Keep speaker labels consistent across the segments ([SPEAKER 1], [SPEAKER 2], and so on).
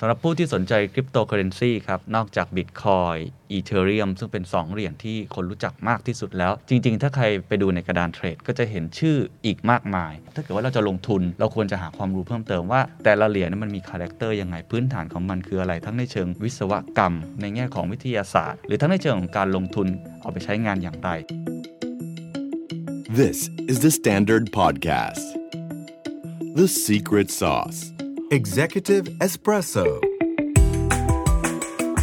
[SPEAKER 1] สำหรับผู้ที่สนใจคริปโตเคอเรนซีครับ นอกจาก Bitcoin e t h e r e u m ซึ่งเป็น 2 เหรียญที่คนรู้จักมากที่สุดแล้ว จริง ๆ ถ้าใครไปดูในกระดานเทรด ก็จะเห็นชื่ออีกมากมาย ถ้าเกิดว่าเราจะลงทุน เราควรจะหาความรู้เพิ่มเติมว่า แต่ละเหรียญนั้นมันมีคาแรคเตอร์ยังไงพื้นฐานของมันคืออะไร ทั้งในเชิงวิศวกรรม ในแง่ของวิทยาศาสตร์ หรือทั้งในเชิงของการลงทุนเอาไปใช้งานอย่างไร
[SPEAKER 2] This is the Standard Podcast. The Secret Sauce.
[SPEAKER 3] Executive Espresso.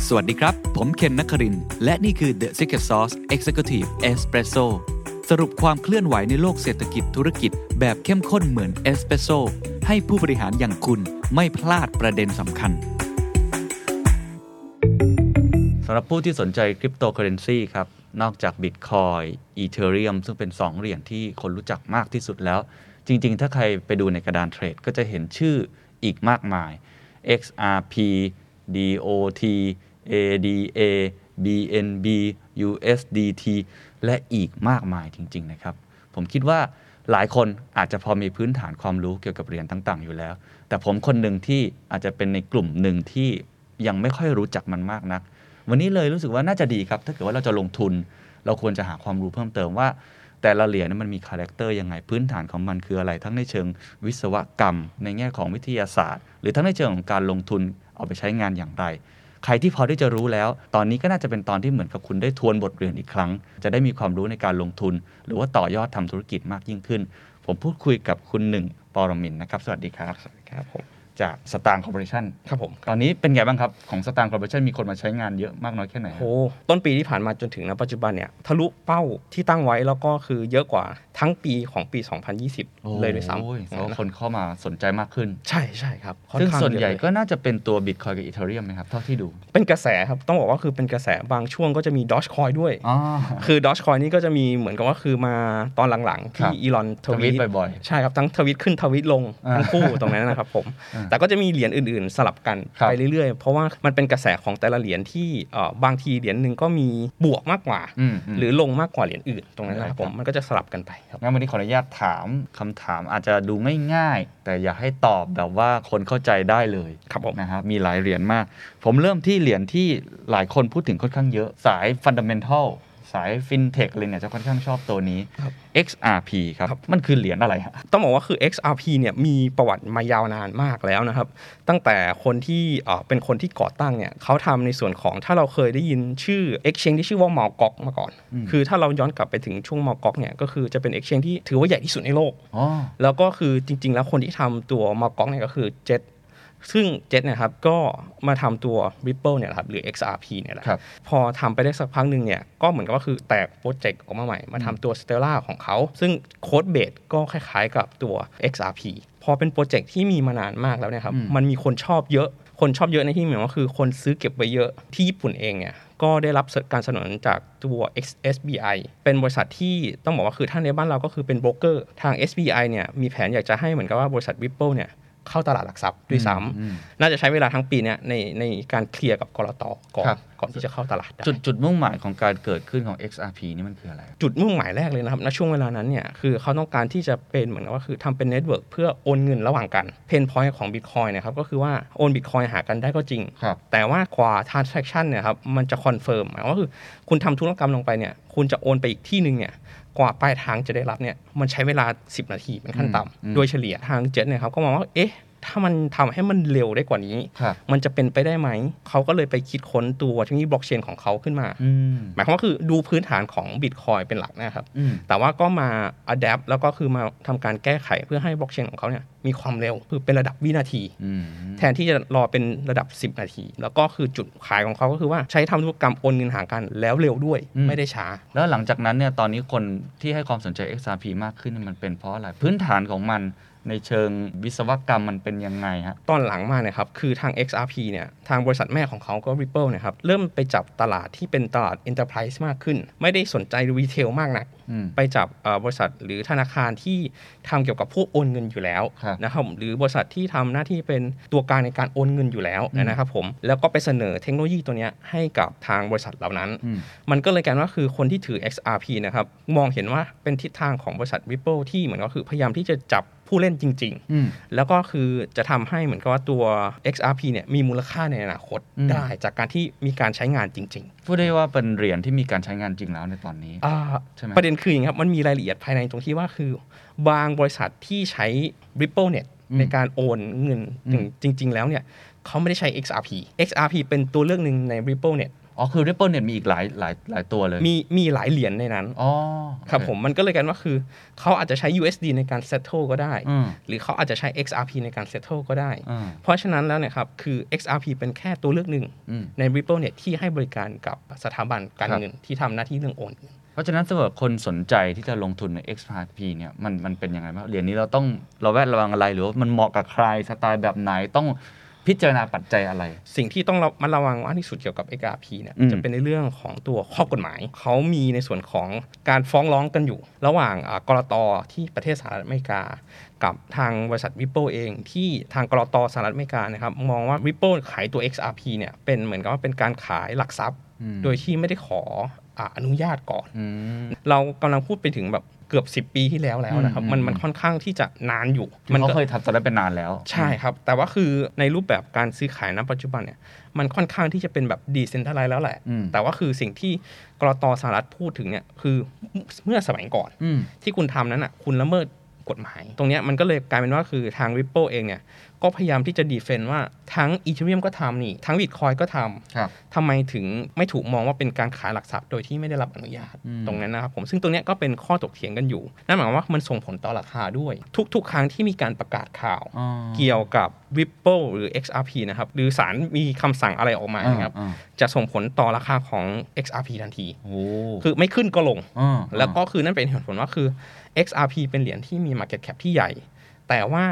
[SPEAKER 4] สวัสดีครับ ผมเคนนักครินทร์และนี่คือ The Secret Sauce Executive Espresso สรุปความเคลื่อนไหวในโลกเศรษฐกิจธุรกิจแบบเข้มข้นเหมือนเอสเปรสโซให้ผู้บริหารอย่างคุณไม่พลาดประเด็นสำคัญ
[SPEAKER 1] สำหรับผู้ที่สนใจคริปโตเคอเรนซีครับ นอกจาก Bitcoin e t h e r e u m ซึ่งเป็น 2 เหรียญที่คนรู้จักมากที่สุดแล้ว จริง ๆ ถ้าใครไปดูในกระดานเทรด ก็จะเห็นชื่ออีกมากมาย XRP DOT ADA BNB USDT และอีกมากมายจริง ๆ นะครับ ผมคิดว่าหลายคนอาจจะพอมีพื้นฐานความรู้เกี่ยวกับเหรียญต่าง ๆ อยู่แล้ว แต่ผมคนหนึ่งที่อาจจะเป็นในกลุ่มหนึ่งที่ยังไม่ค่อยรู้จักมันมากนัก วันนี้เลยรู้สึกว่าน่าจะดีครับ ถ้าเกิดว่าเราจะลงทุน เราควรจะหาความรู้เพิ่มเติมว่า แต่ละเหรียญนั้นมันมีคาแรคเตอร์ยังไงพื้นฐานของมันคืออะไร ทั้งในเชิงวิศวกรรม ในแง่ของวิทยาศาสตร์ หรือทั้งในเชิงของการลงทุนเอาไปใช้งานอย่างไร ใครที่พอที่จะรู้แล้ว ตอนนี้ก็น่าจะเป็นตอนที่เหมือนกับคุณได้ทวนบทเรียนอีกครั้ง จะได้มีความรู้ในการลงทุน หรือว่าต่อยอดทำธุรกิจมากยิ่งขึ้น ผมพูดคุยกับคุณหนึ่งปรมินทร์นะครับสวัสดีครับ
[SPEAKER 5] ครับผม
[SPEAKER 1] จากสตางค์คอร์ปอเรชั่น
[SPEAKER 5] ครับผม
[SPEAKER 1] ตอนนี้เป็นไงบ้างครับของสตางค์คอร์ปอเรชั่นมีคนมาใช้งานเยอะมากน้อยแค่ไหน
[SPEAKER 5] โอ้ต้นปีที่ผ่านมาจนถึงณปัจจุบันเนี่ยทะลุเป้าที่ตั้งไว้แล้วก็คือเยอะกว่าทั้งปีของปี 2020 เลยด้วยซ้
[SPEAKER 1] โอ้แสดงว่า
[SPEAKER 5] ำ
[SPEAKER 1] คนเข้ามาสนใจมากขึ้น
[SPEAKER 5] ใช่ใช่ครับค่อ
[SPEAKER 1] ซึ่ง
[SPEAKER 5] ข้า
[SPEAKER 1] ส่วนใหญ่
[SPEAKER 5] เยอะเลย
[SPEAKER 1] ก็น่าจะเป็นตัว Bitcoin กับ Ethereum ไหมครับ เท่าที่ดู
[SPEAKER 5] เป็นกระแสครับ ต้องบอกว่าคือเป็นกระแสบางช่วงก็จะมีดอ g คอยด้วย
[SPEAKER 1] อ๋อ
[SPEAKER 5] คือดอ g คอยนี่ก็จะมีเหมือนกับว่าคือมาตอนหลังๆ
[SPEAKER 1] ครั
[SPEAKER 5] ที่
[SPEAKER 1] บ
[SPEAKER 5] อีลอนท
[SPEAKER 1] ทวี
[SPEAKER 5] วี
[SPEAKER 1] ต
[SPEAKER 5] ต
[SPEAKER 1] บ่อย
[SPEAKER 5] ใช่ครับ ทั้งทวีตขึ้นทวีตลง
[SPEAKER 1] อ่า
[SPEAKER 5] ทั้งคู่ตรงนั้นนะครับผม
[SPEAKER 1] อ่า
[SPEAKER 5] แต่ก็จะมีเหรียญอื่นๆ สลับกัน
[SPEAKER 1] ครับ
[SPEAKER 5] ไปเรื่อยๆ เพราะว่ามันเป็นกระแสของแต่ละเหรียญที่เอ่อบางทีเหรียญหนึ่งก็มีบวกมากกว่า
[SPEAKER 1] อืมม
[SPEAKER 5] หรือลงมากกว่าเหรียญอื่นตรงนั้น
[SPEAKER 1] ได้
[SPEAKER 5] นะ
[SPEAKER 1] ค
[SPEAKER 5] ค
[SPEAKER 1] รั
[SPEAKER 5] รับ บผมมันก็จะสลับกันไปครับ
[SPEAKER 1] งั้นวันนี้ขออนุญาตถามคำถามอาจจะดูง่ายๆ แต่อยากให้ตอบแบบว่าคนเข้าใจได้เลย
[SPEAKER 5] ครับผม
[SPEAKER 1] นะครับมีหลายเหรียญมาก ผมเริ่มที่เหรียญที่หลายคนพูดถึงค่อนข้างเยอะ สายฟันดัมเ n นทัลสายฟินเทคเลยเนี่ยจะค่อนข้างชอบตัวนี้ XRP ครับ มันคือเหรียญอะไรฮะ
[SPEAKER 5] ต้องบอกว่าคือ XRP เนี่ยมีประวัติมายาวนานมากแล้วนะครับ ตั้งแต่คนที่เอ่อเป็นคนที่ก่อตั้งเนี่ยเขาทำในส่วนของถ้าเราเคยได้ยินชื่อ Exchange ที่ชื่อว่า m a l g o k มาก่อน คือถ้าเราย้อนกลับไปถึงช่วง m a l g o k เนี่ยก็คือจะเป็น Exchange ที่ถือว่าใหญ่ที่สุดในโลก
[SPEAKER 1] อ๋อ
[SPEAKER 5] แล้วก็คือจริง ๆ แล้วคนที่ทำตัว m a l g o k เนี่ยก็คือเจ็ซึ่งเจ็เนี่ยครับก็มาทำตัว Ripple เนี่ยแหละครับหรือ XRP เนี่ยแหละ
[SPEAKER 1] ครับ
[SPEAKER 5] พอทำไปได้สักพักหนึ่งเนี่ยก็เหมือนกับว่าคือแตกโปรเจกต์ออกมาใหม่ มาทำตัว Stella ของเขา ซึ่งโค้ดเบสก็คล้ายๆกับตัว XRP พอเป็นโปรเจกต์ที่มีมานานมากแล้วเนยครับมันมีคนชอบเยอะ คนชอบเยอะในที่หมายว่าคือคนซื้อเก็บไว้เยอะที่ญี่ปุ่นเองเนี่ยก็ได้รับการสนับสนุนจากตัว SBI เป็นบริษัทที่ต้องบอกว่าคือท่านในบ้านเราก็คือเป็นโบรกเกอร์ทาง SBI เนี่ยมีแผนอยากจะให้เหมือนกับว่าบริษัท Ripple เนี่ยเข้าตลาดหลักทรัพย์ด้วยซ้ำน่าจะใช้เวลาทั้งปีเนี่ยในในการเคลียร์กับกรตก่อน
[SPEAKER 1] ครับ
[SPEAKER 5] ก่อนที่จะเข้าตลาดได้
[SPEAKER 1] จุดจุดมุ่งหมายของการเกิดขึ้นของ XRP นี่มันคืออะไร
[SPEAKER 5] จุดมุ่งหมายแรกเลยนะครับ ณ ช่วงเวลานั้นเนี่ย คือเขาต้องการที่จะเป็นเหมือนกับว่าคือทำเป็นเน็ตเวิร์กเพื่อโอนเงินระหว่างกัน เพนพอยต์ของ Bitcoin นะครับ ก็คือว่าโอน Bitcoin หากันได้ก็จริง
[SPEAKER 1] ครับ
[SPEAKER 5] แต่ว่ากว่า transaction เนี่ยครับ มันจะคอนเฟิร์มหมายความว่าคือคุณทำธุรกรรมลงไปเนี่ย คุณจะโอนไปอีกที่หนึ่งเนี่ย กว่าปลายทางจะได้รับเนี่ย มันใช้เวลา 10 นาทีเป็นขั้นต่ำ โดยเฉลี่ยทางเจ็ตเนี่ยครับ ก็มองว่า เอ๊ะ ถ้ามันทำให้มันเร็วได้กว่านี้
[SPEAKER 1] ครับ
[SPEAKER 5] มันจะเป็นไปได้ไหม เขาก็เลยไปคิดค้นตัวเทคโนโลยีบล็อกเชนของเขาขึ้นมา
[SPEAKER 1] อืม
[SPEAKER 5] หมายความว่าคือดูพื้นฐานของบิตคอยเป็นหลักนะครับ
[SPEAKER 1] อืม
[SPEAKER 5] แต่ว่าก็มา adapt แล้วก็คือมาทำการแก้ไขเพื่อให้บล็อกเชนของเขาเนี่ยมีความเร็ว คือเป็นระดับวินาที
[SPEAKER 1] อืม
[SPEAKER 5] แทนที่จะรอเป็นระดับ 10 นาที แล้วก็คือจุดขายของเขาก็คือว่าใช้ทำธุรกรรมโอนเงินหากันแล้วเร็วด้วย
[SPEAKER 1] อืม
[SPEAKER 5] ไม่ได้ช้า
[SPEAKER 1] แล้วหลังจากนั้นเนี่ยตอนนี้คนที่ให้ความสนใจ XRP มากขึ้นเนี่ยมันเป็นเพราะอะไร พื้นฐานของมันในเชิงวิศวกรรมมันเป็นยังไงฮะ
[SPEAKER 5] ตอนหลังมาเนี่ยครับ คือทาง XRP เนี่ย ทางบริษัทแม่ของเขาก็ Ripple เนะครับเริ่มไปจับตลาดที่เป็นตลาด Enterprise มากขึ้น ไม่ได้สนใจรีเทลมากนัก
[SPEAKER 1] อืม
[SPEAKER 5] ไปจับเอ่อบริษัทหรือธนาคารที่ทำเกี่ยวกับพวกโอนเงินอยู่แล้ว
[SPEAKER 1] ครับ
[SPEAKER 5] นะครับหรือบริษัทที่ทำหน้าที่เป็นตัวกลางในการโอนเงินอยู่แล้ว
[SPEAKER 1] อืม
[SPEAKER 5] นะครับผมแล้วก็ไปเสนอเทคโนโลยีตัวเนี้ยให้กับทางบริษัทเหล่านั้น
[SPEAKER 1] อืม
[SPEAKER 5] มันก็เลยกลายว่าคือคนที่ถือ XRP นะครับมองเห็นว่าเป็นทิศทางของบริษัท Ripple ที่เหมือนก็คือพยายามที่จะจับผู้เล่นจริง
[SPEAKER 1] อืม
[SPEAKER 5] ๆ แล้วก็คือจะทำให้เหมือนกับว่าตัว XRP เนี่ยมีมูลค่าในอนาคต
[SPEAKER 1] อืม
[SPEAKER 5] ได้จากการที่มีการใช้งานจริง ๆ
[SPEAKER 1] พูดได้ว่าเป็นเหรียญที่มีการใช้งานจริงแล้วในตอนนี้
[SPEAKER 5] อ่า
[SPEAKER 1] ใช่ไหม
[SPEAKER 5] ประเด็นคืออย่างนี้ครับมันมีรายละเอียดภายในตรงที่ว่าคือ บางบริษัทที่ใช้ Ripple เนี่ยในการโอนเงินจริง ๆ แล้วเนี่ยเขาไม่ได้ใช้ XRP XRP เป็นตัวเลือกหนึ่งใน Ripple เนี่ย
[SPEAKER 1] อ๋อคือ Ripple เนี่ยมีอีกหลายหลายหลายตัวเลย
[SPEAKER 5] มีมีหลายเหรียญในนั้น
[SPEAKER 1] อ๋อ
[SPEAKER 5] ครับ
[SPEAKER 1] โอเ
[SPEAKER 5] ผมมันก็เลยกันว่าคือเขาอาจจะใช้ USD ในการ settle ก็ได้
[SPEAKER 1] อืม
[SPEAKER 5] หรือเขาอาจจะใช้ XRP ในการ settle ก็ได้
[SPEAKER 1] อ่า
[SPEAKER 5] เพราะฉะนั้นแล้วเนี่ยครับคือ XRP เป็นแค่ตัวเลือกหนึ่ง
[SPEAKER 1] อืม
[SPEAKER 5] ใน Ripple เนี่ยที่ให้บริการกับสถาบันการ
[SPEAKER 1] ครับ
[SPEAKER 5] เงินที่ทำหน้าที่เรื่องโอนเงิน
[SPEAKER 1] เพราะฉะนั้นสำหรับคนสนใจที่จะลงทุนใน XRP เนี่ยมันมันเป็นยังไงบ้างเหรียญนี้เราต้องเราแวดระวังอะไร หรือว่ามันเหมาะกับใครสไตล์แบบไหนต้องพิจารณาปัจจัยอะไร
[SPEAKER 5] สิ่งที่ต้องระมัดระวังมากที่สุดเกี่ยวกับ XRP เนี่ย
[SPEAKER 1] อืม
[SPEAKER 5] จะเป็นในเรื่องของตัวข้อกฎหมาย เขามีในส่วนของการฟ้องร้องกันอยู่ ระหว่างอ่ากรตที่ประเทศสหรัฐอเมริกา กับทางบริษัท Ripple เองที่ทางกรตสหรัฐอเมริกานะครับมองว่า Ripple ขายตัว XRP เนี่ยเป็นเหมือนกับว่าเป็นการขายหลักทรัพย์
[SPEAKER 1] อืม
[SPEAKER 5] โดยที่ไม่ได้ขออ่าอนุญาตก่อน
[SPEAKER 1] อืม
[SPEAKER 5] เรากำลังพูดไปถึงแบบเกือบ 10 ปีที่แล้วแล้วนะครับ
[SPEAKER 1] อืม
[SPEAKER 5] มัน
[SPEAKER 1] อืม
[SPEAKER 5] มันค่อนข้างที่จะนานอยู่
[SPEAKER 1] มัน
[SPEAKER 5] ก็
[SPEAKER 1] เขาเคยทำตอนนั้นเป็นนานแล้ว
[SPEAKER 5] ใช่ครับ แต่ว่าคือในรูปแบบการซื้อขายณปัจจุบันเนี่ยมันค่อนข้างที่จะเป็นแบบดีเซนทัลไลแล้วแหละ
[SPEAKER 1] อืม
[SPEAKER 5] แต่ว่าคือสิ่งที่กรตสหรัฐพูดถึงเนี่ยคือเมื่อสมัยก่อน
[SPEAKER 1] อืม
[SPEAKER 5] ที่คุณทำนั้นอ่ะคุณละเมิดกฎหมาย ตรงเนี้ยมันก็เลยกลายเป็นว่าคือทาง Ripple เองเนี่ยก็พยายามที่จะดีเฟนต์ว่าทั้ง Ethereum ก็ทำนี่ ทั้ง Bitcoin ก็ทำ
[SPEAKER 1] ครับ
[SPEAKER 5] ทำไมถึงไม่ถูกมองว่าเป็นการขายหลักทรัพย์โดยที่ไม่ได้รับอนุญาต
[SPEAKER 1] อืม
[SPEAKER 5] ตรงนั้นนะครับผมซึ่งตรงเนี้ยก็เป็นข้อถกเถียงกันอยู่ นั่นหมายความว่ามันส่งผลต่อราคาด้วย ทุก ๆ ครั้งที่มีการประกาศข่าว
[SPEAKER 1] อ๋อ
[SPEAKER 5] เกี่ยวกับ Ripple หรือ XRP นะครับหรือศาลมีคำสั่งอะไรออกมานะครับ
[SPEAKER 1] อ่า
[SPEAKER 5] จะส่งผลต่อราคาของ XRP ทันที
[SPEAKER 1] โอ้
[SPEAKER 5] คือไม่ขึ้นก็ลง
[SPEAKER 1] า
[SPEAKER 5] แล้วก็คือนั่นเป็นเหตุผลว่าคือ XRP เป็นเหรียญที่มี Market Cap ที่ใหญ่ แต่ว่า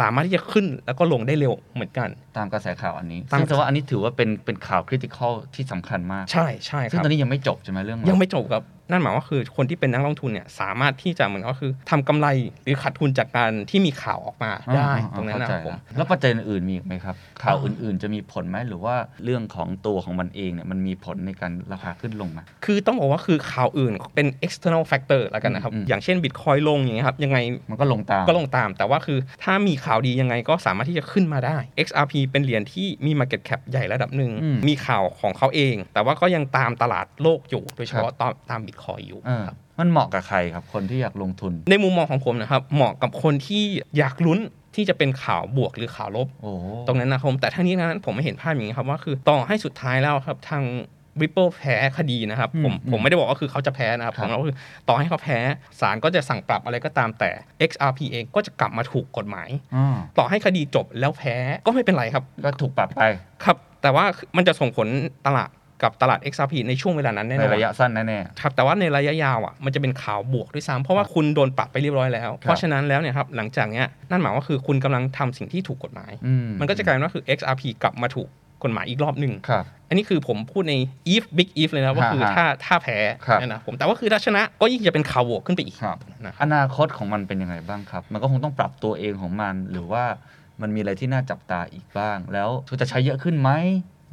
[SPEAKER 5] สามารถที่จะขึ้นแล้วก็ลงได้เร็วเหมือนกัน
[SPEAKER 1] ตามกระแสข่าวอันนี้
[SPEAKER 5] ตาม
[SPEAKER 1] ซึ่งแต่ว่าอันนี้ถือว่าเป็นเป็นข่าวคริติคอลที่สำคัญมาก
[SPEAKER 5] ใช่ใช่ค
[SPEAKER 1] ซึ่ง
[SPEAKER 5] รับ
[SPEAKER 1] ตอนนี้ยังไม่จบใช่ไหมเรื่องราว
[SPEAKER 5] ยังไม่จบครับ นั่นหมายว่าคือคนที่เป็นนักลงทุนเนี่ยสามารถที่จะเหมือนก็คือทำกำไรหรือขาดทุนจากการที่มีข่าวออกมา
[SPEAKER 1] อ่า
[SPEAKER 5] ได้
[SPEAKER 1] อ่า
[SPEAKER 5] ตรงนั้นนะค
[SPEAKER 1] เข้าใจ
[SPEAKER 5] รับผม
[SPEAKER 1] แล้วแล้วปัจจัยอื่นๆมีอีกไหมครับ ข่าวอื่นๆจะมีผลไหมหรือว่าเรื่องของตัวของมันเองเนี่ยมันมีผลในการราคาขึ้นลงไหม
[SPEAKER 5] คือต้องบอกว่าคือข่าวอื่นเป็น external factor แล้วกันนะครับ
[SPEAKER 1] อืมอืม
[SPEAKER 5] อย่างเช่น Bitcoin ลงอย่างเงี้ยครับยังไง
[SPEAKER 1] มันก็ลงตาม
[SPEAKER 5] ก็ลงตาม แต่ว่าคือถ้ามีข่าวดียังไงก็สามารถที่จะขึ้นมาได้ XRP เป็นเหรียญที่มี Market Cap ใหญ่ระดับหนึ่ง
[SPEAKER 1] อืม
[SPEAKER 5] มีข่าวของเขาเอง แต่ว่าก็ยังตามตลาดโลกอยู่ โดยเฉ
[SPEAKER 1] ครั
[SPEAKER 5] พาะ
[SPEAKER 1] บ
[SPEAKER 5] ตามตามบิตคอยอยู่
[SPEAKER 1] เออ
[SPEAKER 5] ครับ
[SPEAKER 1] มันเหมาะกับใครครับ คนที่อยากลงทุน
[SPEAKER 5] ในมุมมองของผมนะครับ เหมาะกับคนที่อยากลุ้นที่จะเป็นข่าวบวกหรือข่าวลบ
[SPEAKER 1] โอ้
[SPEAKER 5] ตรงนั้นนะครับผมแต่ทั้งนี้ทั้งนั้นผมไม่เห็นภาพอย่างนี้ครับว่าคือต่อให้สุดท้ายแล้วครับทาง Ripple แพ้คดีนะครับผม
[SPEAKER 1] อืม
[SPEAKER 5] ผมไม่ได้บอกว่าคือเขาจะแพ้นะครับ
[SPEAKER 1] ครั
[SPEAKER 5] ข
[SPEAKER 1] บ
[SPEAKER 5] องเราคือต่อให้เขาแพ้ศาลก็จะสั่งปรับอะไรก็ตามแต่ XRP เองก็จะกลับมาถูกกฎหมาย
[SPEAKER 1] อ่า
[SPEAKER 5] ต่อให้คดีจบแล้วแพ้ก็ไม่เป็นไรครับ
[SPEAKER 1] ก็ถูกปรับไป
[SPEAKER 5] ครับ แต่ว่ามันจะส่งผลตลาดกับตลาด XRP ในช่วงเวลานั้นแน่น
[SPEAKER 1] ใน
[SPEAKER 5] อน
[SPEAKER 1] ระยะสั้นแน่
[SPEAKER 5] ครับแต่ว่าในระยะยาวอ่ะมันจะเป็นข่าวบวกด้วยซ้ำเพราะว่าคุณโดนปรับไปเรียบร้อยแล้ว เพ
[SPEAKER 1] ครั
[SPEAKER 5] ราะ
[SPEAKER 1] บ
[SPEAKER 5] ฉะนั้นแล้วเนี่ยครับหลังจากเนี้ยนั่นหมายว่าคือคุณกำลังทำสิ่งที่ถูกกฎหมาย
[SPEAKER 1] ๆอื
[SPEAKER 5] มันก็จะกลายเป็นว่าคือ XRP กลับมาถูกกฎหมายอีกรอบหนึ่ง
[SPEAKER 1] ครับ
[SPEAKER 5] อันนี้คือผมพูดใน if big if เลยนะว่าคือ
[SPEAKER 1] ฮะฮะ
[SPEAKER 5] ถ้าถ้าแพ้
[SPEAKER 1] ครับ
[SPEAKER 5] นะนะผมแต่ว่าคือถ้าชนะก็ยิ่งจะเป็นข่าวบวกขึ้นไปอีก
[SPEAKER 1] ครับ
[SPEAKER 5] นะ
[SPEAKER 1] อนาคตของมันเป็นยังไงบ้างครับ มันก็คงต้องปรับตัวเองของมัน หรือว่ามันมีอะไรที่น่าจับตาอีกบ้าง แล้วจะใช้เยอะขึ้นไหม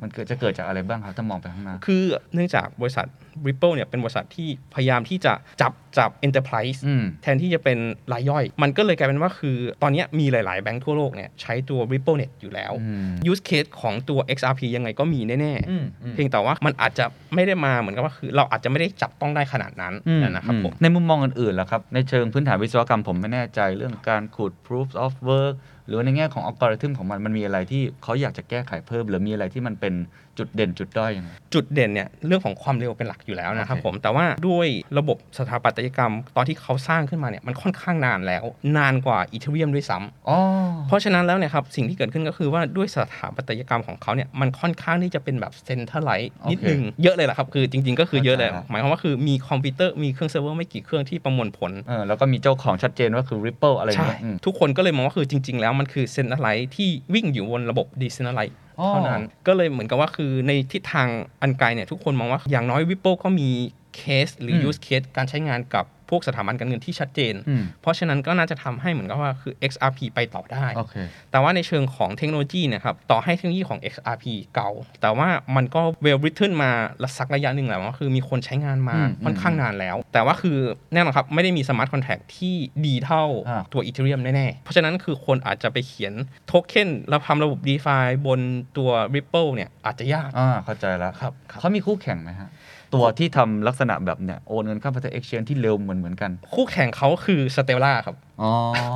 [SPEAKER 1] มันเกิดจะเกิดจากอะไรบ้างครับถ้ามองไปข้างหน้า
[SPEAKER 5] คือเนื่องจากบริษัท Ripple เนี่ยเป็นบริษัทที่พยายามที่จะจับจับ Enterprise
[SPEAKER 1] อืม
[SPEAKER 5] แทนที่จะเป็นรายย่อย มันก็เลยกลายเป็นว่าคือตอนเนี้ยมีหลาย ๆ แบงก์ทั่วโลกเนี่ยใช้ตัว Ripple Net อยู่แล้ว
[SPEAKER 1] อืม
[SPEAKER 5] use case ของตัว XRP ยังไงก็มีแน่
[SPEAKER 1] อืมอืม
[SPEAKER 5] ๆ เพียงแต่ว่ามันอาจจะไม่ได้มาเหมือนกับว่าคือเราอาจจะไม่ได้จับต้องได้ขนาดนั้น
[SPEAKER 1] อืม
[SPEAKER 5] นะครับผม
[SPEAKER 1] อืมในมุมมองอื่นๆล่ะครับ ในเชิงพื้นฐานวิศวกรรมผมไม่แน่ใจเรื่องการขุด proof of work หรือว่าในแง่ของอัลกอริทึมของมัน มันมีอะไรที่เขาอยากจะแก้ไขเพิ่ม หรือมีอะไรที่มันเป็นจุดเด่นจุดด้อยยังไง
[SPEAKER 5] จุดเด่นเนี่ยเรื่องของความเร็วเป็นหลักอยู่แล้วนะครับ
[SPEAKER 1] โอเค
[SPEAKER 5] ผมแต่ว่าด้วยระบบสถาปัตยกรรมตอนที่เขาสร้างขึ้นมาเนี่ยมันค่อนข้างนานแล้ว นานกว่าอีเทเรียมด้วยซ้ำ
[SPEAKER 1] ๋อ
[SPEAKER 5] เพราะฉะนั้นแล้วเนี่ยครับสิ่งที่เกิดขึ้นก็คือว่าด้วยสถาปัตยกรรมของเขาเนี่ยมันค่อนข้างที่จะเป็นแบบเซนเตอร์ไลท์
[SPEAKER 1] โอเค
[SPEAKER 5] นิดนึงเยอะเลยแหละครับ คือจริงๆก็คือเยอะเลย
[SPEAKER 1] เข้าใจละ
[SPEAKER 5] หมายความว่าคือมีคอมพิวเตอร์มีเครื่องเซิร์ฟเวอร์ไม่กี่เครื่องที่ประมวลผล
[SPEAKER 1] เออแล้วก็มีเจ้าของชัดเจนว่าคือ Ripple อะไร
[SPEAKER 5] ใช่
[SPEAKER 1] เงี้ยอืม
[SPEAKER 5] ทุกคนก็เลยมองว่าคือจริง ๆ แล้วมันคือเซนเตอร์ไลท์ที่วิ่งอยู่บนระบบดิเซนเตอร์ไลท์
[SPEAKER 4] อ๋อ
[SPEAKER 5] เท่านั้นก็เลยเหมือนกับว่าคือในทิศทางอันไกลเนี่ยทุกคนมองว่าอย่างน้อยวิปโปก็มีเคสหรือ
[SPEAKER 1] ม
[SPEAKER 5] ยูสเคสการใช้งานกับพวกสถาบันการเงินที่ชัดเจน
[SPEAKER 1] อืม
[SPEAKER 5] เพราะฉะนั้นก็น่าจะทำให้เหมือนกับว่าคือ XRP ไปต่อได้
[SPEAKER 1] โอเค
[SPEAKER 5] แต่ว่าในเชิงของเทคโนโลยีเนะครับต่อให้เทคโนโลยีของ XRP เก่า แต่ว่ามันก็ well written มาระสักระยะหนึ่งแล้วก็คือมีคนใช้งานมา
[SPEAKER 1] อืม
[SPEAKER 5] ค่อนข้างนานแล้ว แต่ว่าคือแน่นอนครับ ไม่ได้มี smart contract ที่ดีเท่า
[SPEAKER 1] อ่า
[SPEAKER 5] ตัว Ethereum แน่ๆ เพราะฉะนั้นคือคนอาจจะไปเขียนโทเค็นแล้วทำระบบ DeFi บนตัว Ripple เนี่ยอาจจะยาก
[SPEAKER 1] อ่าเข้าใจแล้ว
[SPEAKER 5] ครับครับ
[SPEAKER 1] เขามีคู่แข่งไหมฮะ ตัวที่ทำลักษณะแบบเนี่ย โอนเงินข้ามประเทศเอ็กชแนนที่เร็วเหมือนเหมือนกัน
[SPEAKER 5] คู่แข่งเขาคือ Stella ครับ
[SPEAKER 1] อ๋อ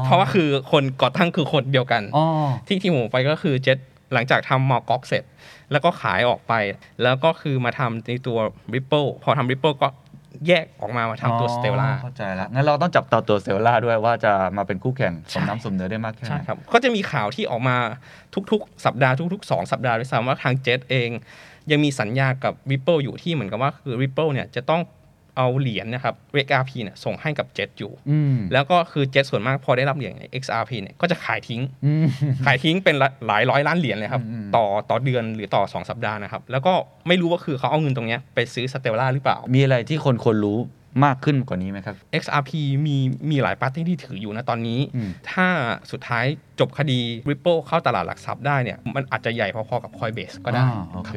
[SPEAKER 5] เพราะว่าคือคนก่อตั้งคือคนเดียวกัน
[SPEAKER 1] อ๋อ
[SPEAKER 5] ที่ที่ผมไปก็คือเจ็ตหลังจากทำมอก๊อกเสร็จ แล้วก็ขายออกไป แล้วก็คือมาทำในตัว Ripple พอทำ Ripple ก็แยกออกมามาทำตัว
[SPEAKER 1] อ๋อ
[SPEAKER 5] Stella
[SPEAKER 1] เข้าใจแล้ว งั้นเราต้องจับตาตัวสเตลล่าด้วยว่าจะมาเป็นคู่แข่งสมน้ำสมเนื้อได้มากแค่ไห
[SPEAKER 5] ใช่
[SPEAKER 1] น
[SPEAKER 5] ครับ ก็จะมีข่าวที่ออกมาทุกๆ สัปดาห์ทุกๆ 2 สัปดาห์ด้วยซ้ำว่าทางเจ็ตเอง ยังมีสัญญากับ Ripple อยู่ที่เหมือนกับว่าคือ Ripple เนี่ยจะต้องเอาเหรียญนะครับ XRP เนี่ยส่งให้กับเจ็ตอยู่
[SPEAKER 1] อืม
[SPEAKER 5] แล้วก็คือเจ็ตส่วนมากพอได้รับเหรียญ XRP เนี่ยก็จะขายทิ้ง
[SPEAKER 1] อืม
[SPEAKER 5] ขายทิ้งเป็นละหลายร้อยล้านเหรียญเลยครับ
[SPEAKER 1] อืม
[SPEAKER 5] ต่อต่อเดือนหรือต่อ 2 สัปดาห์นะครับ แล้วก็ไม่รู้ว่าคือเขาเอาเงินตรงเนี้ยไปซื้อสเตลล่าหรือเปล่า
[SPEAKER 1] มีอะไรที่คนคนรู้มากขึ้นกว่านี้ไหมครับ
[SPEAKER 5] XRP มีมีหลายปาร์ตี้ที่ถืออยู่นะตอนนี้
[SPEAKER 1] อืม
[SPEAKER 5] ถ้าสุดท้ายจบคดี Ripple เข้าตลาดหลักทรัพย์ได้เนี่ย มันอาจจะใหญ่พอๆกับ Coinbase ก็ได้
[SPEAKER 1] อ่าโอเค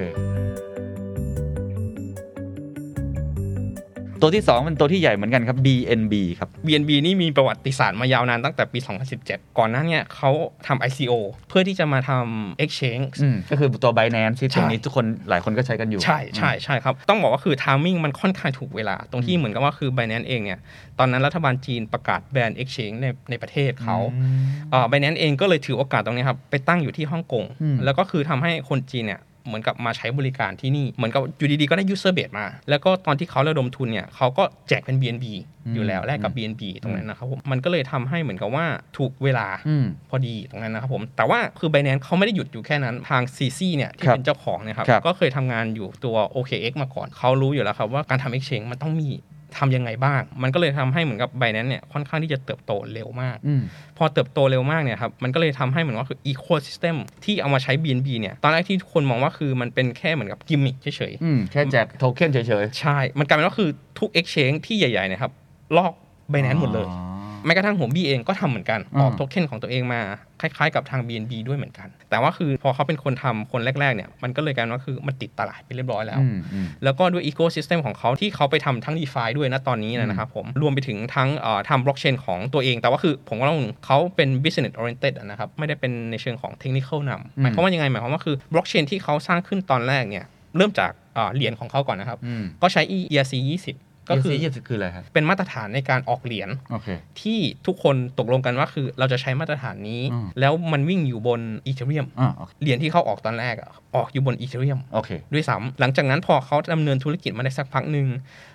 [SPEAKER 1] ตัวที่ 2 เป็นตัวที่ใหญ่เหมือนกันครับ BNB ครับ
[SPEAKER 5] BNB นี่มีประวัติศาสตร์มายาวนานตั้งแต่ปี 2017 ก่อนหน้าเนี่ยเขาทำ ICO เพื่อที่จะมาทำ Exchange
[SPEAKER 1] อืมก็คือตัว Binance ที่ต
[SPEAKER 5] ใช่
[SPEAKER 1] รงนี้ทุกคนหลายคนก็ใช้กันอยู่
[SPEAKER 5] ใช่ใช่ใช่ครับ ต้องบอกว่าคือทามมิ่งมันค่อนข้างถูกเวลา ตรงที่เหมือนกับว่าคือ b i n a n c e เองเนี่ย ตอนนั้นรัฐบาลจีนประกาศแบน Exchange ในในประเทศเขาเอ่อ b i n a n c e เองก็เลยถือโอกาสตรงเนี้ยครับ ไปตั้งอยู่ที่ฮ่องกง
[SPEAKER 1] อืม
[SPEAKER 5] แล้วก็คือทำให้คนจีนเนี่ย เหมือนกับมาใช้บริการที่นี่ เหมือนกับอยู่ดีๆ ก็ได้ user base มา แล้วก็ตอนที่เขาระดมทุนเนี่ยเขาก็แจกเป็น BNB อยู่แล้วแลกกับ BNB ตรงนั้นนะครับผมมันก็เลยทำให้เหมือนกับว่าถูกเวลา
[SPEAKER 1] อืม
[SPEAKER 5] พอดีตรงนั้นนะครับผม แต่ว่าคือ b บ n a n c e เขาไม่ได้หยุดอยู่แค่นั้น ทาง CC เนี่ยที่
[SPEAKER 1] ครับ
[SPEAKER 5] เป็นเจ้าของเนะครับ
[SPEAKER 1] ครับ
[SPEAKER 5] ก็เคยทำงานอยู่ตัว OKX มาก่อน เขารู้อยู่แล้วครับว่าการทำ Exchange มันต้องมีทำยังไงบ้าง มันก็เลยทำให้เหมือนกับ b บ n a n c e เนี่ยค่อนข้างที่จะเติบโตเร็วมาก พอเติบโตเร็วมากเนี่ยครับ มันก็เลยทำให้เหมือนว่าคือ ecosystem ที่เอามาใช้ BNB เนี่ย ตอนแรกที่ทุกคนมองว่าคือมันเป็นแค่เหมือนกับกิมมิคเฉยๆ
[SPEAKER 1] ืมแค่แจกโทเค็นเฉย
[SPEAKER 5] ใช่ มันกลายเป็นว่าคือทุก Exchange ที่ใหญ่ๆเนะครับลอก b บ n a n c e
[SPEAKER 1] ๆ
[SPEAKER 5] หมดเลย
[SPEAKER 1] อ๋อ
[SPEAKER 5] แม้กระทั่งหัวบี้เองก็ทำเหมือนกัน
[SPEAKER 1] อ่า
[SPEAKER 5] ออกโทเค็นของตัวเองมา คล้ายๆกับทาง BNB ด้วยเหมือนกัน แต่ว่าคือพอเขาเป็นคนทำคนแรก ๆ เนี่ย มันก็เลยกลายเป็นว่าคือมันติดตลาดไปเรียบร้อยแล้ว
[SPEAKER 1] อืมอืม
[SPEAKER 5] แล้วก็ด้วยอีโค y s ส e m ของเขาที่เขาไปทำทั้ง d e f i ด้วยนะตอนนี้นะนะครับผม รวมไปถึงทั้งเอ่อทำบล็อกเชนของตัวเอง แต่ว่าคือผมก็ต้องเขาเป็น business oriented อะนะครับ ไม่ได้เป็นในเชิงของ technical นำหมายความว่ายังไงหมายความว่าคือบล็อกเชนที่เขาสร้างขึ้นตอนแรกเนี่ยเริ่มจากเอ่อเหรียญของเขาก่อนนะครับ
[SPEAKER 1] อืม
[SPEAKER 5] ก็ใช้ ERC 20 ก็
[SPEAKER 1] ก็คื
[SPEAKER 5] คื
[SPEAKER 1] อ
[SPEAKER 5] อ
[SPEAKER 1] ยี่สิบคืออะไรครับ
[SPEAKER 5] เป็นมาตรฐานในการออกเหรียญ
[SPEAKER 1] โอเค
[SPEAKER 5] ที่ทุกคนตกลงกันว่าคือเราจะใช้มาตรฐานนี้
[SPEAKER 1] อืม
[SPEAKER 5] แล้วมันวิ่งอยู่บนอีเทเรียม
[SPEAKER 1] อ่าโอเค
[SPEAKER 5] เหรียญที่เขาออกตอนแรกอะออกอยู่บนอีเทเรียม
[SPEAKER 1] โอเค
[SPEAKER 5] ด้วยซ้ำหลังจากนั้นพอเขาดำเนินธุรกิจมาได้สักพักหนึ่ง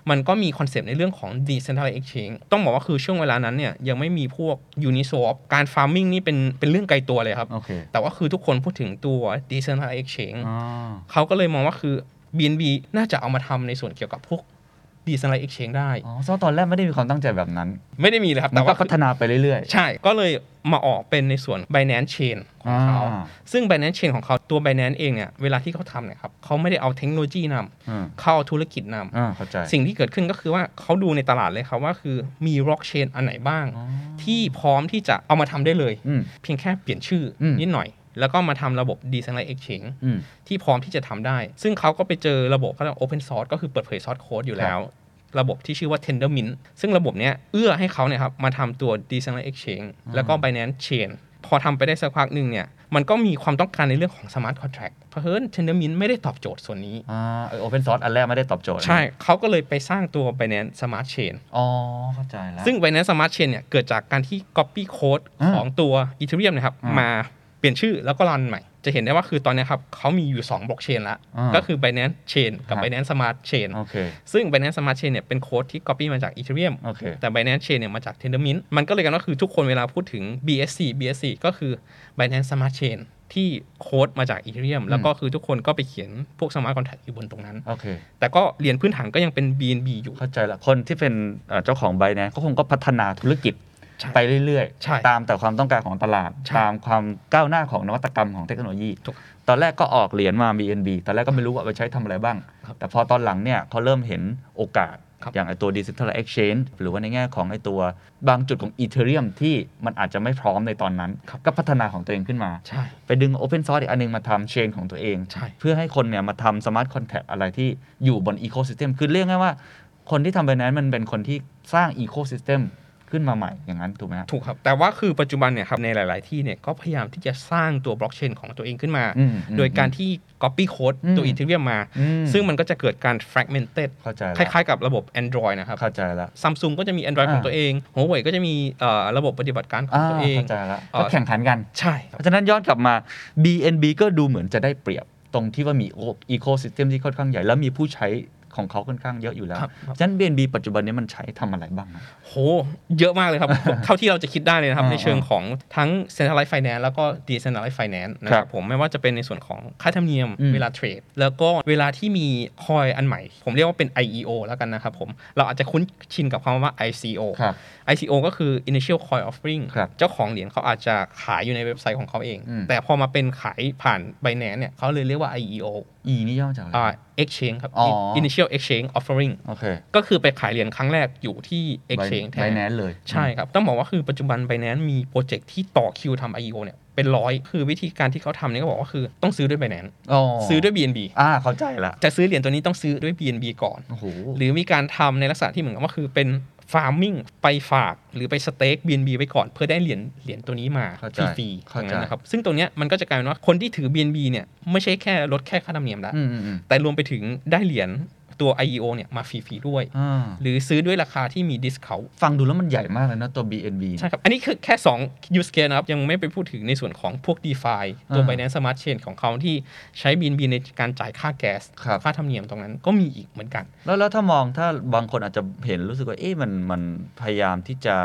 [SPEAKER 5] มันก็มีคอนเซปต์ในเรื่องของ decentralized exchange ต้องบอกว่าคือช่วงเวลานั้นเนี่ยยังไม่มีพวก uniswap การ farming นี่เป็นเป็นเรื่องไกลตัวเลยครับ
[SPEAKER 1] โอเค
[SPEAKER 5] แต่ว่าคือทุกคนพูดถึงตัว decentralized exchange
[SPEAKER 1] อ๋อ
[SPEAKER 5] เขาก็เลยมองว่าคือ BNB น่าจะเอามาทำในส่วนเกี่ยวกับพวก decentralized exchange ได้
[SPEAKER 1] อ๋อซึ่งตอนแรกไม่ได้มีความตั้งใจแบบนั้น
[SPEAKER 5] ไม่ได้มีเลยครับ
[SPEAKER 1] มันก็
[SPEAKER 5] แต่ว่า
[SPEAKER 1] พัฒนาไปเรื่อย
[SPEAKER 5] ใช่ ก็เลยมาออกเป็นในส่วน Binance Chain ของเขา
[SPEAKER 1] อ่า
[SPEAKER 5] ซึ่ง Binance Chain ของเขาตัว Binance เองเนี่ย เวลาที่เขาทำเนี่ยครับ เขาไม่ได้เอาเทคโนโลยี
[SPEAKER 1] ๆ
[SPEAKER 5] น
[SPEAKER 1] อืม
[SPEAKER 5] ำ เขาเอาธุรกิจน
[SPEAKER 1] อ่าเข้าใจ
[SPEAKER 5] ำ สิ่งที่เกิดขึ้นก็คือว่าเขาดูในตลาดเลยครับว่าคือมี blockchain อันไหนบ้าง ที่พร้อมที่จะเอามาทำได้เลย
[SPEAKER 1] อืม
[SPEAKER 5] เพียงแค่เปลี่ยนชื่ออ
[SPEAKER 1] ม
[SPEAKER 5] นิดหน่อย แล้วก็มาทำระบบ decentralized exchange
[SPEAKER 1] อืม
[SPEAKER 5] ที่พร้อมที่จะทำได้ ซึ่งเขาก็ไปเจอระบบเขาเรียก open source ก็คือเปิดเผยซอสโค้ดอยู่แล้ว ระบบที่ชื่อว่า Tendermint ซึ่งระบบเนี้ยเอื้อให้เขาเนี่ยครับมาทำตัว decentralized exchange แล้วก็ Binance Chain พอทำไปได้สักพักหนึ่งเนี่ย มันก็มีความต้องการในเรื่องของ smart contract เพราะเฮ้ย Tendermint ไม่ได้ตอบโจทย์ส่วนนี้
[SPEAKER 1] อ่าโอเพนซอร์สอันแรกไม่ได้ตอบโจทย์
[SPEAKER 5] ใช่ เขาก็เลยไปสร้างตัว Binance Smart Chain
[SPEAKER 1] อ๋อ เข้าใจแล้ว
[SPEAKER 5] ซึ่ง Binance Smart Chain เนี่ยเกิดจากการที่ copy code
[SPEAKER 1] อ่า
[SPEAKER 5] ของตัว Ethereum นะครับ
[SPEAKER 1] อ่าม
[SPEAKER 5] มาเปลี่ยนชื่อแล้วก็รันใหม่ จะเห็นได้ว่าคือตอนเนี้ยครับเขามีอยู่2บล็อกเชนละ
[SPEAKER 1] อ่า
[SPEAKER 5] ก็คือ Binance Chain กับ
[SPEAKER 1] ครับ
[SPEAKER 5] Binance Smart Chain
[SPEAKER 1] โอเค
[SPEAKER 5] ซึ่ง Binance Smart Chain เนี่ยเป็นโค้ดที่ copy มาจาก Ethereum
[SPEAKER 1] โอเค
[SPEAKER 5] แต่ Binance Chain เนี่ยมาจาก Tendermint มันก็เลยกันว่าคือทุกคนเวลาพูดถึง BSC BSC ก็คือ Binance Smart Chain ที่โค้ดมาจาก Ethereum แล้วก็คือทุกคนก็ไปเขียนพวก smart contract อยู่บนตรงนั้น
[SPEAKER 1] โอเค
[SPEAKER 5] แต่ก็เหรียญพื้นฐานก็ยังเป็น BNB อยู่
[SPEAKER 1] เข้าใจละ คนที่เป็นเอ่อเจ้าของไบแนนก็คงก็พัฒนาธุรกิจ
[SPEAKER 5] ใช่
[SPEAKER 1] ไปเรื่อย
[SPEAKER 5] ใช่
[SPEAKER 1] ๆ ตามแต่ความต้องการของตลาด
[SPEAKER 5] ใช่
[SPEAKER 1] ตามความก้าวหน้าของนวัตกรรมของเทคโนโลยี
[SPEAKER 5] ถูก
[SPEAKER 1] ตอนแรกก็ออกเหรียญมา BNB ตอนแรกก็ไม่รู้ว่าเอาไปใช้ทำอะไรบ้าง
[SPEAKER 5] ครับ
[SPEAKER 1] แต่พอตอนหลังเนี่ยเขาเริ่มเห็นโอกาส
[SPEAKER 5] ครับ
[SPEAKER 1] อย่างไอตัว Digital Exchange หรือว่าในแง่ของไอตัวบางจุดของ Ethereum ที่มันอาจจะไม่พร้อมในตอนนั้น
[SPEAKER 5] ครับ
[SPEAKER 1] ก็พัฒนาของตัวเองขึ้นมา
[SPEAKER 5] ใช่
[SPEAKER 1] ไปดึง Open Source อีกอันหนึงมาทำเชนของตัวเอง
[SPEAKER 5] ใช่
[SPEAKER 1] เพื่อให้คนเนี่ยมาทำสมาร์ทคอนแท t อะไรที่อยู่บนอีโคซิสเต็มคือเรียกง่ายว่า คนที่ทำไปนั้นมันเป็นคนที่สร้างอีโคซิสเต็มขึ้นมาใหม่อย่างนั้น ถูกไหมฮะ
[SPEAKER 5] ถูกครับ แต่ว่าคือปัจจุบันเนี่ยครับในหลาย ๆ ที่เนี่ยก็พยายามที่จะสร้างตัวบล็อกเชนของตัวเองขึ้นมา
[SPEAKER 1] อืม
[SPEAKER 5] โดยการที่ Copy Code ตัว
[SPEAKER 1] อืม
[SPEAKER 5] อีเทเรียมมา
[SPEAKER 1] อืม
[SPEAKER 5] ซึ่งมันก็จะเกิดการ fragmented
[SPEAKER 1] เข้าใจ
[SPEAKER 5] คล้าย ๆ กับระบบ Android นะครับ
[SPEAKER 1] เข้าใจแล้ว
[SPEAKER 5] ซัมซุงก็จะมี Android
[SPEAKER 1] อ่า
[SPEAKER 5] ของตัวเอง หัวเว่ยก็จะมีเอ่อระบบปฏิบัติการของ
[SPEAKER 1] อ่า
[SPEAKER 5] ตัวเอง
[SPEAKER 1] เข้าใจแล้ว
[SPEAKER 5] เอ่
[SPEAKER 1] ก็
[SPEAKER 5] อ
[SPEAKER 1] แข่งขันกัน
[SPEAKER 5] ใช่ค
[SPEAKER 1] เพ
[SPEAKER 5] รับ
[SPEAKER 1] ราะฉะนั้นย้อนกลับมา BNB ก็ดูเหมือนจะได้เปรียบตรงที่ว่ามีอีโคซิสเต็มที่ค่อนข้างใหญ่ แล้วมีผู้ใช้ของเขาค่อนข้างเยอะอยู่แล้ว
[SPEAKER 5] ครับครับ
[SPEAKER 1] ฉะนั้น BNB ปัจจุบันนี้มันใช้ทำอะไรบ้างนะ
[SPEAKER 5] โห เยอะมากเลยครับ เท่าที่เราจะคิดได้เลยนะครับ
[SPEAKER 1] อ่า
[SPEAKER 5] ในเชิงของทั้ง centralized finance แล้วก็ decentralized finance นะค
[SPEAKER 1] ครั
[SPEAKER 5] รับบ ผมไม่ว่าจะเป็นในส่วนของค่าธรรมเนียม
[SPEAKER 1] อืม
[SPEAKER 5] เวลาเทรด แล้วก็เวลาที่มีคอยอันใหม่ ผมเรียกว่าเป็น IEO แล้วกันนะครับผม เราอาจจะคุ้นชินกับคำว่า ICO
[SPEAKER 1] ครับ
[SPEAKER 5] ICO ก็คือ initial coin offering
[SPEAKER 1] ครับ
[SPEAKER 5] เจ้าของเหรียญเขาอาจจะขายอยู่ในเว็บไซต์ของเขาเอง
[SPEAKER 1] อืม
[SPEAKER 5] แต่พอมาเป็นขายผ่าน Binance เนี่ยเขาเลยเรียกว่า IEO
[SPEAKER 1] E นี่ย่อมาจากอะไร
[SPEAKER 5] อ่า exchange ครับ
[SPEAKER 1] อ๋อ
[SPEAKER 5] initial exchange offering
[SPEAKER 1] โอเค
[SPEAKER 5] ก็คือไปขายเหรียญครั้งแรกอยู่ที่ exchange แท
[SPEAKER 1] ไบ
[SPEAKER 5] น
[SPEAKER 1] แนนเลย
[SPEAKER 5] ใช่ครับ ต้องบอกว่าคือปัจจุบัน Binance มีโปรเจกต์ที่ต่อคิวทำ IEO เนี่ยเป็นร้อย คือวิธีการที่เขาทำเนี่ยก็บอกว่าคือต้องซื้อด้วย Binance ซื้อด้วย BNB
[SPEAKER 1] อ่าเข้าใจละ
[SPEAKER 5] จะซื้อเหรียญตัวนี้ต้องซื้อด้วย BNB ก่อน
[SPEAKER 1] โอ้โห
[SPEAKER 5] หรือมีการทำในลักษณะที่เหมือนกับว่าคือเป็นฟาร์มิงไปฝากหรือไปสเต็ก BNB ไว้ก่อน เพื่อได้เหรียญเหรียญตัวนี้มา
[SPEAKER 1] เข้าใจ
[SPEAKER 5] ฟรีๆอ
[SPEAKER 1] เข้าใจ
[SPEAKER 5] ย่างนั้นนะครับซึ่งตรงเนี้ยมันก็จะกลายเป็นว่าคนที่ถือ BNB เนี่ยไม่ใช่แค่ลดแค่ค่าธรรมเนียมแล้ว
[SPEAKER 1] อืมอืมอืม
[SPEAKER 5] แต่รวมไปถึงได้เหรียญตัว IEO เนี่ยมาฟรีๆด้วย
[SPEAKER 1] อ่า
[SPEAKER 5] หรือซื้อด้วยราคาที่มี discount
[SPEAKER 1] ฟังดูแล้วมันใหญ่มากเลยนะตัว BNB
[SPEAKER 5] ใช่ครับ อันนี้คือแค่ 2 use case นะครับ ยังไม่ไปพูดถึงในส่วนของพวก DeFi ตัว
[SPEAKER 1] อ่า
[SPEAKER 5] Binance Smart Chain ของเขาที่ใช้ BNB ในการจ่ายค่าแก๊ส
[SPEAKER 1] ครับ
[SPEAKER 5] ค่าธรรมเนียมตรงนั้นก็มีอีกเหมือนกัน
[SPEAKER 1] แล้วแล้วถ้ามองถ้าบางคนอาจจะเห็นรู้สึกว่าเอ๊ะมันมันพยายามที่จะ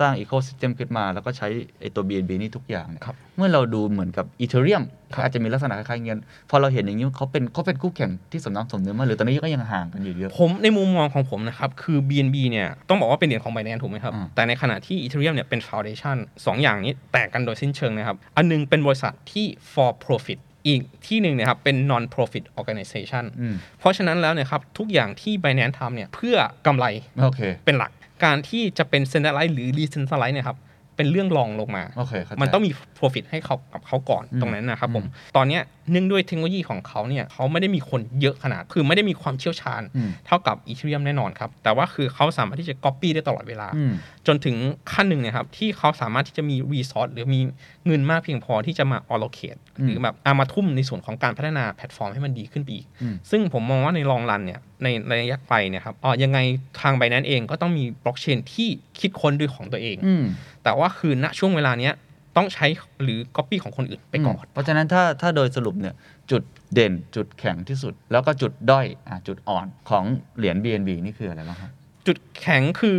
[SPEAKER 1] สร้างอีโค y ิสเต็มขึ้นมา แล้วก็ใช้ไอตัว BNB นี่ทุกอย่างเนี่ย
[SPEAKER 5] ครับ
[SPEAKER 1] เมื่อเราดูเหมือนกับ Ethereum
[SPEAKER 5] ครับ
[SPEAKER 1] อาจจะมีลักษณะคล้ายๆเงินพอเราเห็นอย่างนี้เขาเป็นเขาเป็นคู่แข่งที่สมน้ำสมเนื้อมากหรือตอนนี้ก็ยังห่างกันอยู่เยอะ
[SPEAKER 5] ผมในมุมมองของผมนะครับ คือ BNB เนี่ยต้องบอกว่าเป็นเหรียญของ Binance ถูกไหมครับ
[SPEAKER 1] อืม
[SPEAKER 5] แต่ในขณะที่ Ethereum เนี่ยเป็น Foundation สองอย่างนี้แตกกันโดยสิ้นเชิงนะครับ อันหนึงเป็นบริษัทที่ for profit อีกที่หนึ่งเนะครับเป็น non profit organization
[SPEAKER 1] อืม
[SPEAKER 5] เพราะฉะนั้นแล้วเนะครับทุกอย่างที่ Binance ทำเนี่ยเพื่อกำไร
[SPEAKER 1] โอเค
[SPEAKER 5] เป็นหลักการที่จะเป็นเซน t r a l ไล e ์หรือรีเซน t r a l ไล z ์เนี่ยครับ เป็นเรื่องรองลงมา
[SPEAKER 1] โอเคเข้าใจ
[SPEAKER 5] มันต้องมี Profit ให้เขากับเขาก่อน
[SPEAKER 1] อืม
[SPEAKER 5] ตรงนั้นนะครับผม
[SPEAKER 1] อืม
[SPEAKER 5] ตอนเนี้ยเนื่องด้วยเทคโนโลยีของเขาเนี่ยเขาไม่ได้มีคนเยอะขนาด คือไม่ได้มีความเชี่ยวชาญ
[SPEAKER 1] อืม
[SPEAKER 5] เท่ากับอีเทเรียมแน่นอนครับ แต่ว่าคือเขาสามารถที่จะ Copy ได้ตลอดเวลา
[SPEAKER 1] อืม
[SPEAKER 5] จนถึงขั้นหนึ่งเนยครับที่เขาสามารถที่จะมีรีซอสหรือมีเงินมากเพียงพอที่จะมา allocate
[SPEAKER 1] อืม
[SPEAKER 5] หรือแบบเอามาทุ่มในส่วนของการพัฒนาแพลตฟอร์มให้มันดีขึ้นไปอีก
[SPEAKER 1] อืม
[SPEAKER 5] ซึ่งผมมองว่าในลองรันเนี่ยในในระยะไกลเนี่ยครับอ๋อยังไงทางไบแนนเองก็ต้องมีบล็อกเชนที่คิดค้นด้วยของตัวเอง
[SPEAKER 1] อืม
[SPEAKER 5] แต่ว่าคือณช่วงเวลาเนี้ยต้องใช้หรือ Copy ของคนอื่นไปก่อน
[SPEAKER 1] มเพราะฉะนั้นถ้าถ้าโดยสรุปเนี่ยจุดเด่นจุดแข็งที่สุด แล้วก็จุดด้อยอะจุดอ่อนของเหรียญ BNB นี่คืออะไรบ้างครับ
[SPEAKER 5] จุดแข็งคือ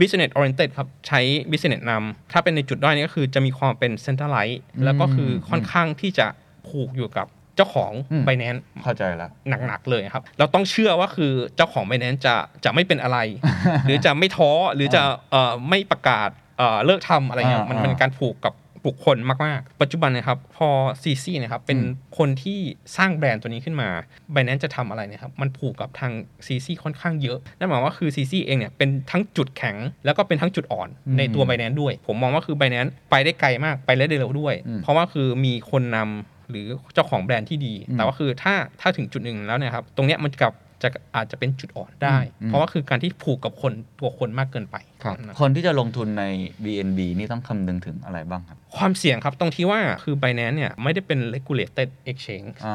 [SPEAKER 5] business oriented ครับ ใช้ business นำถ้าเป็นในจุดด้อยนี่ก็คือจะมีความเป็น centralized
[SPEAKER 1] อืม
[SPEAKER 5] แล้วก็คือค่อนข้างที่จะผูกอยู่กับเจ้าของ
[SPEAKER 1] อืม
[SPEAKER 5] Binance
[SPEAKER 1] เข้าใจแล้ว
[SPEAKER 5] หนัก ๆ เลยครับ เราต้องเชื่อว่าคือเจ้าของ Binance จะจะไม่เป็นอะไร หรือจะไม่ท้อหรือจะเอ่อไม่ประกาศเอ่อเลิกทำอะไรเงี้ย
[SPEAKER 1] อ่ามั
[SPEAKER 5] มันเป็นการผูกกับบุคคลมากๆ ปัจจุบันนะครับพอซีซีนะครับเป็น
[SPEAKER 1] อืม
[SPEAKER 5] คนที่สร้างแบรนด์ตัวนี้ขึ้นมา Binance จะทำอะไรเนะครับมันผูกกับทางซีซีค่อนข้างเยอะนั่นหมายความว่าคือซีซีเองเนี่ยเป็นทั้งจุดแข็งแล้วก็เป็นทั้งจุดอ่อนในตัว Binance ด้วย ผมมองว่าคือ Binance ไปได้ไกลมากไปได้เร็วด้วย
[SPEAKER 1] อืม
[SPEAKER 5] เพราะว่าคือมีคนนำหรือเจ้าของแบรนด์ที่ดี
[SPEAKER 1] อืม
[SPEAKER 5] แต่ว่าคือถ้าถ้าถึงจุดหนึ่งแล้วเนะครับ ตรงเนี้ยมันกลับจะอาจจะเป็นจุดอ่อนได้
[SPEAKER 1] อืม
[SPEAKER 5] เพราะว่าคือการที่ผูกกับคนตัวคนมากเกินไปนะครับ
[SPEAKER 1] คนที่จะลงทุนใน BNB นี่ต้องคำนึงถึงอะไรบ้างครับ
[SPEAKER 5] ความเสี่ยงครับตรงที่ว่าคือ Binance เนี่ยไม่ได้เป็น regulated exchange
[SPEAKER 1] อ๋อ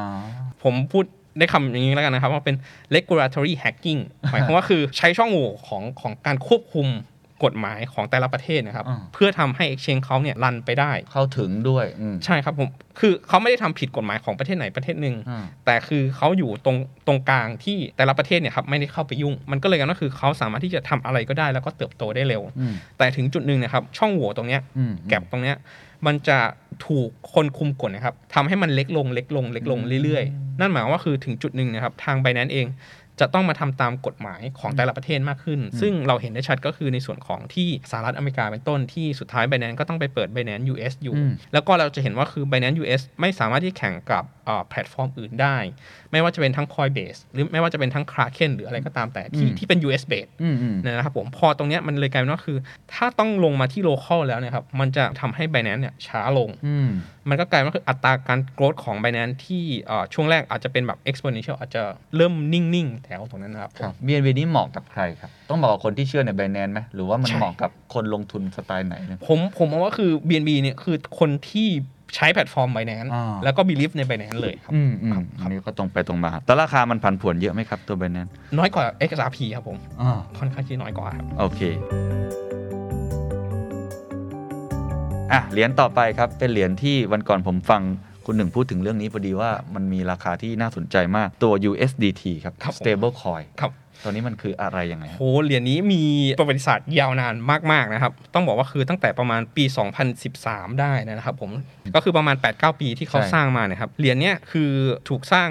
[SPEAKER 5] ผมพูดได้คำอย่างนี้แล้วกันนะครับ ว่าเป็น regulatory hacking หมายความว่าคือใช้ช่องโหว่ของของการควบคุมกฎหมายของแต่ละประเทศนะครับ
[SPEAKER 1] อ่า
[SPEAKER 5] เพื่อทำให้ exchange เขาเนี่ยรันไปได้
[SPEAKER 1] เข้าถึงด้วยอืม
[SPEAKER 5] ใช่ครับผม คือเขาไม่ได้ทำผิดกฎหมายของประเทศไหนประเทศหนึ่ง
[SPEAKER 1] อ่า
[SPEAKER 5] แต่คือเขาอยู่ตรงตรงกลางที่แต่ละประเทศเนี่ยครับไม่ได้เข้าไปยุ่ง มันก็เลยกันก็คือเขาสามารถที่จะทำอะไรก็ได้แล้วก็เติบโตได้เร็ว
[SPEAKER 1] อืม
[SPEAKER 5] แต่ถึงจุดหนึ่งนะครับช่องโหว่ตรงเนี้ย
[SPEAKER 1] อืม
[SPEAKER 5] แก็บตรงเนี้ยมันจะถูกคนคุมกฎนะครับทำให้มันเล็กลงเล็กลงเล็กลงเรื่อยๆ นั่นหมายความว่าคือถึงจุดหนึ่งนะครับทางไบแนนเอง จะต้องมาทำตามกฎหมายของแต่ละประเทศมากขึ้น ซึ่งเราเห็นได้ชัดก็คือในส่วนของที่สหรัฐอเมริกาเป็นต้นที่สุดท้าย b i แ a น c e ก็ต้องไปเปิด b i แ a น c e US อยู่
[SPEAKER 4] อืม
[SPEAKER 5] แล้วก็เราจะเห็นว่าคือ b i แ a น c e US ไม่สามารถที่แข่งกับเอ่อแพลตฟอร์มอื่นได้ ไม่ว่าจะเป็นทั้ง Coinbase หรือไม่ว่าจะเป็นทั้ง Kraken หรืออะไรก็ตามแต่ที่ที่เป็น US base
[SPEAKER 4] อืมอืม
[SPEAKER 5] นะครับผมพอตรงเนี้ยมันเลยกลายเป็นว่าคือ ถ้าต้องลงมาที่โลเคอลแล้วเนะครับมันจะทำให้ b i แ a น c e เนี่ยช้าลง
[SPEAKER 4] อืม
[SPEAKER 5] มันก็กลายเป็นว่าคืออัตราการโกรธของ b i แ a น c e ที่เอ่อช่วงแรกอาจจะเป็นแบบ exponential อาจจะเริ่มนิ่ง ๆ แถวตรงนั้นนะครับผม
[SPEAKER 1] BNB นี้เหมาะกับใครครับ ต้องเหมาะกับคนที่เชื่อใน Binance ไหมหรือว่ามันเหมาะกับคนลงทุนสไตล์ไหนเนี่ย
[SPEAKER 5] ผมผมมองว่าคือ BNB เนี่ยคือคนที่ใช้แพลตฟอร์ม b i แ a น c e
[SPEAKER 1] อ่า
[SPEAKER 5] แล้วก็ believe ใน b i แ a น c e เลยครับ
[SPEAKER 1] อืมอืมอันนี้ก็ตรงไปตรงมาแต่ราคามันผันผวนเยอะไหมครับตัว Binance
[SPEAKER 5] น้อยกว่า XRP ครับผม
[SPEAKER 1] อ่า
[SPEAKER 5] ค่อนข้างที่น้อยกว่าครับ
[SPEAKER 1] โอเคอ่ะเหรียญต่อไปครับ เป็นเหรียญที่วันก่อนผมฟังคุณหนึ่งพูดถึงเรื่องนี้พอดีว่ามันมีราคาที่น่าสนใจมากตัว USDT ครับ
[SPEAKER 5] ครับผม
[SPEAKER 1] stable coin
[SPEAKER 5] ครับ
[SPEAKER 1] ตัวนี้มันคืออะไรยังไงค
[SPEAKER 5] โห
[SPEAKER 1] รับ
[SPEAKER 5] เหรียญนี้มีประวัติศาสตร์ยาวนานมากๆนะครับ ต้องบอกว่าคือตั้งแต่ประมาณปี 2013 ได้นะครับผม ก็คือประมาณ 8-9 ปีที่เขาสร้างมาเนะครับ เหรียญเนี้ยคือถูกสร้าง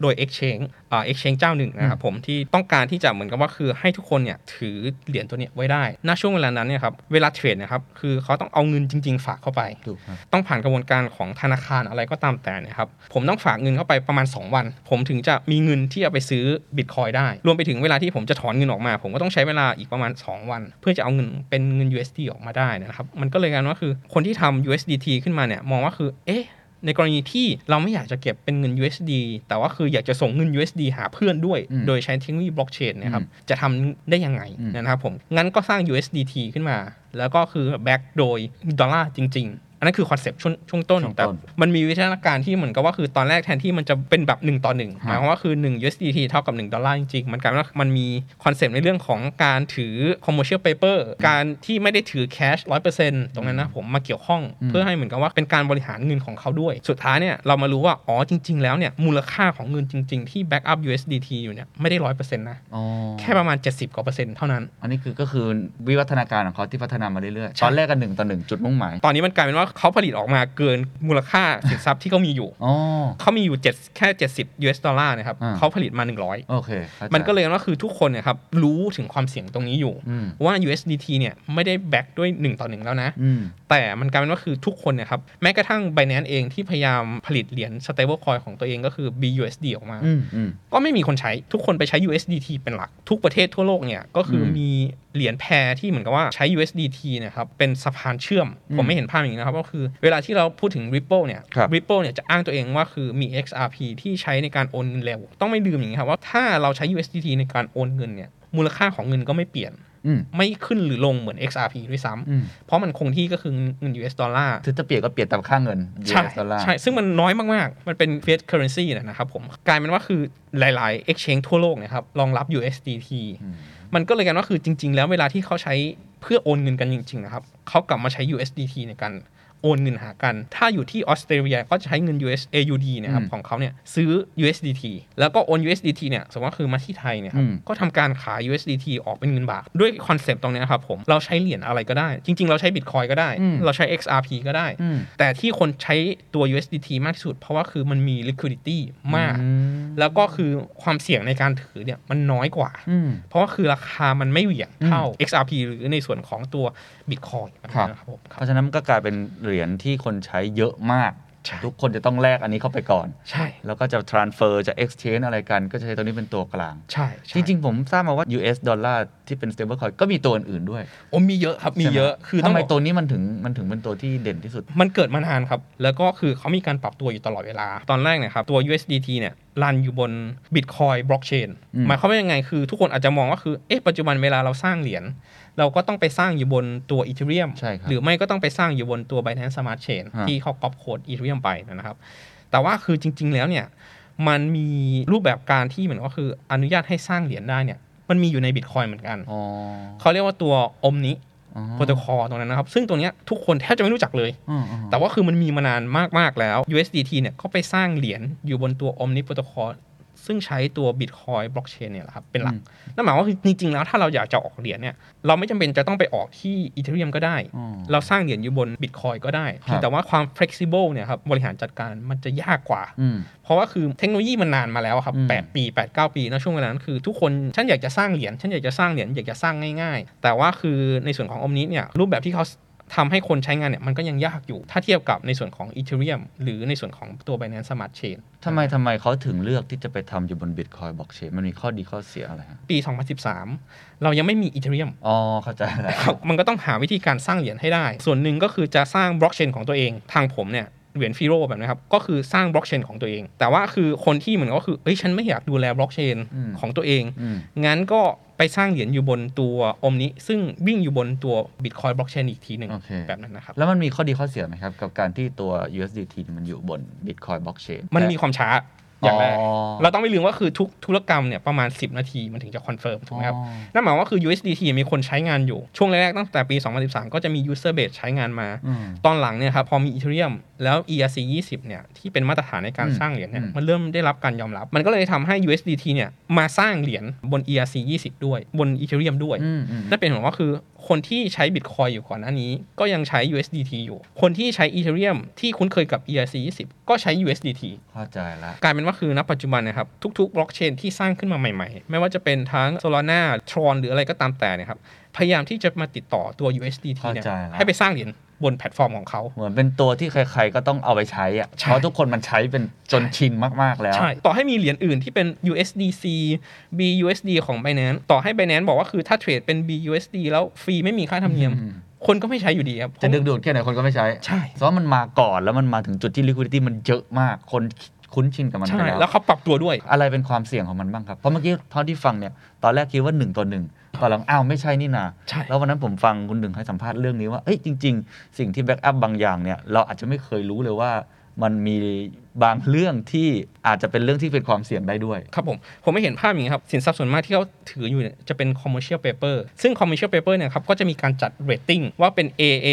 [SPEAKER 5] โดย Exchange อ่า Exchange เจ้าหนึ่งนะครับผมที่ต้องการที่จะเหมือนกับว่าคือให้ทุกคนเนี่ยถือเหรียญตัวเนี้ยไว้ได้ ณ ช่วงเวลานั้นเนี่ยครับ เวลาเทรดนะครับ คือเขาต้องเอาเงินจริง ๆ ฝากเข้าไป
[SPEAKER 1] ถูกครับ
[SPEAKER 5] ต้องผ่านกระบวนการของธนาคารอะไรก็ตามแต่เนะครับ ผมต้องฝากเงินเข้าไปประมาณ 2 วัน ผมถึงจะมีเงินที่จะไปซื้อบิตคอยได้ รวมไปถึงเวลาที่ผมจะถอนเงินออกมา ผมก็ต้องใช้เวลาอีกประมาณ 2 วัน เพื่อจะเอาเงินเป็นเงิน USD ออกมาได้นะครับ มันก็เลยกลารว่าคือคนที่ทำ USDT ขึ้นมาเนี่ยมองว่าคือ เอ๊ะ ในกรณีที่เราไม่อยากจะเก็บเป็นเงิน USD แต่ว่าคืออยากจะส่งเงิน USD หาเพื่อนด้วย
[SPEAKER 1] อืม
[SPEAKER 5] โดยใช้เทคโนโลยีบล็อกเชนนะครับ จะทำได้ยังไง
[SPEAKER 1] อืม
[SPEAKER 5] นะครับผม งั้นก็สร้าง USDT ขึ้นมา แล้วก็คือแบ็กโดยดอลลาร์จริง ๆ อันนั้นคือคอนเซปต์ช่วงช่วงต้น
[SPEAKER 1] ช่วงต้น
[SPEAKER 5] แต่มันมีวิวัฒนาการที่เหมือนกับว่าคือตอนแรกแทนที่มันจะเป็นแบบ 1 ต่อ 1
[SPEAKER 1] ฮะ
[SPEAKER 5] หมายความว่าคือ 1 USDT เท่ากับ 1 ดอลลาร์จริงๆ มันกลายเป็นว่ามันมีคอนเซปต์ในเรื่องของการถือ commercial paper การที่ไม่ได้ถือ cash 100%ตรงนั้นนะผมมาเกี่ยวข้องเพื่อให้เหมือนกับว่าเป็นการบริหารเงินของเขาด้วย สุดท้ายเนี่ยเรามารู้ว่า อ๋อจริง ๆ แล้วเนี่ยมูลค่าของเงินจริง ๆ ที่ back up USDT อยู่เนี่ยไม่ได้ 100%นะ
[SPEAKER 1] อ๋อ
[SPEAKER 5] แค่ประมาณ 70กว่าเปอร์เซ็นต์เท่านั้น
[SPEAKER 1] อันนี้คือก็คือวิวัฒนาการของเขาที่พัฒนามาเรื่อยๆ ตอนแรกกันหนึ่งต่อหนึ่งจุดมุ่งหมาย
[SPEAKER 5] ตอนนี้มันกลายเป็นว่าเขาผลิตออกมาเกินมูลค่าสินทรัพย์ที่เขามีอยู่
[SPEAKER 1] อ๋อ
[SPEAKER 5] เขามีอยู่เจ็ดแค่ 70 US ดอลลาร์นะครับ
[SPEAKER 1] อ่า
[SPEAKER 5] เขาผลิตมา 100
[SPEAKER 1] โอเคข้าใจ
[SPEAKER 5] มันก็เลยว่าคือทุกคนเนยครับรู้ถึงความเสี่ยงตรงนี้อยู่
[SPEAKER 1] อืม
[SPEAKER 5] ว่า USDT เนี่ยไม่ได้แบ็กด้วย 1 ต่อ 1 แล้วนะ
[SPEAKER 1] อืม
[SPEAKER 5] แต่มันกลายเป็นว่าคือทุกคนเนยครับแม้กระทั่ง Binance เองที่พยายามผลิตเหรียญ stablecoin ของตัวเองก็คือ BUSD ออกมา
[SPEAKER 1] อืมอืม
[SPEAKER 5] ก็ไม่มีคนใช้ทุกคนไปใช้ USDT เป็นหลัก ทุกประเทศทั่วโลกเนี่ยก็คืออ
[SPEAKER 1] ม
[SPEAKER 5] มีเหรียญแพรที่เหมือนกับว่าใช้ USDT นะครับเป็นสะพานเชื่อม
[SPEAKER 1] อืม
[SPEAKER 5] ผมไม่เห็นภาพอย่างนี้นะครับก็คือเวลาที่เราพูดถึง Ripple เนี่ย
[SPEAKER 1] ครับ
[SPEAKER 5] Ripple เนี่ยจะอ้างตัวเองว่าคือมี XRP ที่ใช้ในการโอนเงินเร็ว ต้องไม่ลืมอย่างนี้ครับว่าถ้าเราใช้ USDT ในการโอนเงินเนี่ยมูลค่าของเงินก็ไม่เปลี่ยน
[SPEAKER 1] อืม
[SPEAKER 5] ไม่ขึ้นหรือลงเหมือน XRP ด้วยซ้
[SPEAKER 1] อืม
[SPEAKER 5] ำเพราะมันคงที่ก็คือเงิน US ดอลลาร์
[SPEAKER 1] คือถ้าเปลี่ยนก็เปลี่ยนตามค่าเงิน
[SPEAKER 5] ใช่
[SPEAKER 1] US ดอลลาร์
[SPEAKER 5] ใช่ ซึ่งมันน้อยมาก ๆ มันเป็น fiat currency เนยนะครับผม กลายเป็นว่าคือหลาย ๆ exchange ทั่วโลกเนะครับ รองรับ USDT มันก็เลยกันว่าคือจริง ๆ แล้วเวลาที่เขาใช้เพื่อโอนเงินกันจริง ๆ นะครับ เขากลับมาใช้ USDT ในการโอนเงินหากัน ถ้าอยู่ที่ออสเตรเลียก็จะใช้เงิน US AUD เนะครับ
[SPEAKER 1] อืม
[SPEAKER 5] ของเขาเนี่ยซื้อ USDT แล้วก็โอน USDT เนี่ยสมมติว่าคือมาที่ไทยเนี่ยครั
[SPEAKER 1] อื
[SPEAKER 5] บ
[SPEAKER 1] ม
[SPEAKER 5] ก็ทำการขาย USDT ออกเป็นเงินบาท ด้วยคอนเซปต์ตรงเนี้ยครับผม เราใช้เหรียญอะไรก็ได้ จริง ๆ เราใช้ Bitcoin ก็ได้
[SPEAKER 1] อืม
[SPEAKER 5] เราใช้ XRP ก็ได้
[SPEAKER 1] อืม
[SPEAKER 5] แต่ที่คนใช้ตัว USDT มากที่สุด เพราะว่าคือมันมี liquidity มาก แล้วก็คือความเสี่ยงในการถือเนี่ยมันน้อยกว่า
[SPEAKER 1] อืม
[SPEAKER 5] เพราะว่าคือราคามันไม่เหวี่ยงเท่า XRP หรือในส่วนของตัว Bitcoin แบบ
[SPEAKER 1] ครับ
[SPEAKER 5] นี้นะครับผมค
[SPEAKER 1] เพ
[SPEAKER 5] รับ
[SPEAKER 1] ราะฉะนั้นมันก็กลายเป็นเหรียญที่คนใช้เยอะมาก
[SPEAKER 5] ใช่
[SPEAKER 1] ทุกคนจะต้องแลกอันนี้เข้าไปก่อน
[SPEAKER 5] ใช่
[SPEAKER 1] แล้วก็จะ transfer จะ exchange อะไรกัน ก็จะใช้ตัวนี้เป็นตัวกลาง
[SPEAKER 5] ใช่ใช่
[SPEAKER 1] จริง ๆ ผมทราบมาว่า US ดอลลาร์ที่เป็น stable coin ก็มีตัวอื่นๆด้วย
[SPEAKER 5] โอ้มีเยอะครับมีเยอะ
[SPEAKER 1] ใช่ห
[SPEAKER 5] คือต้อง
[SPEAKER 1] ทำไม
[SPEAKER 5] บอก
[SPEAKER 1] ตัวนี้มันถึงมันถึงเป็นตัวที่เด่นที่สุด
[SPEAKER 5] มันเกิดมานานครับ แล้วก็คือเขามีการปรับตัวอยู่ตลอดเวลา ตอนแรกเนยครับ ตัว USDT เนี่ยรันอยู่บน Bitcoin Blockchain
[SPEAKER 1] อืม
[SPEAKER 5] หมายความว่ายังไง คือทุกคนอาจจะมองว่าคือ เอ๊ะ ปัจจุบันเวลาเราสร้างเหรียญ เราก็ต้องไปสร้างอยู่บนตัว Ethereum
[SPEAKER 1] ใช่ครับ
[SPEAKER 5] หรือไม่ก็ต้องไปสร้างอยู่บนตัว Binance Smart Chain
[SPEAKER 1] ฮะ
[SPEAKER 5] ที่เขาก๊อปโค้ด Ethereum ไปนะครับ แต่ว่าคือจริง ๆ แล้วเนี่ย มันมีรูปแบบการที่เหมือนก็คืออนุญาตให้สร้างเหรียญได้เนี่ย มันมีอยู่ใน Bitcoin เหมือนกัน
[SPEAKER 1] อ๋อ
[SPEAKER 5] เขาเรียกว่าตัว Omni
[SPEAKER 1] อ๋อ
[SPEAKER 5] Protocol ตรงนั้นนะครับ ซึ่งตัวเนี้ยทุกคนแทบจะไม่รู้จักเลย
[SPEAKER 1] อืมอืม
[SPEAKER 5] แต่ว่าคือมันมีมานานมาก ๆ แล้ว USDT เนี่ยก็ไปสร้างเหรียญอยู่บนตัว Omni Protocol ซึ่งใช้ตัว Bitcoin Blockchain เนี่ยแหละครับเป็นหลัก
[SPEAKER 1] อืม
[SPEAKER 5] นั่นหมายความว่าจริงๆแล้วถ้าเราอยากจะออกเหรียญเนี่ยเราไม่จำเป็นจะต้องไปออกที่อีเทเรียมก็ได้
[SPEAKER 1] อ๋อ
[SPEAKER 5] เราสร้างเหรียญอยู่บน Bitcoin ก็ได้
[SPEAKER 1] ครับ
[SPEAKER 5] แต่ว่าความ flexible เนี่ยครับบริหารจัดการมันจะยากกว่า
[SPEAKER 1] อืม
[SPEAKER 5] เพราะว่าคือเทคโนโลยีมันนานมาแล้วอะครับ
[SPEAKER 1] อืม
[SPEAKER 5] 8 ปี 8 9 ปีนะช่วงเวลานั้นคือทุกคนฉันอยากจะสร้างเหรียญฉันอยากจะสร้างเหรียญอยากจะสร้างง่ายๆ แต่ว่าคือในส่วนของอมนิเนี่ยรูปแบบที่เขาทำให้คนใช้งานเนี่ยมันก็ยังยากอยู่ ถ้าเทียบกับในส่วนของ Ethereum หรือในส่วนของตัว Binance Smart Chain
[SPEAKER 1] ทำไมทำไมเขาถึงเลือกที่จะไปทำอยู่บนบิตคอยบอกเชนมันมีข้อดีข้อเสียอะไรฮะ
[SPEAKER 5] ปี 2013 เรายังไม่มี Ethereum
[SPEAKER 1] อ๋อเข้าใจแล้ว
[SPEAKER 5] ครับมันก็ต้องหาวิธีการสร้างเหรียญให้ได้ ส่วนหนึ่งก็คือจะสร้างบล็อกเชนของตัวเอง ทางผมเนี่ย เหรียญฟิโรแบบนะครับ ก็คือสร้างบล็อกเชนของตัวเอง แต่ว่าคือคนที่เหมือนก็คือ เอ้ย ฉันไม่อยากดูแลบล็อกเชนของตัวเอง
[SPEAKER 1] อืม
[SPEAKER 5] งั้นก็ไปสร้างเหรียญอยู่บนตัวอมนี้ ซึ่งวิ่งอยู่บนตัวบิตคอยบล็อกเชนอีกทีหนึ่ง
[SPEAKER 1] โอเค
[SPEAKER 5] แบบนั้นนะครับ
[SPEAKER 1] แล้วมันมีข้อดีข้อเสียไหมครับ กับการที่ตัว USDT มันอยู่บน Bitcoin Blockchain
[SPEAKER 5] มันมีความช้าอย่างแรก
[SPEAKER 1] อ๋อ
[SPEAKER 5] เราต้องไม่ลืมว่าคือทุกธุรกรรมเนี่ยประมาณ 10 นาทีมันถึงจะคอนเฟิร์มถูกไหมครับ
[SPEAKER 1] อ๋อ
[SPEAKER 5] นั่นหมายความว่าคือ USDT มีคนใช้งานอยู่ ช่วงแรกๆตั้งแต่ปี 2013 ก็จะมี user base ใช้งานมา
[SPEAKER 1] อืม
[SPEAKER 5] ตอนหลังเนี่ยครับพอมี Ethereum แล้ว ERC 20เนี่ยที่เป็นมาตรฐานในการ
[SPEAKER 1] อืม
[SPEAKER 5] สร้างเหรียญเนี่ย
[SPEAKER 1] อืม
[SPEAKER 5] มันเริ่มได้รับการยอมรับ มันก็เลยทำให้ USDT เนี่ยมาสร้างเหรียญบน ERC 20ด้วยบน Ethereum ด้วย
[SPEAKER 1] อืมอืม
[SPEAKER 5] นั่นเป็นเหตุผลว่าคือคนที่ใช้ Bitcoin อยู่ก่อนหน้านี้ ก็ยังใช้ USDT อยู่ คนที่ใช้ Ethereum ที่คุ้นเคยกับ ERC 20ก็ใช้ USDT
[SPEAKER 1] เข้าใจละ
[SPEAKER 5] กลายเป็นว่าคือณปัจจุบันนะครับ ทุกๆบล็อกเชนที่สร้างขึ้นมาใหม่ๆ ไม่ว่าจะเป็นทั้ง Solana Tron หรืออะไรก็ตามแต่เนะครับพยายามที่จะมาติดต่อตัว USDT เนี่ยให้ไปสร้างเหรียญบนแพลตฟอร์มของเขา
[SPEAKER 1] เหมือนเป็นตัวที่ใครๆก็ต้องเอาไปใช้อ่ะ
[SPEAKER 5] ใช่
[SPEAKER 1] เพราะทุกคนมันใช้เป็นจนชินมากๆแล้ว
[SPEAKER 5] ใช่ ต่อให้มีเหรียญอื่นที่เป็น USDC BUSD ของ Binance ต่อให้ Binance บอกว่าคือถ้าเทรดเป็น BUSD แล้วฟรีไม่มีค่าธรรมเนียม
[SPEAKER 1] อืม
[SPEAKER 5] คนก็ไม่ใช้อยู่ดีครับ
[SPEAKER 1] จะดึงดูดแค่ไหนคนก็ไม่ใช้
[SPEAKER 5] ใช่
[SPEAKER 1] เพราะมันมาก่อนแล้วมันมาถึงจุดที่ liquidity มันเยอะมากคนคุ้นชินกับมัน
[SPEAKER 5] ใช่
[SPEAKER 1] ไปแล้ว
[SPEAKER 5] แล้วเขาปรับตัวด้วย
[SPEAKER 1] อะไรเป็นความเสี่ยงของมันบ้างครับ เพราะเมื่อกี้เท่าที่ฟังเนี่ย ตอนแรกคิดว่า 1 ต่อหนึ่งตอนหลังอ้าวไม่ใช่นี่นา
[SPEAKER 5] ใช่
[SPEAKER 1] แล้ววันนั้นผมฟังคุณหนึ่งให้สัมภาษณ์เรื่องนี้ว่า เอ้ยจริง ๆ สิ่งที่แบ็กอัพบางอย่างเนี่ย เราอาจจะไม่เคยรู้เลยว่า มันมีบางเรื่องที่อาจจะเป็นเรื่องที่เป็นความเสี่ยงได้ด้วย
[SPEAKER 5] ครับผม ผมไม่เห็นภาพอย่างนี้ครับ สินทรัพย์ส่วนมากที่เขาถืออยู่เนี่ยจะเป็น commercial paper ซึ่ง commercial paper เนี่ยครับก็จะมีการจัด rating ว่าเป็น AA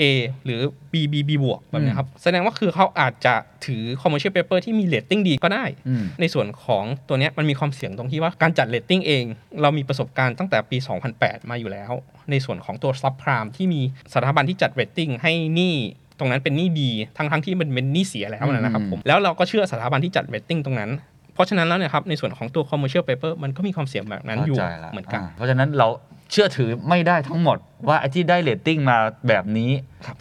[SPEAKER 5] A หรือ BBB บวกแบบเนี้ยครับ แสดงว่าคือเขาอาจจะถือ commercial paper ที่มี rating ดีก็ได้
[SPEAKER 1] อืม
[SPEAKER 5] ในส่วนของตัวเนี้ยมันมีความเสี่ยงตรงที่ว่าการจัดเลตติ้งเอง เรามีประสบการณ์ตั้งแต่ปี 2008 มาอยู่แล้ว ในส่วนของตัวซับพรามที่มีสถาบันที่จัดเลตติ้งให้หนี้ตรงนั้นเป็นหนี้ดีทั้งทั้งๆที่มันเป็นหนี้เสียแล้วนะครับผมแล้วเราก็เชื่อสถาบันที่จัดเลตติ้งตรงนั้น เพราะฉะนั้นแล้วเนี่ยครับในส่วนของตัว commercial paper มันก็มีความเสี่ยงแบบนั้นอยู่
[SPEAKER 1] เข้าใจละ
[SPEAKER 5] เหมือนกัน
[SPEAKER 1] าเพราะฉะนั้นเราเชื่อถือไม่ได้ทั้งหมด ว่าไอ้ที่ได้เรตติ้งมาแบบนี้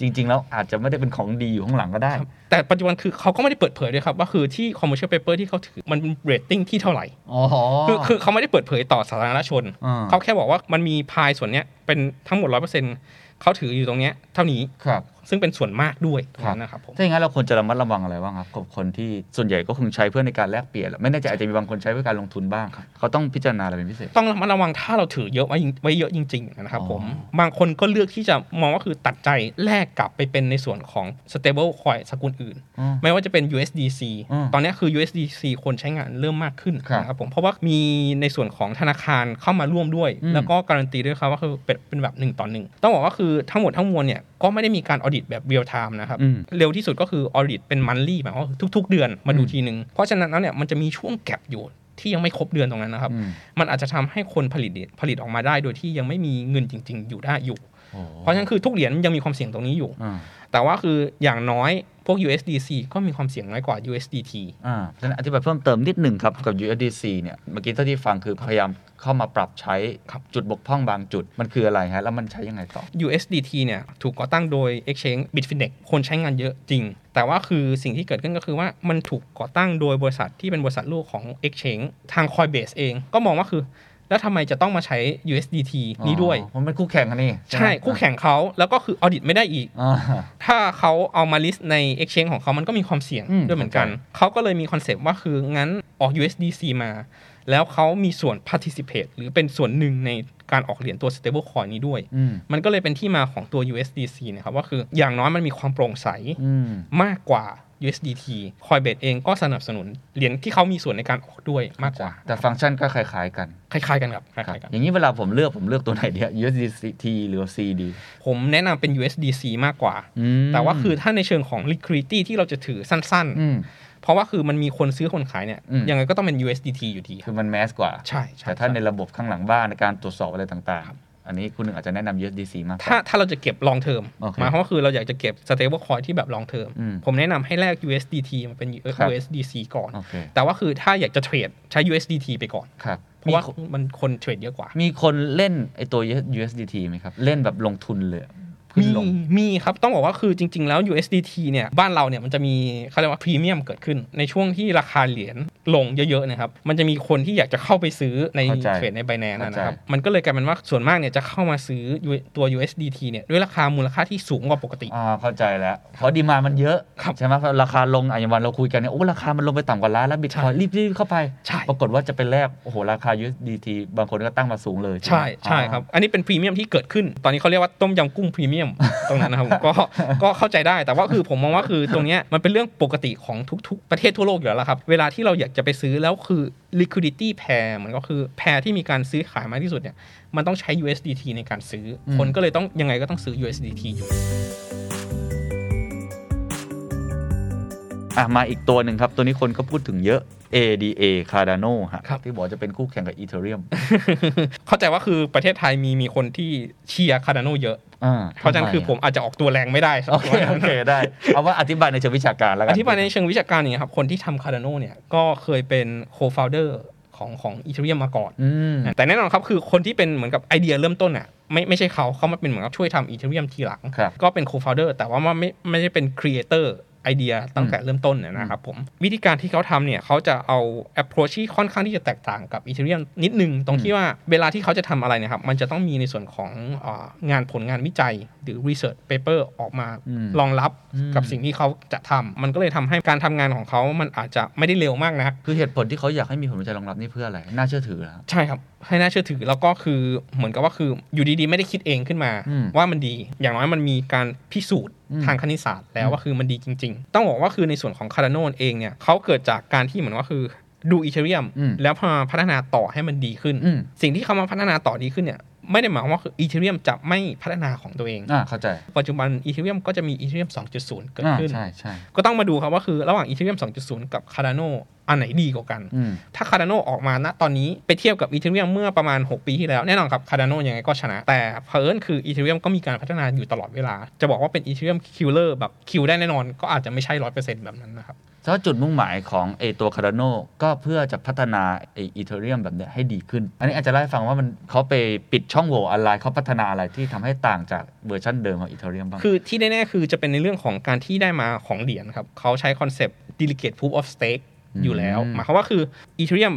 [SPEAKER 1] จริง ๆ แล้วอาจจะไม่ได้เป็นของดีอยู่ข้างหลังก็ได้
[SPEAKER 5] แต่ปัจจุบันคือเขาก็ไม่ได้เปิดเผยด้วยครับว่าคือที่ commercial paper ที่เขาถือมันเป็น rating ที่เท่าไหร่
[SPEAKER 1] อ๋อ
[SPEAKER 5] คือคือเขาไม่ได้เปิดเผยต่อสาธารณชน
[SPEAKER 1] อ่า
[SPEAKER 5] เขาแค่บอกว่ามันมีพายส่วนเนี้ยเป็นทั้งหมดร้อยเปอร์เซ็นต์เขาถืออยู่ตรงเนี้ยเท่านี้
[SPEAKER 1] ครับ
[SPEAKER 5] ซึ่งเป็นส่วนมากด้วยตรง
[SPEAKER 1] ครับ
[SPEAKER 5] นั้นนะครับผม
[SPEAKER 1] ถ้าอย่างนั้นเราควรจะระมัดระวังอะไรบ้างครับกับคนที่ส่วนใหญ่ก็คงใช้เพื่อในการแลกเปลี่ยนแหละไม่แน่ใจอาจจะมีบางคนใช้เพื่อการลงทุนบ้าง เขาต้องพิจารณาอะไรเป็นพิเศษ
[SPEAKER 5] ต้องระมัดระวังถ้าเราถือเยอะไว้จริงไว้เยอะจริงๆนะครับผม
[SPEAKER 1] อ๋
[SPEAKER 5] บางคนก็เลือกที่จะมองว่าคือตัดใจแลกกลับไปเป็นในส่วนของ stable coin สกุลอื่น
[SPEAKER 1] อืม
[SPEAKER 5] ไม่ว่าจะเป็น USDC
[SPEAKER 1] อืม
[SPEAKER 5] ตอนเนี้ยคือ USDC คนใช้งานเริ่มมากขึ้น
[SPEAKER 1] ครับ
[SPEAKER 5] นะครับผม เพราะว่ามีในส่วนของธนาคารเข้ามาร่วมด้วย
[SPEAKER 1] อืม
[SPEAKER 5] แล้วก็การันตีด้วยครับว่าคือเป็นเป็นแบบหนึ่งต่อหนึ่งต้องบอกว่าคือทั้งหมดทั้งมวลเนี่ยก็ไม่ได้มีการออดิตแบบเรียลไทม์นะครับ
[SPEAKER 1] อืม
[SPEAKER 5] เร็วที่สุดก็คือออริ t เป็นมันลี่หมายความว่าทุก ๆ เดือนมาดู
[SPEAKER 1] อืม
[SPEAKER 5] ทีหนึ่งเพราะฉะนั้นแล้วเนี่ยมันจะมีช่วงแก็บอยู่ที่ยังไม่ครบเดือนตรงนั้นนะครับ
[SPEAKER 1] อืม
[SPEAKER 5] มันอาจจะทำให้คนผลิตผลิตออกมาได้โดยที่ยังไม่มีเงินจริง ๆ อยู่ได้อยู่
[SPEAKER 1] โอ้
[SPEAKER 5] เพราะฉะนั้นคือทุกเหรียญยังมีความเสี่ยงตรงนี้อยู่
[SPEAKER 1] อ่า
[SPEAKER 5] แต่ว่าคืออย่างน้อยพวก USDC ก็มีความเสี่ยงน้อยกว่า USDT
[SPEAKER 1] อ่าเพราะฉะนั้นอธิบายเพิ่มเติมนิดหนึ่งครับ กับ USDC เนี่ยเมื่อกี้เท่าที่ฟังคือพยายามเข้ามาปรับใช้จุดบกพร่องบางจุดมันคืออะไรฮะแล้วมันใช้ยังไงต่อ
[SPEAKER 5] USDT เนี่ยถูกก่อตั้งโดย Exchange Bitfinex คนใช้งานเยอะจริง แต่ว่าคือสิ่งที่เกิดขึ้นก็คือว่ามันถูกก่อตั้งโดยบริษัทที่เป็นบริษัทลูกของ Exchange ทาง Coinbase เองก็มองว่าคือ แล้วทำไมจะต้องมาใช้ USDT นี้ด้วย
[SPEAKER 1] อ๋อมันเป็นคู่แข่งกันนี่
[SPEAKER 5] ใช่คู่แข่งเขาแล้วก็คือออดิตไม่ได้อีก
[SPEAKER 1] อ่า
[SPEAKER 5] ถ้าเขาเอามาลิสต์ใน Exchange ของเขามันก็มีความเสี่ยง
[SPEAKER 1] อืม
[SPEAKER 5] ด้วยเหมือนกัน
[SPEAKER 1] เข้าใจ
[SPEAKER 5] เขาก็เลยมีคอนเซปต์ว่าคืองั้นออก USDC มา แล้วเขามีส่วน participate หรือเป็นส่วนหนึ่งในการออกเหรียญตัว stablecoin นี้ด้วย
[SPEAKER 1] อืม
[SPEAKER 5] มันก็เลยเป็นที่มาของตัว USDC นะครับว่าคืออย่างน้อยมันมีความโปร่งใส
[SPEAKER 1] อืม
[SPEAKER 5] มากกว่า USDT Coinbase เองก็สนับสนุนเหรียญที่เขามีส่วนในการออกด้วยมากกว่า
[SPEAKER 1] แต่ฟังก์ชันก็คล้ายๆ กัน
[SPEAKER 5] คล้ายๆกันครับคล้ายๆกัน
[SPEAKER 1] อย่างนี้เวลาผมเลือกผมเลือกตัวไหนเนี่ย USDT หรือ CD
[SPEAKER 5] ผมแนะนำเป็น USDC มากกว่า
[SPEAKER 1] อืม
[SPEAKER 5] แต่ว่าคือถ้าในเชิงของ liquidity ที่เราจะถือสั้น
[SPEAKER 1] อืม
[SPEAKER 5] ๆ เพราะว่าคือมันมีคนซื้อคนขายเนี่ย
[SPEAKER 1] อืม
[SPEAKER 5] ยังไงก็ต้องเป็น USDT อยู่ดีค
[SPEAKER 1] คื
[SPEAKER 5] รับ
[SPEAKER 1] อมันแมสกว่า
[SPEAKER 5] ใช่ใช่
[SPEAKER 1] แต่ถ้าใน
[SPEAKER 5] ช่
[SPEAKER 1] ระบบข้างหลังบ้านในการตรวจสอบอะไรต่าง
[SPEAKER 5] ครับ
[SPEAKER 1] ๆ อันนี้คุณหนึ่งอาจจะแนะนำ USDC มากกว่า
[SPEAKER 5] ถ้าถ้าเราจะเก็บ long term
[SPEAKER 1] โอเค
[SPEAKER 5] หมายความว่าคือเราอยากจะเก็บ stable coin ที่แบบ long term
[SPEAKER 1] อืม
[SPEAKER 5] ผมแนะนำให้แลก USDT มันเป็น
[SPEAKER 1] ครับ
[SPEAKER 5] USDC ก่อน
[SPEAKER 1] โอเค
[SPEAKER 5] แต่ว่าคือถ้าอยากจะเทรดใช้ USDT ไปก่อน
[SPEAKER 1] ครับ
[SPEAKER 5] เพราะว่า
[SPEAKER 1] คน
[SPEAKER 5] มันคนเทรดเยอะกว่า
[SPEAKER 1] มีคนเล่นไอตัว USDT ไหมครับ เล่นแบบลงทุนเลยขึ้น
[SPEAKER 5] มี
[SPEAKER 1] ลง
[SPEAKER 5] มีครับ ต้องบอกว่าคือจริง ๆ แล้ว USDT เนี่ย บ้านเราเนี่ยมันจะมีเขาเรียกว่าพรีเมียมเกิดขึ้น ในช่วงที่ราคาเหรียญลงเยอะๆนะครับ มันจะมีคนที่อยากจะเข้าไปซื้อใน
[SPEAKER 1] เข้าใจ
[SPEAKER 5] เทรดในไบแนน
[SPEAKER 1] เข้าใจ
[SPEAKER 5] นะครับ มันก็เลยกลายเป็นว่าส่วนมากเนี่ยจะเข้ามาซื้อตัว USDT เนี่ยด้วยราคามูลค่าที่สูงกว่าปกติ
[SPEAKER 1] อ่าเข้าใจแล้ว เพราะดีมามันเยอะ
[SPEAKER 5] ครับ
[SPEAKER 1] ใช่ไหมเพราะราคาลงอ่ะอย่างวันเราคุยกันเนี่ยโอ้ราคามันลงไปต่ำกว่าล้านแล้วบิตคอยรีบรีบเข้าไป
[SPEAKER 5] ใช่
[SPEAKER 1] ปรากฏว่าจะไปแลกโอ้โหราคา USDT บางคนก็ตั้งมาสูงเลย
[SPEAKER 5] ใช่
[SPEAKER 1] ไหม
[SPEAKER 5] ใช่
[SPEAKER 1] อ่า
[SPEAKER 5] ครับ อันนี้เป็นพรีเมียมที่เกิดขึ้น ตอนนี้เขาเรียกว่าต้มยำกุ้งพรีเมียม ตรงนั้นนะครับผมก็ ก็เข้าใจได้แต่ว่าคือผมมองว่าคือตรงเนี้ยมันเป็นเรื่องปกติของทุก ๆ ประเทศทั่วโลกอยู่แล้วล่ะครับ เวลาที่เราอยากจะไปซื้อแล้วคือ liquidity pair มันก็คือแพรที่มีการซื้อขายมากที่สุดเนี่ยมันต้องใช้ USDT ในการซื้ออ
[SPEAKER 1] ม
[SPEAKER 5] คนก็เลยต้องยังไงก็ต้องซื้อ USDT อยู่
[SPEAKER 1] อ่ะมาอีกตัวหนึ่งครับ ตัวนี้คนก็พูดถึงเยอะ ADA Cardano ฮะ
[SPEAKER 5] ครับ
[SPEAKER 1] ที่บอกจะเป็นคู่แข่งกับ Ethereum
[SPEAKER 5] เข้าใจว่าคือประเทศไทยมีมีคนที่เชียร์คาร์ดานเยอะ
[SPEAKER 1] อ่
[SPEAKER 5] เพราะฉะนั้นคือผมอาจจะออกตัวแรงไม่ได้
[SPEAKER 1] โอเค
[SPEAKER 5] ตรงนั้น
[SPEAKER 1] โอเคได้ เอาว่าอธิบายในเชิงวิชาการแล้วกั
[SPEAKER 5] อน ธิบายในเชิงวิชาการอย่างเงี้ยครับ คนที่ทำคาร์ดานเนี่ยก็เคยเป็น co-founder ของของอีเทเรียมมาก่อน
[SPEAKER 1] อืม
[SPEAKER 5] แต่แน่นอนครับ คือคนที่เป็นเหมือนกับไอเดียเริ่มต้นอ่ะไม่ไม่ใช่เขาเขามาเป็นเหมือนกับช่วยทำอีเทเรียมทีหลัง
[SPEAKER 1] ครับ
[SPEAKER 5] ก็เป็น co-founder แต่ว่าไม่ไม่ได้เป็น creator ไอเดียตั้งแต่เริ่มต้นเนี่ยนะครับผมวิธีการที่เขาทำเนี่ยเขาจะเอา approach ที่ค่อนข้างที่จะแตกต่างกับอีเทเรียมนิดนึง ตรงที่ว่าเวลาที่เขาจะทำอะไรเนะครับมันจะต้องมีในส่วนของเอ่องานผลงานวิจัยหรือ research paper ออกมา
[SPEAKER 1] อืม
[SPEAKER 5] รองรับ
[SPEAKER 1] อืม
[SPEAKER 5] กับสิ่งที่เขาจะทำมันก็เลยทำให้การทำงานของเขามันอาจจะไม่ได้เร็วมากนะ
[SPEAKER 1] คือเหตุผลที่เขาอยากให้มีผลวิจัยรองรับนี่เพื่ออะไร น่าเชื่อถือนะครับ
[SPEAKER 5] ใช่ครับ ให้น่าเชื่อถือแล้วก็คือเหมือนกับว่าคืออยู่ดีๆ ไม่ได้คิดเองขึ้นมา
[SPEAKER 1] อืม
[SPEAKER 5] ว่ามันดีอย่างน้อยมันมีการพิสูจน์
[SPEAKER 1] อืม
[SPEAKER 5] ทางคณิตศาสตร์แล้วว่าคือมันดีจริง ๆ ต้องบอกว่าคือในส่วนของคาร์โนเองเนี่ยเขาเกิดจากการที่เหมือนว่าคือดูอีเทเรียม
[SPEAKER 1] อืม
[SPEAKER 5] แล้วพอมาพัฒนาต่อให้มันดีขึ้น
[SPEAKER 1] อืม
[SPEAKER 5] สิ่งที่เขามาพัฒนาต่อดีขึ้นเนี่ยไม่ได้หมายความว่าคืออีเทเรียมจะไม่พัฒนาของตัวเอง
[SPEAKER 1] อ่าเข้าใจ
[SPEAKER 5] ปัจจุบันอีเทเรียมก็จะมีอีเทเรียม2.0 เกิด
[SPEAKER 1] อ่า
[SPEAKER 5] ขึ้น
[SPEAKER 1] ใช่ใช่
[SPEAKER 5] ก็ต้องมาดูครับว่าคือระหว่างอีเทเรียม2.0 กับคาร์โนอันไหนดีกว่ากัน
[SPEAKER 1] อืม
[SPEAKER 5] ถ้าคาร์ดานออกมาณตอนนี้ไปเทียบกับอีเทเรียมเมื่อประมาณ 6 ปีที่แล้ว แน่นอนครับคาร์ดานยังไงก็ชนะ แต่เผอิญคืออีเทเรียมก็มีการพัฒนาอยู่ตลอดเวลา จะบอกว่าเป็นอีเทเรียมคิลเลอร์แบบคิลได้แน่นอนก็อาจจะไม่ใช่ร้อยเปอร์เซ็นต์แบบนั้นนะครับ
[SPEAKER 1] เพราะจุดมุ่งหมายของไอตัวคาร์โนก็เพื่อจะพัฒนาไออีเทเรียมแบบเนี้ยให้ดีขึ้น อันนี้อาจจะเล่าให้ฟังว่ามันเขาไปปิดช่องโหว่อะไรเขาพัฒนาอะไรที่ทำให้ต่างจากเวอร์ชันเดิมของอีเทเรียมบ้าง
[SPEAKER 5] คือที่แน่ๆคือจะเป็นในเรื่องของการที่ได้มาของเหรียญครับเขาใช้คอนเซปต์ delegate proof of stake อยู่แล้ว
[SPEAKER 1] อืม
[SPEAKER 5] หมายความว่าคืออีเทเรียม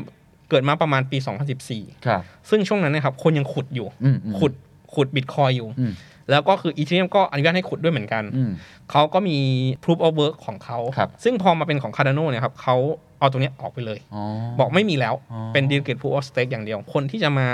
[SPEAKER 5] เกิดมาประมาณปี 2014
[SPEAKER 1] ครับ
[SPEAKER 5] ซึ่งช่วงนั้นเนะครับคนยังขุดอยู่
[SPEAKER 1] อืมอืม
[SPEAKER 5] ขุดขุดบิตคอยอยู่
[SPEAKER 1] อืม
[SPEAKER 5] แล้วก็คืออีเทเรียมก็อนุญาตให้ขุดด้วยเหมือนกัน
[SPEAKER 1] อืม
[SPEAKER 5] เขาก็มี proof of work ของเขา
[SPEAKER 1] ครับ
[SPEAKER 5] ซึ่งพอมาเป็นของ Cardano เนี่ยครับเขาเอาตรงเนี้ยออกไปเลย
[SPEAKER 1] อ๋อ
[SPEAKER 5] บอกไม่มีแล้ว
[SPEAKER 1] อ๋อ
[SPEAKER 5] เป็น delegate proof of stake อย่างเดียว คนที่จะมา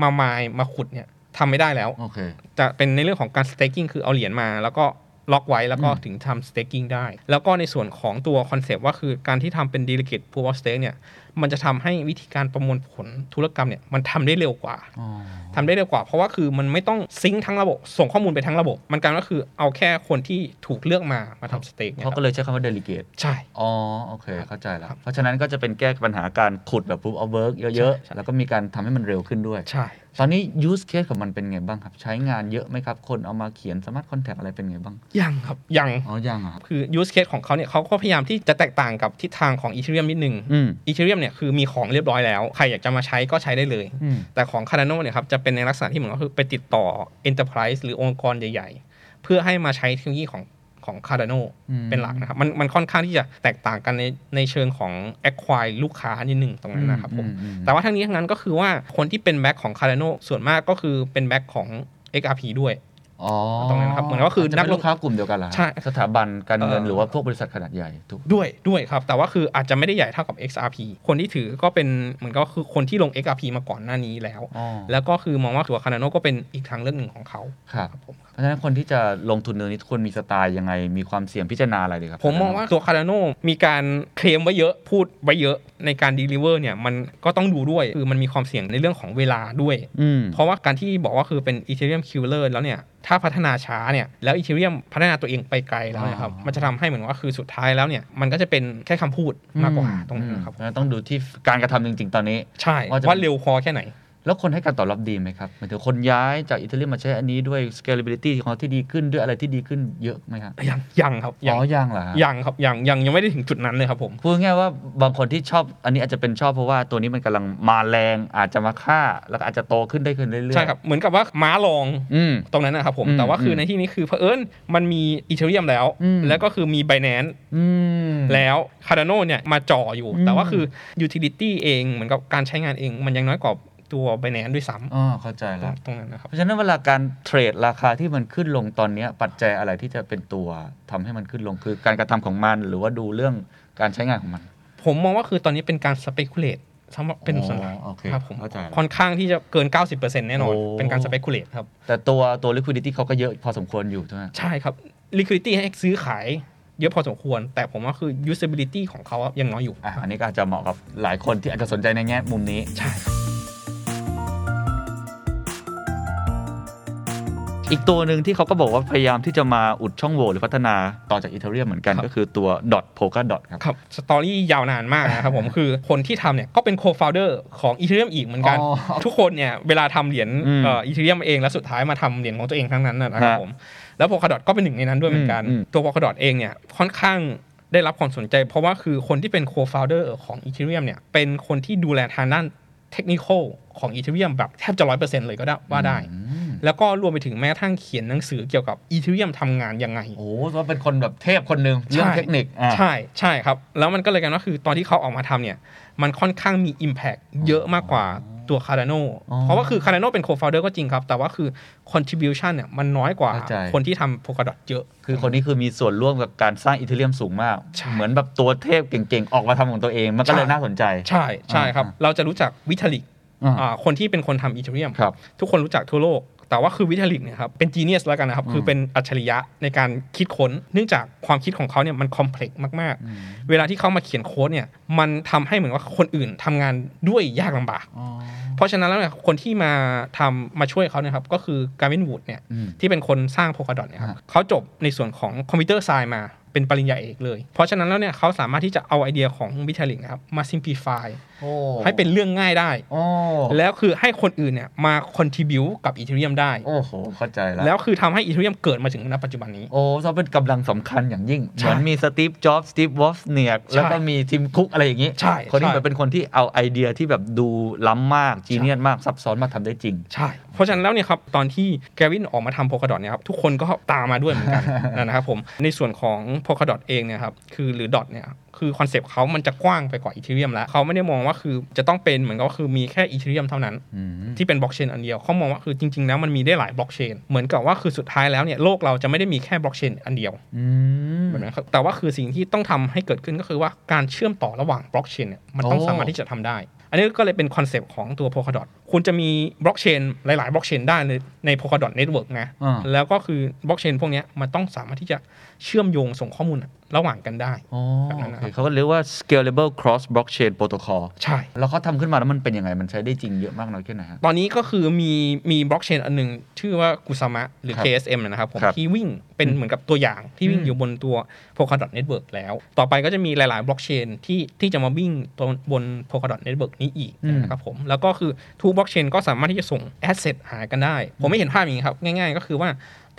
[SPEAKER 5] มา มายมาขุดเนี่ยทำไม่ได้แล้ว
[SPEAKER 1] โอเค
[SPEAKER 5] จะเป็นในเรื่องของการ staking คือเอาเหรียญมา แล้วก็ล็อกไว้แล้วก็
[SPEAKER 1] อืม
[SPEAKER 5] ถึงทำ staking ได้ แล้วก็ในส่วนของตัวคอนเซปต์ว่าคือการที่ทำเป็น delegate proof of stake เนี่ยมันจะทำให้วิธีการประมวลผลธุรกรรมเนี่ยมันทำได้เร็วกว่า
[SPEAKER 1] อ๋อ
[SPEAKER 5] ทำได้เร็วกว่าเพราะว่าคือมันไม่ต้องซิงค์ทั้งระบบ ส่งข้อมูลไปทั้งระบบ มันกลารก็คือเอาแค่คนที่ถูกเลือกมามาทำสเต็กเนี่ย
[SPEAKER 1] เขา
[SPEAKER 5] ค
[SPEAKER 1] ก็
[SPEAKER 5] รับ
[SPEAKER 1] เลยใช้คำว่า delegate
[SPEAKER 5] ใช่
[SPEAKER 1] อ๋อ โอเค เข้าใจแล้ว
[SPEAKER 5] ครับ
[SPEAKER 1] เพราะฉะนั้นก็จะเป็นแก้ปัญหาการขุดแบบ proof of work เยอะ
[SPEAKER 5] ใช่
[SPEAKER 1] ๆ แล้วก็มีการทำให้มันเร็วขึ้นด้วย
[SPEAKER 5] ใช่
[SPEAKER 1] ตอนนี้ use case ของมันเป็นไงบ้างครับ ใช้งานเยอะไหมครับ คนเอามาเขียนสมาร์ทคอนแทคอะไรเป็นไงบ้าง
[SPEAKER 5] ยังครับ ยัง
[SPEAKER 1] อ๋อ ยังเหรอ่ะ
[SPEAKER 5] คือยูสเคสของเขาเนี่ยเขาก็พยายามที่จะแตกต่างกับทิศทางของอีเทเรียมนิดนึง
[SPEAKER 1] อืม
[SPEAKER 5] อีเทเรียมเนี่ยคือมีของเรียบร้อยแล้ว ใครอยากจะมาใช้ก็ใช้ได้เลย
[SPEAKER 1] อืม
[SPEAKER 5] แต่ของคาร์โนเนี่ยครับจะเป็นในลักษณะที่เหมือนก็คือไปติดต่อ Enterprise หรือองค์กรใหญ่ ๆ เพื่อให้มาใช้เทคโนโลยีของของคาร์โน
[SPEAKER 1] อืม
[SPEAKER 5] เป็นหลักนะครับมันมันค่อนข้างที่จะแตกต่างกันในในเชิงของ acquire ลูกค้านิดนึงตรงนั้นนะครับผม
[SPEAKER 1] อือื
[SPEAKER 5] แต่ว่าทั้งนี้ทั้งนั้นก็คือว่าคนที่เป็นแบ็คของคาร์ a นส่วนมากก็คือเป็นแบ็คของ XRP ด้วย
[SPEAKER 1] อ๋อ
[SPEAKER 5] ตรงนั้นครับเหมือนก็คือ
[SPEAKER 1] จจะ
[SPEAKER 5] นั
[SPEAKER 1] เป็
[SPEAKER 5] ก
[SPEAKER 1] นลูกค้ากลุ่มเดียวกันเหรอ
[SPEAKER 5] ใช่
[SPEAKER 1] สถาบันการเงิน
[SPEAKER 5] เอ่อ
[SPEAKER 1] หรือว่าพวกบริษัทขนาดใหญ่ถูก
[SPEAKER 5] ด้วยด้วยครับ แต่ว่าคืออาจจะไม่ได้ใหญ่เท่ากับ XRP คนที่ถือก็เป็นเหมือนก็คือคนที่ลง XRP มาก่อนหน้านี้แล้ว
[SPEAKER 1] อ๋อ
[SPEAKER 5] แล้วก็คือมองว่าตัวคาร์ a นก็เป็นอีกทางเลือกหนึ่งของเขา
[SPEAKER 1] ครับ
[SPEAKER 5] ครับผมครับ
[SPEAKER 1] เพราะฉะนั้นคนที่จะลงทุนเรื่องนี้ควรมีสไตล์ยังไง มีความเสี่ยงพิจารณาอะไรดีครับ
[SPEAKER 5] ผมมองว่าตัวคาร์ a โนมีการเคลมไว้เยอะพูดไว้เยอะในการดีลิเวอร์เนี่ยมันก็ต้องดูด้วย คือมันมีความเสี่ยงในเรื่องของเวลาด้วย
[SPEAKER 1] อืม
[SPEAKER 5] เพราะว่าการที่บอกว่าคือเป็นอีเทเรียมคิวเลอร์แล้วเนี่ย ถ้าพัฒนาช้าเนี่ยแล้วอีเทเรียมพัฒนาตัวเองไปไกลแล้วเนะครับ
[SPEAKER 1] อ๋อ
[SPEAKER 5] มันจะทำให้เหมือนว่าคือสุดท้ายแล้วเนี่ย มันก็จะเป็นแค่คำพูดมากกว่าตรงนั้นครับ
[SPEAKER 1] อืมงั้ต้องดูที่การกระทำจริง ๆ ตอนนี้
[SPEAKER 5] ใช่
[SPEAKER 1] ว่าจะ
[SPEAKER 5] ว่าเร็วพอแค่ไหน
[SPEAKER 1] แล้วคนให้การตอบรับดีไหมครับหมายถึงคนย้ายจากอิตาลีมาใช้อันนี้ด้วย scalability ของเขาที่ดีขึ้นด้วยอะไรที่ดีขึ้นเยอะไหมครับ
[SPEAKER 5] ยังยังครับ
[SPEAKER 1] อ๋อยังเหรอฮะ
[SPEAKER 5] ยังครับยังยังยังไม่ได้ถึงจุดนั้นเลยครับผม
[SPEAKER 1] พูดง่ายๆว่าบางคนที่ชอบอันนี้อาจจะเป็นชอบเพราะว่าตัวนี้มันกำลังมาแรงอาจจะมาฆ่า แล้วก็อาจจะโตขึ้นได้ขึ้นเรื่อยๆ
[SPEAKER 5] ใช่ครับ เหมือนกับว่าม้าลอง
[SPEAKER 1] อืม
[SPEAKER 5] ตรงนั้นนะครับผม
[SPEAKER 1] อืม
[SPEAKER 5] แต่ว่าคือ
[SPEAKER 1] ม
[SPEAKER 5] ในที่นี้คือเผอิญมันมีอีเทเรียมแล้ว
[SPEAKER 1] อืม
[SPEAKER 5] แล้วก็คือมี b บแ a น c e
[SPEAKER 1] อืม
[SPEAKER 5] แล้วคาร์ a โนเนี่ยมาจ่ออยู่
[SPEAKER 1] อืม
[SPEAKER 5] แต่ว่าคือยูทิลิตี้เองเหมือนกับการใช้งานเอง มันยังน้อยกว่าตัว b บแ a น c e ด้วยซ้
[SPEAKER 1] อ๋อเข้าใจแล้ว
[SPEAKER 5] ำตรงนั้นนะครับ
[SPEAKER 1] เพราะฉะนั้นเวลาการเทรดราคาที่มันขึ้นลงตอนเนี้ยปัจจัยอะไรที่จะเป็นตัวทำให้มันขึ้นลงคือการกระทำของมันหรือว่าดูเรื่องการใช้งานของมัน
[SPEAKER 5] ผมมองว่าคือตอนนี้เป็นการสเปกุเลตสำหรับเป็นส่วนหลัก
[SPEAKER 1] อ๋อโอเค
[SPEAKER 5] ครับผม
[SPEAKER 1] เข้าใจแล้ว
[SPEAKER 5] ค่อนข้างที่จะเกิน 90%แน่นอน
[SPEAKER 1] โอ้
[SPEAKER 5] เป็นการสเปกุเลตครับ
[SPEAKER 1] แต่ตัวตัว liquidity เขาก็เยอะพอสมควรอยู่ใช่ไหม
[SPEAKER 5] ใช่ครับ liquidity ให้ซื้อขายเยอะพอสมควร แต่ผมว่าคือ usability ของเขาอะยังน้อยอยู่
[SPEAKER 1] อ่ะอันนี้ก็อาจจะเหมาะกับหลายคนที่อาจจะสนใจในแง่มุมนี้
[SPEAKER 5] ใช่
[SPEAKER 1] อีกตัวหนึ่งที่เขาก็บอกว่าพยายามที่จะมาอุดช่องโหว่หรือพัฒนาต่อจากอีเทเรียมเหมือนกัน
[SPEAKER 5] ครับ
[SPEAKER 1] ก็คือตัว dot polka dot ครับ
[SPEAKER 5] ครับ สตอรี่ยาวนานมากนะครับผม คือคนที่ทำเนี่ยก็เป็น co-founder ของ Ethereum อีกเหมือนกัน
[SPEAKER 1] อ๋อ
[SPEAKER 5] ทุกคนเนี่ยเวลาทำเหรียญ
[SPEAKER 1] อืม
[SPEAKER 5] เอ่อ Ethereum เองแล้วสุดท้ายมาทำเหรียญของตัวเองทั้งนั้นนะนะครับ
[SPEAKER 1] ฮะ
[SPEAKER 5] ผม แล้ว Polkadot ก็เป็นหนึ่งในนั้นด้วยเหมือนกัน
[SPEAKER 1] อืมอืม
[SPEAKER 5] ตัว Polkadot เองเนี่ยค่อนข้างได้รับความสนใจ เพราะว่าคือคนที่เป็น co-founder ของ Ethereum เนี่ยเป็นคนที่ดูแลทางด้านเทคนิคของ Ethereum แบบแทบจะ100%เลยก็ได้ว่าได้
[SPEAKER 1] อืม
[SPEAKER 5] แล้วก็รวมไปถึงแม้กระทั่งเขียนหนังสือเกี่ยวกับ Ethereum ทำงานยังไง
[SPEAKER 1] โอ้โหว่าเป็นคนแบบเทพคนหนึ่งเรื่องเทคนิคอ่ะ
[SPEAKER 5] ใช่ใช่ครับ แล้วมันก็เลยกันว่าคือตอนที่เขาออกมาทำเนี่ย มันค่อนข้างมี Impact เยอะมากกว่าตัวคาร์ a โน
[SPEAKER 1] อ๋อ
[SPEAKER 5] เพราะว่าคือคาร์ a โนเป็น co-founder ก็จริงครับ แต่ว่าคือ contribution เนี่ยมันน้อยกว่า
[SPEAKER 1] เข้าใจ
[SPEAKER 5] คนที่ทำ Polkadot เยอะ
[SPEAKER 1] คือคนนี้คือมีส่วนร่วมกับการสร้างอีเทเรียมสูงมาก
[SPEAKER 5] ใช่
[SPEAKER 1] เหมือนแบบตัวเทพเก่งๆ ออกมาทำของตัวเอง มันก็เลยน่าสนใจ
[SPEAKER 5] ใช่ใช่ครับ
[SPEAKER 1] อ่า
[SPEAKER 5] เราจะรู้จักวิทลิก
[SPEAKER 1] อ่า
[SPEAKER 5] คนที่เป็นคนทำอีเทเรียม
[SPEAKER 1] ครับ
[SPEAKER 5] ทุกคนรู้จักทั่วโลก แต่ว่าคือวิทยาลิกเนี่ยครับ เป็นจีเนียสแล้วกันนะครับ คือเป็นอัจฉริยะในการคิดค้น เนื่องจากความคิดของเขาเนี่ยมันคอมเพล็กซ์มาก ๆ เวลาที่เขามาเขียนโค้ดเนี่ย มันทำให้เหมือนว่าคนอื่นทำงานด้วยยากลำบาก เพราะฉะนั้นแล้วเนี่ยคนที่มาทำมาช่วยเขาเนะครับ ก็คือการ์วินวูดเนี่ย
[SPEAKER 1] อืม
[SPEAKER 5] ที่เป็นคนสร้างโพคาดอทเนี่ยครับเขาจบในส่วนของคอมพิวเตอร์ไซน์มาเป็นปริญญาเอกเลย เพราะฉะนั้นแล้วเนี่ยเขาสามารถที่จะเอาไอเดียของวิทยาลิกนะครับมา simplify ให้เป็นเรื่องง่ายได้
[SPEAKER 1] โอ้
[SPEAKER 5] แล้วคือให้คนอื่นเนี่ยมา contribu กับอีเทเรียมได้
[SPEAKER 1] โอ้โหเข้าใจแล้ว
[SPEAKER 5] แล้วคือทำให้อีเทเรียมเกิดมาถึงณปัจจุบันนี้
[SPEAKER 1] โอ้เขาเป็นกำลังสำคัญอย่างยิ่ง
[SPEAKER 5] ใช่
[SPEAKER 1] เหมือนมีสตีฟจ็อบส์สตีฟวอฟเนียก
[SPEAKER 5] ใช่
[SPEAKER 1] แล้วก็มีทิมคุกอะไรอย่างนี้
[SPEAKER 5] ใช่
[SPEAKER 1] คนนี้
[SPEAKER 5] ใช่
[SPEAKER 1] เหมือนเป็นคนที่เอาไอเดียที่แบบดูล้ำมาก จีเนียสมาก ซับซ้อนมากทำได้จริง
[SPEAKER 5] ใช่ เพราะฉะนั้นแล้วเนี่ยครับ ตอนที่แกวินออกมาทำโพคาดอทเนี่ยครับ ทุกคนก็ตามมาด้วยเหมือนกัน นะครับผม ในส่วนของโพคาดอทเองเนี่ยครับ คือหรือดอทเนี่ยครับคือคอนเซปต์เขามันจะกว้างไปกว่าอีเทเรียมแล้วเขาไม่ได้มองว่าคือจะต้องเป็นเหมือนกับว่าคือมีแค่อีเทเรียมเท่านั้น
[SPEAKER 1] อืม
[SPEAKER 5] ที่เป็นบล็อกเชนอันเดียวเขามองว่าคือจริงๆแล้วมันมีได้หลายบล็อกเชนเหมือนกับว่าคือสุดท้ายแล้วเนี่ยโลกเราจะไม่ได้มีแค่บล็อกเชนอันเดียว
[SPEAKER 1] อืม
[SPEAKER 5] แบบนั้นครับแต่ว่าคือสิ่งที่ต้องทำให้เกิดขึ้นก็คือว่าการเชื่อมต่อระหว่างบล็อกเชนเนี่ยมันต้อง
[SPEAKER 1] โอ้
[SPEAKER 5] สามารถที่จะทำได้ อันนี้ก็เลยเป็นคอนเซปต์ของตัว Polkadot คุณจะมีบล็อกเชนหลาย ๆ บล็อกเชนได้ในใน Polkadot Network นะ
[SPEAKER 1] อ่า
[SPEAKER 5] แล้วก็คือบล็อกเชนพวกเนี้ยมันต้องสามารถที่จะเชื่อมโยงส่งข้อมูลระหว่างกันได้
[SPEAKER 1] โอ้
[SPEAKER 5] แบบนั้นนะ
[SPEAKER 1] โอ
[SPEAKER 5] ครับ
[SPEAKER 1] เคเขาก็เรียกว่า scalable cross blockchain protocol
[SPEAKER 5] ใช่
[SPEAKER 1] แล้วเขาทำขึ้นมาแล้วมันเป็นยังไง มันใช้ได้จริงเยอะมากน้อยแค่ไหนฮะ
[SPEAKER 5] ตอนนี้ก็คือมีมีบล็อกเชนอันหนึ่งชื่อว่ากุสมะหรือ
[SPEAKER 1] ครับ
[SPEAKER 5] KSM นะครับผม
[SPEAKER 1] ครับ
[SPEAKER 5] ที่วิ่งเป็นเหมือนกับตัวอย่างที่วิ่ง
[SPEAKER 1] อืม
[SPEAKER 5] อยู่บนตัว Polkadot Network แล้ว ต่อไปก็จะมีหลาย ๆ บล็อกเชนที่ที่จะมาวิ่งตัวบน Polkadot Network นี้อีกนะครับผม แล้วก็คือทุกบล็อกเชนก็สามารถที่จะส่งแอสเซทหากันได้ ผมไม่เห็นภาพอย่างนี้ครับ ง่าย ๆ ก็คือว่า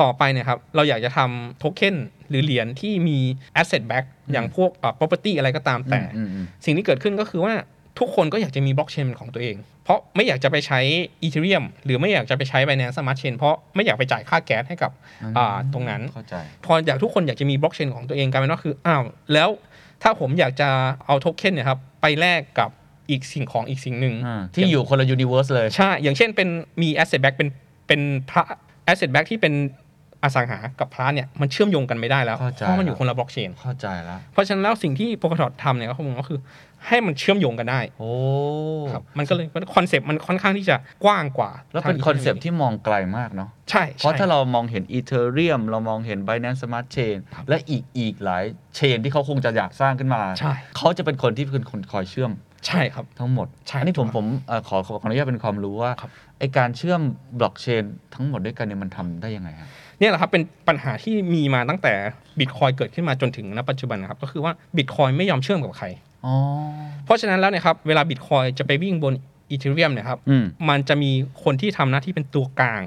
[SPEAKER 5] ต่อไปเนยครับเราอยากจะทำโทเค็นหรือเหรียญที่มี asset back อย่างพวกเอ่อ property อะไรก็ตามแต่
[SPEAKER 1] อืมอืม
[SPEAKER 5] สิ่งที่เกิดขึ้นก็คือว่าทุกคนก็อยากจะมีบล็อกเชนเป็นของตัวเอง เพราะไม่อยากจะไปใช้อีเทเรียมหรือไม่อยากจะไปใช้ Binance Smart Chain เพราะไม่อยากไปจ่ายค่าแก๊สให้กับ
[SPEAKER 1] อืม
[SPEAKER 5] อ่าตรงนั้น
[SPEAKER 1] เข้าใจ
[SPEAKER 5] พออยากทุกคนอยากจะมีบล็อกเชนของตัวเองกลายเป็นว่าคืออ้าวแล้วถ้าผมอยากจะเอาโทเค็นเนี่ยครับไปแลกกับอีกสิ่งของอีกสิ่งหนึ่ง
[SPEAKER 1] อ่า ที่อยู่คนละยูนิเวอร์สเลย
[SPEAKER 5] ใช่อย่างเช่นเป็นมี asset back เป็นเป็นพระ asset back ที่เป็นอสังหากับพระเนี่ยมันเชื่อมโยงกันไม่ได้แล้ว
[SPEAKER 1] เข้าใจ
[SPEAKER 5] เพราะมันอยู่คนละบล็อกเชน
[SPEAKER 1] เข้าใจแล้ว
[SPEAKER 5] เพราะฉะนั้นแล้วสิ่งที่โปรกทอทำเนี่ยก็คงก็คือ ให้มันเชื่อมโยงกันได้
[SPEAKER 1] โอ้
[SPEAKER 5] ครับมันก็เลยมันคอนเซปต์มันค่อนข้างที่จะกว้างกว่า
[SPEAKER 1] แล้วเป็น
[SPEAKER 5] ทาง
[SPEAKER 1] คอนเซปต์ที่มองไกลมากเนาะ
[SPEAKER 5] ใช่
[SPEAKER 1] เพราะ
[SPEAKER 5] ใช่
[SPEAKER 1] ถ้าเรามองเห็น Ethereum เรามองเห็น Binance Smart Chain และอีกอีกหลายเชนที่เขาคงจะอยากสร้างขึ้นมา
[SPEAKER 5] ใช่
[SPEAKER 1] เขาจะเป็นคนที่เป็นคนคอยเชื่อม
[SPEAKER 5] ใช่ครับ
[SPEAKER 1] ทั้งหมด
[SPEAKER 5] ใช่
[SPEAKER 1] อันนี้ผม
[SPEAKER 5] ถูก
[SPEAKER 1] ผมเอ่อขอขอขออนุญาตเป็นความรู้ว่า
[SPEAKER 5] ครับ
[SPEAKER 1] ไอการเชื่อมบล็อกเชนทั้งหมดด้วยกันเนี่ยมันทำได้ยังไงฮะ
[SPEAKER 5] เนี่ยแหละครับเป็นปัญหาที่มีมาตั้งแต่บิตคอยเกิดขึ้นมาจนถึงณปัจจุบันนะครับก็คือว่าบิตคอยไม่ยอมเชื่อมกับใคร
[SPEAKER 1] อ๋อ
[SPEAKER 5] เพราะฉะนั้นแล้วเนะครับเวลาบิตคอยจะไปวิ่งบนอีเทเรียมเนี่ยครับ
[SPEAKER 1] อืม
[SPEAKER 5] มันจะมีคนที่ทำหน้าที่เป็นตัวกลาง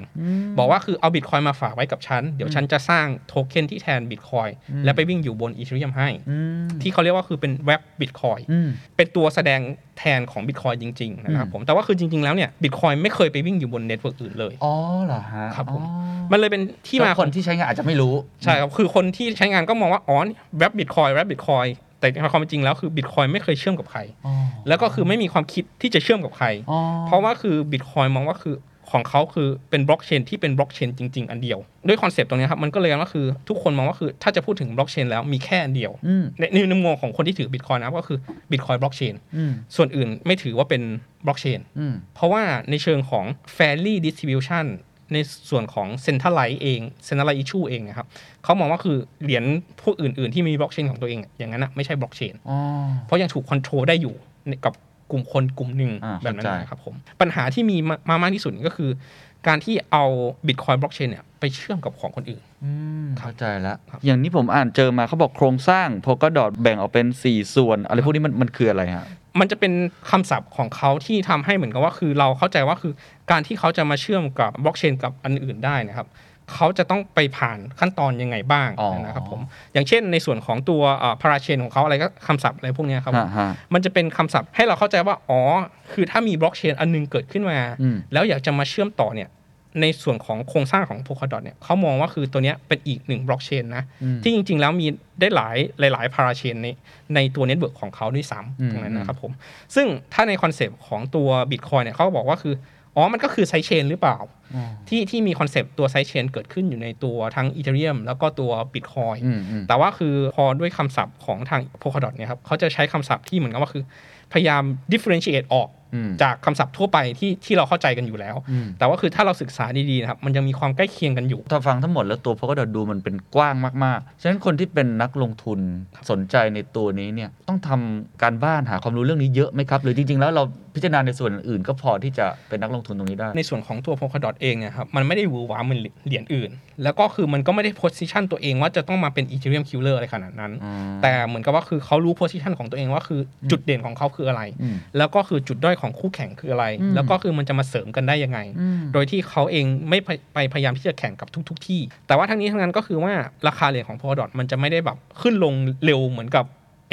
[SPEAKER 5] บอกว่าคือเอาบิตคอยมาฝากไว้กับฉัน เดี๋ยวฉันจะสร้างโทเค็นที่แทนบิตคอย
[SPEAKER 1] อืม
[SPEAKER 5] และไปวิ่งอยู่บนอีเทเรียมให้
[SPEAKER 1] อืม
[SPEAKER 5] ที่เขาเรียกว่าคือเป็นเว็บบิตคอย
[SPEAKER 1] อืม
[SPEAKER 5] เป็นตัวแสดงแทนของบิตคอยจริง ๆ นะครับ
[SPEAKER 1] อืม
[SPEAKER 5] ผม แต่ว่าคือจริง ๆ แล้วเนี่ยบิตคอยไม่เคยไปวิ่งอยู่บนเน็ตเวิร์กอื่นเลย
[SPEAKER 1] อ๋อเหรอฮะ
[SPEAKER 5] ครับผม
[SPEAKER 1] อ๋อ
[SPEAKER 5] มันเลยเป็นที่มา
[SPEAKER 1] แล้ว
[SPEAKER 5] ข
[SPEAKER 1] ค
[SPEAKER 5] อง
[SPEAKER 1] นที่ใช้งานอาจจะไม่รู้
[SPEAKER 5] ใช่ครับ คือคนที่ใช้งานก็มองว่า อ๋อเว็บบิตคอยเว็บบิตคอย แต่ในความเป็นจริงแล้วคือบิตคอยไม่เคยเชื่อมกับใคร
[SPEAKER 1] อ๋อ
[SPEAKER 5] แล้วก็คือไม่มีความคิดที่จะเชื่อมกับใคร
[SPEAKER 1] อ๋อ
[SPEAKER 5] เพราะว่าคือบิตคอยมองว่าคือของเขาคือเป็นบล็อกเชนที่เป็นบล็อกเชนจริง ๆ อันเดียว ด้วยคอนเซปต์ตรงเนี้ยครับมันก็เลยว่าคือทุกคนมองว่าคือถ้าจะพูดถึงบล็อกเชนแล้วมีแค่อันเดียว
[SPEAKER 1] อืม
[SPEAKER 5] ในในมุมมองของคนที่ถือบิตคอยนะครับก็คือบิตคอยบล็อกเชน
[SPEAKER 1] อืม
[SPEAKER 5] ส่วนอื่นไม่ถือว่าเป็นบล็อกเชน
[SPEAKER 1] อืม
[SPEAKER 5] เพราะว่าในเชิงของ fairly distribution ในส่วนของ centralized เอง centralized issue เองนะครับเขามองว่าคือเหรียญผู้อื่น ๆ ที่มีบล็อกเชนของตัวเอง อย่างนั้นนะไม่ใช่บล็อกเชน
[SPEAKER 1] อ๋อ
[SPEAKER 5] เพราะยังถูกคอนโทรลได้อยู่ในกับกลุ่มคนกลุ่มหนึ่ง
[SPEAKER 1] อ่า
[SPEAKER 5] แบบนั้น
[SPEAKER 1] เข้าใจ
[SPEAKER 5] นะครับผม ปัญหาที่มีมามามากที่สุดก็คือ การที่เอาบิตคอยบล็อกเชนเนี่ยไปเชื่อมกับของคนอื่น
[SPEAKER 1] อืมเข้าใจแล้ว
[SPEAKER 5] ครับ
[SPEAKER 1] อย่างนี้ผมอ่านเจอมาเขาบอกโครงสร้างโพกดอทแบ่งออกเป็น 4 ส่วน อะไรพวกนี้มันมันคืออะไรฮะ
[SPEAKER 5] มันจะเป็นคำศัพท์ของเขาที่ทำให้เหมือนกับว่าคือเราเข้าใจว่าคือการที่เขาจะมาเชื่อมกับบล็อกเชนกับอันอื่นได้นะครับเขาจะต้องไปผ่านขั้นตอนยังไงบ้าง
[SPEAKER 1] อ๋อ
[SPEAKER 5] นะครับผมอย่างเช่นในส่วนของตัวพาราเชนของเขาอะไรก็คำศัพท์อะไรพวกเนี้ยครับ
[SPEAKER 1] ฮะฮะ
[SPEAKER 5] มันจะเป็นคำศัพท์ให้เราเข้าใจว่า อ๋อ คือถ้ามีบล็อกเชนอันหนึงเกิดขึ้นมา
[SPEAKER 1] อืม
[SPEAKER 5] แล้วอยากจะมาเชื่อมต่อเนี่ย ในส่วนของโครงสร้างของ Polkadot เนี่ยเขามองว่าคือตัวเนี้ยเป็นอีกหนึ่งบล็อกเชนนะ ที่จริงๆ แล้วมีได้หลายหลายๆพาราเชนในในตัวเน็ตเวิร์กของเขาด้วยซ้ำตรงนั้นนะครับผม ซึ่งถ้าในคอนเซปต์ของตัว Bitcoin เนี่ยเขาก็บอกว่าคือ อ๋อ มันก็คือไซเชนหรือเปล่า ที่ที่มีคอนเซปต์ตัวไซเชนเกิดขึ้นอยู่ในตัวทั้งอีเทเรียมแล้วก็ตัว Bitcoin
[SPEAKER 1] อืมอืม
[SPEAKER 5] แต่ว่าคือพอด้วยคำศัพท์ของทาง Polkadot เนี่ยครับเขาจะใช้คำศัพท์ที่เหมือนกับว่าคือ พยายาม differentiate ออก
[SPEAKER 1] อืม
[SPEAKER 5] จากคำศัพท์ทั่วไปที่ที่เราเข้าใจกันอยู่แล้ว
[SPEAKER 1] อืม
[SPEAKER 5] แต่ว่าคือถ้าเราศึกษาดีๆนะครับมันยังมีความใกล้เคียงกันอยู่
[SPEAKER 1] ถ้าฟังทั้งหมดแล้วตัวโพกดอทดูมันเป็นกว้างมาก ๆ ฉะนั้นคนที่เป็นนักลงทุนสนใจในตัวนี้เนี่ยต้องทำการบ้านหาความรู้เรื่องนี้เยอะไหมครับ หรือจริง ๆ แล้วเราพิจารณาในส่วนอื่นก็พอที่จะเป็นนักลงทุนตรงนี้ได้
[SPEAKER 5] ในส่วนของตัว Polkadot เองเนี่ยครับมันไม่ได้หวือหวาเหมือนเหรียญอื่น แล้วก็คือมันก็ไม่ได้ position ตัวเองว่าจะต้องมาเป็น Ethereum killer อะไรขนาดนั้น
[SPEAKER 1] อืม
[SPEAKER 5] แต่เหมือนกับว่าคือเขารู้ position ของตัวเองว่าคือจุดเด่นของเขาคืออะไร
[SPEAKER 1] อืม
[SPEAKER 5] แล้วก็คือจุดด้อยของคู่แข่งคืออะไร
[SPEAKER 1] อืม
[SPEAKER 5] แล้วก็คือมันจะมาเสริมกันได้ยังไง
[SPEAKER 1] อืม
[SPEAKER 5] โดยที่เขาเองไม่ไปไปพยายามที่จะแข่งกับทุกๆทที่ แต่ว่าทั้งนี้ทั้งนั้นก็คือว่าราคาเหรียญของ p o l d o t มันจะไม่ได้แบบขึ้นลงเร็วเหมือนกับ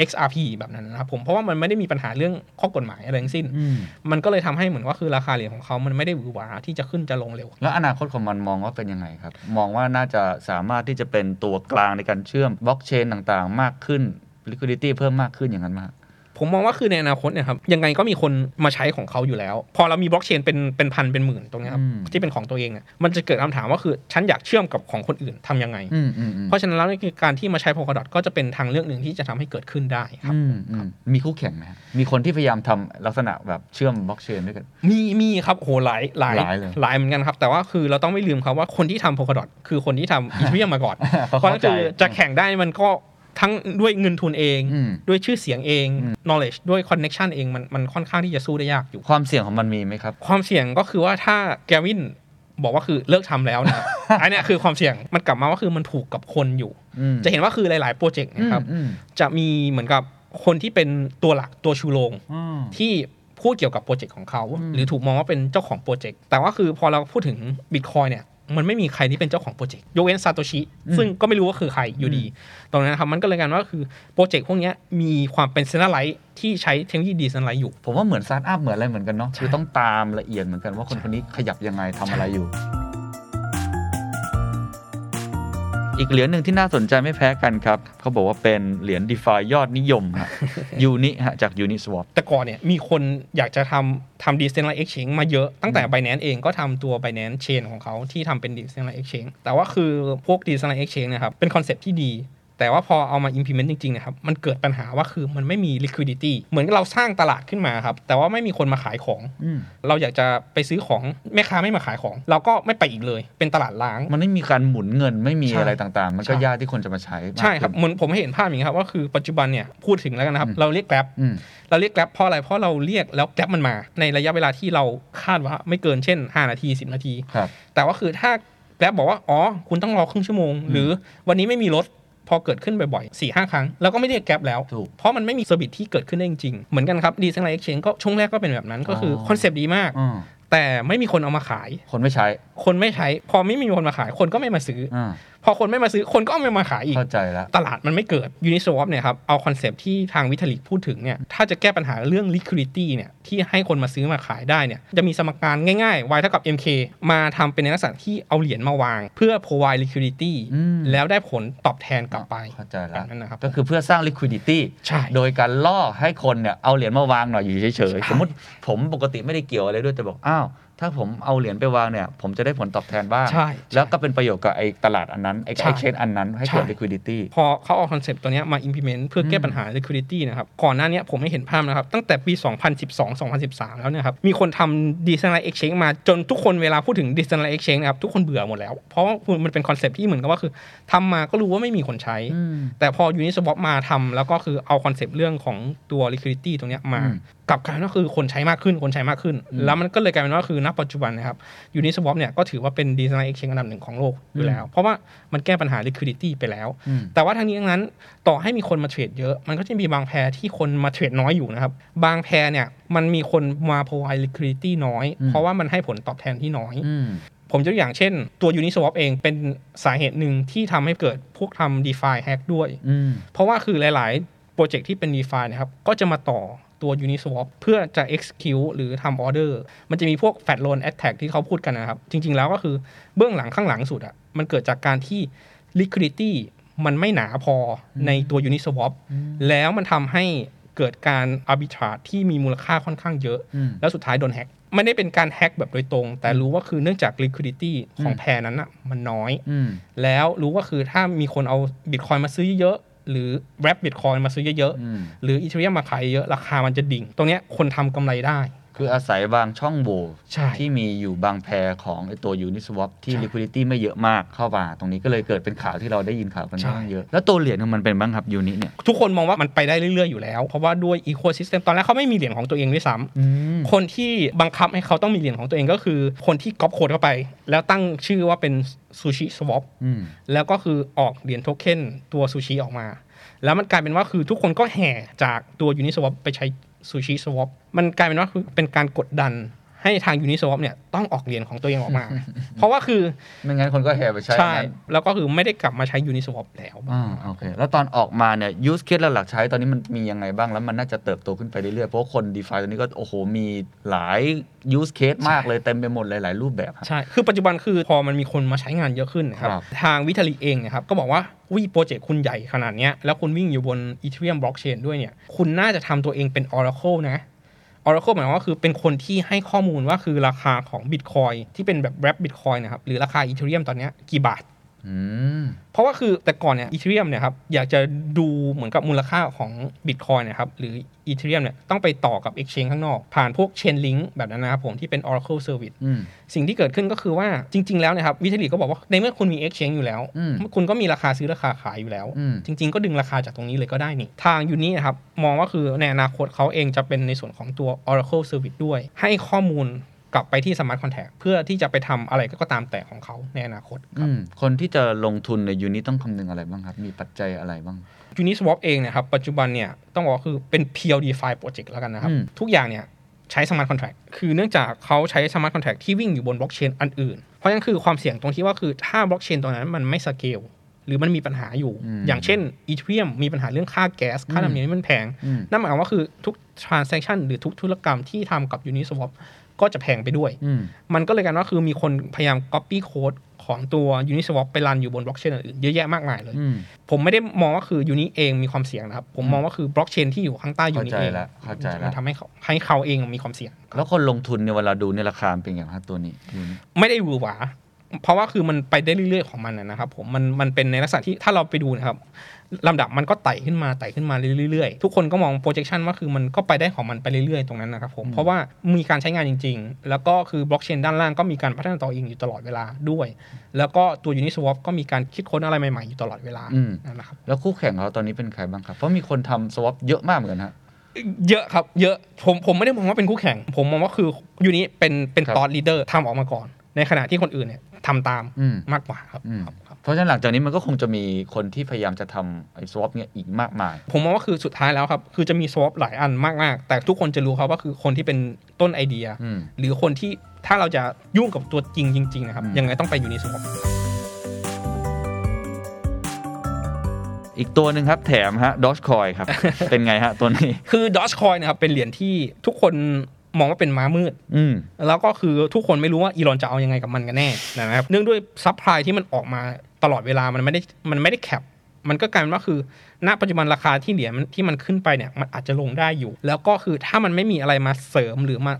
[SPEAKER 5] XRP แบบนั้นนะครับผมเพราะว่ามันไม่ได้มีปัญหาเรื่องข้อกฎหมายอะไรทั้งสิ้น
[SPEAKER 1] อืม
[SPEAKER 5] มันก็เลยทำให้เหมือนว่าคือราคาเหรียญของเขามันไม่ได้หวือหวาที่จะขึ้นจะลงเร็ว
[SPEAKER 1] แล้วอนาคตของมันมองว่าเป็นยังไงครับ มองว่าน่าจะสามารถที่จะเป็นตัวกลางในการเชื่อมบล็อกเชนต่างๆ มากขึ้น liquidity เพิ่มมากขึ้นอย่างนั้นไหมฮะ
[SPEAKER 5] ผมมองว่าคือในอนาคตเนี่ยครับยังไงก็มีคนมาใช้ของเขาอยู่แล้ว พอเรามีบล็อกเชนเป็นเป็นพันเป็นหมื่นตรงเนี้ยครับ
[SPEAKER 1] อืม
[SPEAKER 5] ที่เป็นของตัวเองเนี่ยมันจะเกิดคำถามว่าคือฉันอยากเชื่อมกับของคนอื่นทำยังไง
[SPEAKER 1] อืมอืมอืม
[SPEAKER 5] เพราะฉะนั้นแล้วนี่คือการที่มาใช้ Polkadot ก็จะเป็นทางเลือกหนึ่งที่จะทำให้เกิดขึ้นได้ครับ
[SPEAKER 1] อืมอืมมีคู่แข่งไหมฮะมีคนที่พยายามทำลักษณะแบบเชื่อมบล็อกเชนด้วยกัน
[SPEAKER 5] มีมีครับโหหลายหลาย
[SPEAKER 1] หลายเลย
[SPEAKER 5] หลายเหมือนกันครับ แต่ว่าคือเราต้องไม่ลืมครับว่าคนที่ทำ Polkadot คือคนที่ทำ Ethereum มาก่อน เพราะฉะนั้นคือจะแข่งได้มันก็ทั้งด้วยเงินทุนเอง
[SPEAKER 1] อืม
[SPEAKER 5] ด้วยชื่อเสียงเอง knowledge ด้วย connection เองมันมันค่อนข้างที่จะสู้ได้ยากอยู่
[SPEAKER 1] ความเสี่ยงของมันมีไหมครับ
[SPEAKER 5] ความเสี่ยงก็คือว่าถ้าแกวินบอกว่าคือเลิกทำแล้วนะ อันเนี้ยคือความเสี่ยงมันกลับมาว่าคือมันผูกกับคนอยู่
[SPEAKER 1] อืม
[SPEAKER 5] จะเห็นว่าคือหลาย ๆ โปรเจกต์นะครับ
[SPEAKER 1] อืม
[SPEAKER 5] จะมีเหมือนกับคนที่เป็นตัวหลักตัวชูโรง
[SPEAKER 1] อืม
[SPEAKER 5] ที่พูดเกี่ยวกับโปรเจกต์ของเขา หรือถูกมองว่าเป็นเจ้าของโปรเจกต์แต่ว่าคือพอเราพูดถึงบิตคอยเนี่ยมันไม่มีใครที่เป็นเจ้าของโปรเจกต์ยกเว้นซาโตชิซึ่งก็ไม่รู้ว่าคือใครอยู่ดี ตรงนั้นนะครับมันก็เลยกันว่าคือโปรเจกต์พวกเนี้ยมีความเป็นเซนไลท์ที่ใช้เทคโนโลยีดีเซนไลท์อยู่
[SPEAKER 1] ผมว่าเหมือนสตาร์ทอัพเหมือนอะไรเหมือนกันเนาะคือต้องตามละเอียดเหมือนกันว่าคนคนนี้ขยับยังไงทำอะไรอยู่ อีกเหรียญหนึ่งที่น่าสนใจไม่แพ้กันครับ เขาบอกว่าเป็นเหรียญ d e f ายอดนิยม ฮะ ยูนิฮะจาก Uniswap
[SPEAKER 5] แต่ก่อนเนี่ยมีคนอยากจะทำทำ decentralized exchange มาเยอะตั้งแต่ Binance เองก็ทำตัว Binance chain ของเขาที่ทำเป็น decentralized exchange แต่ว่าคือพวก decentralized exchange เนะครับเป็นคอนเซ็ปต์ที่ดี แต่ว่าพอเอามา implement จริงๆนะครับ มันเกิดปัญหาว่าคือมันไม่มี liquidity เหมือนเราสร้างตลาดขึ้นมาครับ แต่ว่าไม่มีคนมาขายของ
[SPEAKER 1] อืม
[SPEAKER 5] เราอยากจะไปซื้อของแม่ค้าไม่มาขายของ เราก็ไม่ไปอีกเลย เป็นตลาดล้าง
[SPEAKER 1] มันไม่มีการหมุนเงินไม่มี
[SPEAKER 5] ใช่
[SPEAKER 1] อะไรต่างๆ มันก็
[SPEAKER 5] ใช่
[SPEAKER 1] ยากที่คนจะมาใช้มาก
[SPEAKER 5] ใช่ครับ
[SPEAKER 1] ขึ้น
[SPEAKER 5] เหมือนผมเห็นภาพอย่างนี้ครับว่าคือปัจจุบันเนี่ยพูดถึงแล้วกันนะครับ
[SPEAKER 1] อืม
[SPEAKER 5] เราเรียกแกร็บ
[SPEAKER 1] อืม
[SPEAKER 5] เราเรียกแกร็บเพราะอะไรเพราะเราเรียกแล้วแกร็บมันมา ในระยะเวลาที่เราคาดว่าไม่เกินเช่น 5 นาที 10 นาที
[SPEAKER 1] ครับ
[SPEAKER 5] แต่ว่าคือถ้าแกร็บบอกว่าอ๋อคุณต้องรอครึ่งชั่วโมง หรือวันนี้ไม่มีรถพอเกิดขึ้นบ่อยๆ4ี่ห้าครั้งเราก็ไม่เรียกแกร็บแล้ว
[SPEAKER 1] ถูก
[SPEAKER 5] เพราะมันไม่มีเซอร์วิสที่เกิดขึ้นได้จริงๆเหมือนกันครับดีไซน์ไลเอ็กชแนนก็ช่วงแรกก็เป็นแบบนั้นก็คืออ
[SPEAKER 1] อ
[SPEAKER 5] คอนเซปต์ดีมาก
[SPEAKER 1] อ่า
[SPEAKER 5] แต่ไม่มีคนเอามาขาย
[SPEAKER 1] คนไม่ใช้
[SPEAKER 5] คนไม่ใช้พอไม่มีคนมาขาย คนก็ไม่มาซื้ออ
[SPEAKER 1] อ่า
[SPEAKER 5] พอคนไม่มาซื้อคนก็ไม่มาขายอีก
[SPEAKER 1] เข้าใจแล้ว
[SPEAKER 5] ตลาดมันไม่เกิด Uniswap เนี่ยครับ เอาคอนเซปต์ที่ทางวิทาลิกพูดถึงเนี่ย ถ้าจะแก้ปัญหาเรื่อง liquidity เนี่ย ที่ให้คนมาซื้อมาขายได้เนี่ย จะมีสมการง่ายๆ y เท่ากับ mk มาทำเป็นในลักษณะที่เอาเหรียญมาวาง เพื่อ provide liquidity
[SPEAKER 1] อืม
[SPEAKER 5] แล้วได้ผลตอบแทนกลับไป
[SPEAKER 1] เข้าใจแล้ว
[SPEAKER 5] แบบนั้นนะครับ
[SPEAKER 1] ก็คือเพื่อสร้าง liquidity
[SPEAKER 5] ใช่
[SPEAKER 1] โดยการล่อให้คนเนี่ยเอาเหรียญมาวางหน่อยอยู่เฉย
[SPEAKER 5] ใช่
[SPEAKER 1] ๆ สมมติผมปกติไม่ได้เกี่ยวอะไรด้วยแต่บอก อ้าว ถ้าผมเอาเหรียญไปวางเนี่ย ผมจะได้ผลตอบแทนบ้าง
[SPEAKER 5] ใช่
[SPEAKER 1] แล้ว
[SPEAKER 5] ใช่
[SPEAKER 1] ก็เป็นประโยชน์กับไอ้ตลาดอันนั้น ไอ้
[SPEAKER 5] ใช่
[SPEAKER 1] exchange อันนั้นให้เกิด
[SPEAKER 5] ใช่
[SPEAKER 1] liquidity
[SPEAKER 5] พอเขาเอาคอนเซปต์ตัวเนี้ยมา implement เพื่อแก้ปัญหา liquidity นะครับ ก่อนหน้าเนี้ยผมให้เห็นภาพนะครับ ตั้งแต่ปี 2012-2013 แล้วเนี่ยครับ มีคนทำ decentralized exchange มาจนทุกคนเวลาพูดถึง decentralized exchange นะครับ ทุกคนเบื่อหมดแล้ว เพราะว่ามันเป็นคอนเซปต์ที่เหมือนกับว่าคือทำมาก็รู้ว่าไม่มีคนใช้ แต่พอ Uniswap มาทำแล้วก็คือเอาคอนเซปต์เรื่องของตัว liquidity ตรงเนี้ยมา
[SPEAKER 1] อืม
[SPEAKER 5] กลับกลายเป็นว่าคือคนใช้มากขึ้นคนใช้มากขึ้น
[SPEAKER 1] อืม
[SPEAKER 5] แล้วมันก็เลยกลายเป็นว่าคือณปัจจุบันนะครับ Uniswap เนี่ยก็ถือว่าเป็น decentralized exchange อันดับหนึ่งของโลกอยู่แล้ว เพราะว่ามันแก้ปัญหา liquidity ไปแล้ว
[SPEAKER 1] อืม
[SPEAKER 5] แต่ว่าทั้งนี้ทั้งนั้นต่อให้มีคนมาเทรดเยอะ มันก็จะมีบางแพรที่คนมาเทรดน้อยอยู่นะครับ บางแพรเนี่ยมันมีคนมา provide liquidity น้อย
[SPEAKER 1] อืม
[SPEAKER 5] เพราะว่ามันให้ผลตอบแทนที่น้อย
[SPEAKER 1] อืม
[SPEAKER 5] ผมยกตัวอย่างเช่น ตัว Uniswap เองเป็นสาเหตุหนึ่งที่ทำให้เกิดพวกทำ DeFi hack ด้วย
[SPEAKER 1] อืม
[SPEAKER 5] เพราะว่าคือหลาย ๆ โปรเจกต์ที่เป็น DeFi นะครับ ก็จะมาต่อตัว Uniswap เพื่อจะ execute หรือทำ order มันจะมีพวก fat loan attack ที่เขาพูดกันนะครับ จริง ๆ แล้วก็คือเบื้องหลังข้างหลังสุดอะมันเกิดจากการที่ liquidity มันไม่หนาพอในตัว Uniswap แล้วมันทำให้เกิดการ arbitrage ที่มีมูลค่าค่อนข้างเยอะ
[SPEAKER 1] อืม
[SPEAKER 5] แล้วสุดท้ายโดนแฮกไม่ได้เป็นการแฮกแบบโดยตรง แต่รู้ว่าคือเนื่องจาก liquidity ของแพรนั้นอะมันน้อย
[SPEAKER 1] อืม
[SPEAKER 5] แล้วรู้ว่าคือถ้ามีคนเอาบิตคอยมาซื้อเยอะๆหรือแรปบิตคอยมาซื้อเยอะ
[SPEAKER 1] อืม
[SPEAKER 5] ๆหรืออีเทเรียมมาขายเยอะราคามันจะดิ่ง ตรงเนี้ยคนทำกำไรได้
[SPEAKER 1] คืออาศัยบางช่องโหว่
[SPEAKER 5] ใช่
[SPEAKER 1] ที่มีอยู่บางแพรของไอ้ตัว Uniswap ที่
[SPEAKER 5] ใช่
[SPEAKER 1] liquidity ไม่เยอะมากเข้ามาตรงนี้ก็เลยเกิดเป็นข่าวที่เราได้ยินข่าวกัน
[SPEAKER 5] ใช่
[SPEAKER 1] บ้างเยอะ แล้วตัวเหรียญของมันเป็นบ้างครับยูนิเนี่ย
[SPEAKER 5] ทุกคนมองว่ามันไปได้เรื่อย ๆ อยู่แล้ว เพราะว่าด้วยอีโคซิสเต็มตอนแรกเขาไม่มีเหรียญของตัวเองด้วยซ้ำคนที่บังคับให้เขาต้องมีเหรียญของตัวเองก็คือ คนที่ก๊อปโคดเข้าไป แล้วตั้งชื่อว่าเป็นซูชิสวอป
[SPEAKER 1] อืม
[SPEAKER 5] แล้วก็คือออกเหรียญโทเค็นตัวซูชิออกมา แล้วมันกลายเป็นว่าคือทุกคนก็แห่จากตัวยูนิสวอปไปใช้ซูชิสวอปมันกลายเป็นว่าคือเป็นการกดดันให้ทางยูนิสวอปเนี่ยต้องออกเหรียญของตัวเอง ออกมา เพราะว่าคือ
[SPEAKER 1] ไม่งั้นคนก็แห่ไปใช้อัน
[SPEAKER 5] ใช่
[SPEAKER 1] นั้น
[SPEAKER 5] แล้วก็คือไม่ได้กลับมาใช้ยูนิสวอปแล้ว
[SPEAKER 1] อ่าโอเค แล้วตอนออกมาเนี่ยยูสเคสหลักๆใช้ตอนนี้มันมียังไงบ้าง แล้วมันน่าจะเติบโตขึ้นไปเรื่อยๆ เพราะว่าคนดีฟาตอนนี้ก็ โอ้โห มีหลายยูสเคสมากเลย เต็มไปหมดหลายๆ รูปแบบครับ
[SPEAKER 5] ใช่ คือปัจจุบันคือพอมันมีคนมาใช้งานเยอะขึ้นนะครับ
[SPEAKER 1] ครับ
[SPEAKER 5] ทางวิทาลิกเองเนะครับ ก็บอกว่าวิโปรเจกต์คุณใหญ่ขนาดเนี้ย แล้วคุณวิ่งอยู่บนอีเทเรียมบล็อกเชนด้วยเนี่ย คุณน่าจะทำตัวเองเป็น Oracle นะ Oracle หมายความว่าคือเป็นคนที่ให้ข้อมูลว่าคือราคาของ Bitcoin ที่เป็นแบบแรป Bitcoin นะครับ หรือราคาอีเทเรียมตอนเนี้ยกี่บาท
[SPEAKER 1] อืม
[SPEAKER 5] เพราะว่าคือแต่ก่อนเนี่ยอีเทเรียมเนี่ยครับอยากจะดูเหมือนกับมูลค่าของบิตคอยนะครับหรืออีเทเรียมเนี่ยต้องไปต่อกับ Exchange ข้างนอก ผ่านพวก Chain Link แบบนั้นนะครับผมที่เป็น Oracle Service
[SPEAKER 1] อืม
[SPEAKER 5] สิ่งที่เกิดขึ้นก็คือว่าจริง ๆ แล้วนะครับวิทลิกก็บอกว่า ในเมื่อคุณมี Exchange อยู่แล้ว
[SPEAKER 1] อืม
[SPEAKER 5] คุณก็มีราคาซื้อราคาขายอยู่แล้ว
[SPEAKER 1] อืม
[SPEAKER 5] จริง ๆ ก็ดึงราคาจากตรงนี้เลยก็ได้นี่ ทางยูนี้นะครับ มองว่าคือในอนาคตเขาเองจะเป็นในส่วนของตัว Oracle Service ด้วย ให้ข้อมูลกลับไปที่ Smart Contract เพื่อที่จะไปทำอะไรก็ตามแต่ของเขาในอนาคตครับ
[SPEAKER 1] อืม คนที่จะลงทุนในยูนิต้องคำนึงอะไรบ้างครับ มีปัจจัยอะไรบ้าง
[SPEAKER 5] u n i s w a p เองเนะครับ ปัจจุบันเนี่ยต้องบอกว่าคือเป็น pure DeFi project แล้วกันนะครับ
[SPEAKER 1] อืม
[SPEAKER 5] ทุกอย่างเนี่ยใช้ smart contract คือเนื่องจากเขาใช้ smart contract ที่วิ่งอยู่บนบล็อกเชนอันอื่น เพราะฉะนั้นคือความเสี่ยงตรงที่ว่าคือถ้าบล็อกเชนตัวนั้นมันไม่สเกลหรือมันมีปัญหาอยู่ อย่างเช่นอีเทเรียมมีปัญหาเรื่องค่าแก๊ส ค่าธรรมเนียมที่มันแพง นั่นหมายความว่าคือทุก transaction หรือทุกธุรกรรมที่ทำกับ Uniswap ก็จะแพงไปด้วย
[SPEAKER 1] อืม
[SPEAKER 5] มันก็เลยกันว่าคือมีคนพยายาม copy code ของตัว Uniswap ไปรันอยู่บนบล็อกเชนอื่นๆเยอะแยะมากมายเลย
[SPEAKER 1] อืม
[SPEAKER 5] ผมไม่ได้มองว่าคือยูนิเองมีความเสี่ยงนะครับ ผมมองว่าคือบล็อกเชนที่อยู่ข้างใต้ยูนิ
[SPEAKER 1] เข้าใจ
[SPEAKER 5] เอง
[SPEAKER 1] แล้วเข้าใจแล้ว
[SPEAKER 5] มันทำให้เขาให้เขาเองมีความเสี่ยง
[SPEAKER 1] แล้วคนลงทุนในยเวลาดูในยราคาเป็นไงครับตัวนี้ Uni
[SPEAKER 5] ไม่ได้หวือหวา เพราะว่าคือมันไปได้เรื่อยๆของมันนะนะครับผมมันมันเป็นในลักษณะที่ถ้าเราไปดูนะครับลำดับมันก็ไต่ขึ้นมาไต่ขึ้นมาเรื่อยๆ ทุกคนก็มอง projection ว่าคือมันก็ไปได้ของมันไปเรื่อยๆ ตรงนั้นนะครับผมเพราะว่ามีการใช้งานจริง ๆ แล้วก็คือบล็อกเชนด้านล่างก็มีการพัฒนาต่อเองอยู่ตลอดเวลาด้วย แล้วก็ตัว Uniswap ก็มีการคิดค้นอะไรใหม่ๆอยู่ตลอดเวลา
[SPEAKER 1] อืม
[SPEAKER 5] นะครับ
[SPEAKER 1] แล้วคู่แข่งเราตอนนี้เป็นใครบ้างครับ เพราะมีคนทำสวอปเยอะมากเหมือนกันฮะ
[SPEAKER 5] เยอะครับ เยอะผมผมไม่ได้มองว่าเป็นคู่แข่ง ผมมองว่าคือยูนี้เป็นเป็น
[SPEAKER 1] ครับ
[SPEAKER 5] ตอนลีดเดอร์ทำออกมาก่อน ในขณะที่คนอื่นเนี่ยทำตาม
[SPEAKER 1] อืม
[SPEAKER 5] มากกว่าครับ
[SPEAKER 1] อืม
[SPEAKER 5] ครับครับ
[SPEAKER 1] เพราะฉะนั้นหลังจากนี้มันก็คงจะมีคนที่พยายามจะทำไอ้สวอปเนี่ยอีกมากมาย
[SPEAKER 5] ผมมองว่าคือสุดท้ายแล้วครับ คือจะมีสวอปหลายอันมาก ๆ แต่ทุกคนจะรู้ครับว่าคือคนที่เป็นต้นไอเดีย
[SPEAKER 1] อืม
[SPEAKER 5] หรือคนที่ถ้าเราจะยุ่งกับตัวจริงจริง ๆ นะครับ
[SPEAKER 1] อืม
[SPEAKER 5] ยังไงต้องไปอยู่ในสวอป
[SPEAKER 1] อีกตัวหนึ่งครับแถมฮะดอชคอยครับ เป็นไงฮะตัวนี้
[SPEAKER 5] คือดอ g คอยนะครับเป็นเหรียญที่ทุกคนมองว่าเป็นม้ามืด
[SPEAKER 1] อืม
[SPEAKER 5] แล้วก็คือทุกคนไม่รู้ว่าอีลอนจะเอายังไงกับมันกันแน่นะครับเนื่องด้วยซัพพลายที่มันออกมาตลอดเวลามันไม่ได้มันไม่ได้แคปมันก็กลายเป็นว่าคือ ณปัจจุบันราคาที่เหรียญมันที่มันขึ้นไปเนี่ยมันอาจจะลงได้อยู่ แล้วก็คือถ้ามันไม่มีอะไรมาเสริมหรือมา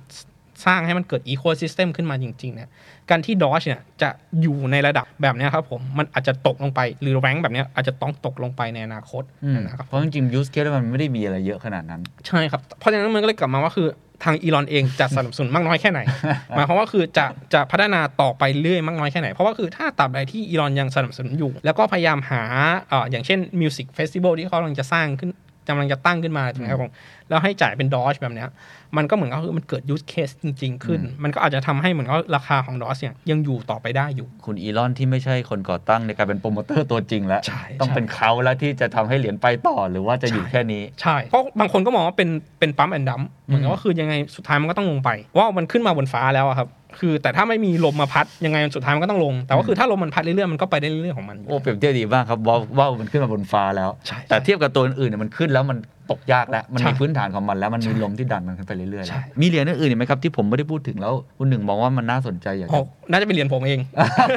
[SPEAKER 5] สร้างให้มันเกิดอีโคซิสเต็มขึ้นมาจริงๆเนี่ยการที่ดอชเนี่ยจะอยู่ในระดับแบบเนี้ยครับผมมันอาจจะตกลงไปหรือแรงแบบเนี้ยอาจจะต้องตกลงไปในอนาคต
[SPEAKER 1] อืม
[SPEAKER 5] นะครับ
[SPEAKER 1] เพราะจริงๆยูสเคสมันไม่ได้มีอะไรเยอะขนาดนั้น
[SPEAKER 5] ใช่ครับ เพราะฉะนั้นมันก็เลยกลับมาว่าคือทางอีลอนเองจะสนับสนุนมากน้อยแค่ไหน หมายความว่าคือจะจะพัฒนาต่อไปเรื่อยมากน้อยแค่ไหน เพราะว่าคือถ้าตราบใดที่อีลอนยังสนับสนุนอยู่ แล้วก็พยายามหาเอ่ออย่างเช่นมิวสิกเฟสติวัลที่เขากำลังจะสร้างขึ้นกำลังจะตั้งขึ้นมาถูกไหมครับผมแล้วให้จ่ายเป็นดอชแบบเนี้ยมันก็เหมือนกับคือมันเกิดยูสเคสจริง ๆ ขึ้น มันก็อาจจะทำให้เหมือนกับราคาของดอชเนี่ยยังอยู่ต่อไปได้อยู่
[SPEAKER 1] คุณอีลอนที่ไม่ใช่คนก่อตั้งในการเป็นโปรโมเตอร์ตัวจริงแล้ว
[SPEAKER 5] ใช่
[SPEAKER 1] ต้อง
[SPEAKER 5] ใช่
[SPEAKER 1] เป็นเขาแล้วที่จะทำให้เหรียญไปต่อหรือว่าจะอยู่แค่นี้
[SPEAKER 5] ใช่ เพราะบางคนก็มองว่าเป็นเป็นปั๊มแอนดัมเหมือนกับว่าคือยังไงสุดท้ายมันก็ต้องลงไป ว่ามันขึ้นมาบนฟ้าแล้วอะครับ คือแต่ถ้าไม่มีลมมาพัดยังไงสุดท้ายมันก็ต้องลง แต่ว่าคือถ้าลมมันพัดเรื่อยๆมันก็ไปได้เรื่อยๆของมันอยู่
[SPEAKER 1] โอ้เปรียบเทียบดีมากครับว่าวว่าวมันขึ้นมาบนฟ้าแล้ว
[SPEAKER 5] ใช่ใช่
[SPEAKER 1] แต่เทียบกับตัวอื่นๆเนี่ยมันขึ้นแล้วมันตกยากแล้ว มัน
[SPEAKER 5] ใช่
[SPEAKER 1] มีพื้นฐานของมันแล้วมันมีลมที่ดันมันขึ้นไปเรื่อยๆ
[SPEAKER 5] ใช่
[SPEAKER 1] แล้วมีเหรียญอื่นๆอีกไหมครับที่ผมไม่ได้พูดถึงแล้วคุณหนึ่งมองว่ามันน่าสนใจอย่าง
[SPEAKER 5] โอ้น่าจะเป็นเหรียญผมเอง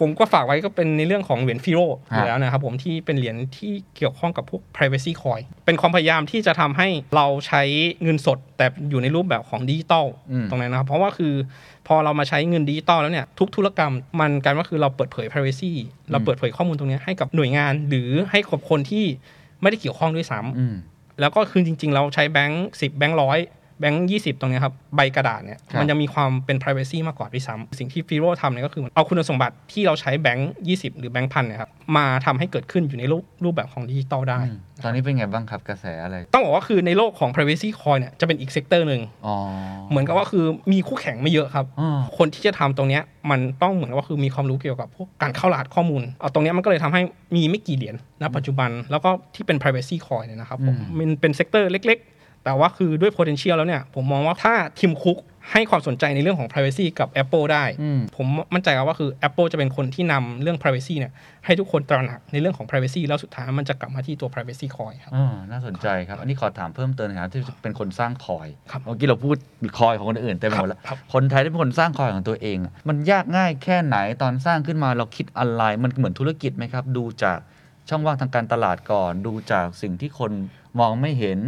[SPEAKER 5] ผมก็ฝากไว้ก็เป็นในเรื่องของเหรียญฟิโรอ
[SPEAKER 1] ฮะ
[SPEAKER 5] ยู่แล้วนะครับผมที่เป็นเหรียญที่เกี่ยวข้องกับพวก privacy coin เป็นความพยายามที่จะทำให้เราใช้เงินสด แต่อยู่ในรูปแบบของดิจิตอลตรงนั้นนะครับ เพราะว่าคือพอเรามาใช้เงินดิจิตอลแล้วเนี่ยทุกธุรกรรมมันกลายว่าคือเราเปิดเผย privacy เราเปิดเผยข้อมูลตรงเนี้ยให้กับหน่วยงาน หรือให้กับคนที่ไม่ได้เกี่ยวข้องด้วยซ้ำ
[SPEAKER 1] อืม
[SPEAKER 5] แล้วก็คือจริง ๆ เราใช้แบงค์สิบแบงค์ร้อยแบงค์ยี่สิบตรงเนี้ยครับ ใบกระดาษเนี่ย
[SPEAKER 1] ครับ
[SPEAKER 5] มันจะมีความเป็น p r i เวซีมากกว่าด้วยซ้ำสิ่งที่ฟีโรทำเนี่ยก็คือเอาคุณสมบัติที่เราใช้แบงค์ยี่สิบหรือแบงค์พันเนี่ยครับมาทำให้เกิดขึ้นอยู่ในรูปรูปแบบของดิจิตอลได้
[SPEAKER 1] อืมตอนนี้เป็นไงบ้างครับกระแสอะไร
[SPEAKER 5] ต้องบอกว่าคือในโลกของ p r i เวซีคอยเนี่ยจะเป็นอีกเซกเตอร์หนึ่ง
[SPEAKER 1] อ๋อ
[SPEAKER 5] เหมือนกับว่าคือมีคู่แข่งไม่เยอะครับ
[SPEAKER 1] อ่า
[SPEAKER 5] คนที่จะทำตรงเนี้ยมันต้องเหมือนกับว่าคือมีความรู้เกี่ยวกับพวกการเข้ารหัสข้อมูล เอาตรงเนี้ยมันก็เลยทำให้มีไม่กี่เหรียญณปัจจุบัน แล้วก็ที่เป็น privacy coin เนี่ยนะครับผมมันเป็นเซกเตอร์เล็กๆ แต่ว่าคือด้วย potential แล้วเนี่ย ผมมองว่าถ้าทีมคุกให้ความสนใจในเรื่องของ privacy กับ Apple ได้ ผมมั่นใจครับว่าคือ Apple จะเป็นคนที่นำเรื่อง privacy เนี่ยให้ทุกคนตระหนักในเรื่องของ privacy แล้วสุดท้ายมันจะกลับมาที่ตัว privacy coin ครับ
[SPEAKER 1] อ่าน่าสนใจครับ อันนี้ขอถามเพิ่มเติมหนะครับที่เป็นคนสร้างคอย
[SPEAKER 5] ครับ
[SPEAKER 1] เมื่อกี้เราพูดคอยของคนอื่นเต็มไปหมดแล้ว
[SPEAKER 5] ครับ
[SPEAKER 1] คนไทยที่เป็นคนสร้างคอยของตัวเองอะมันยากง่ายแค่ไหนตอนสร้างขึ้นมาเราคิดอะไร มันเหมือนธุรกิจไหมครับ ดูจากช่องว่างทางการตลาดก่อน ดูจากสิ่งที่คนมองไม่เห็น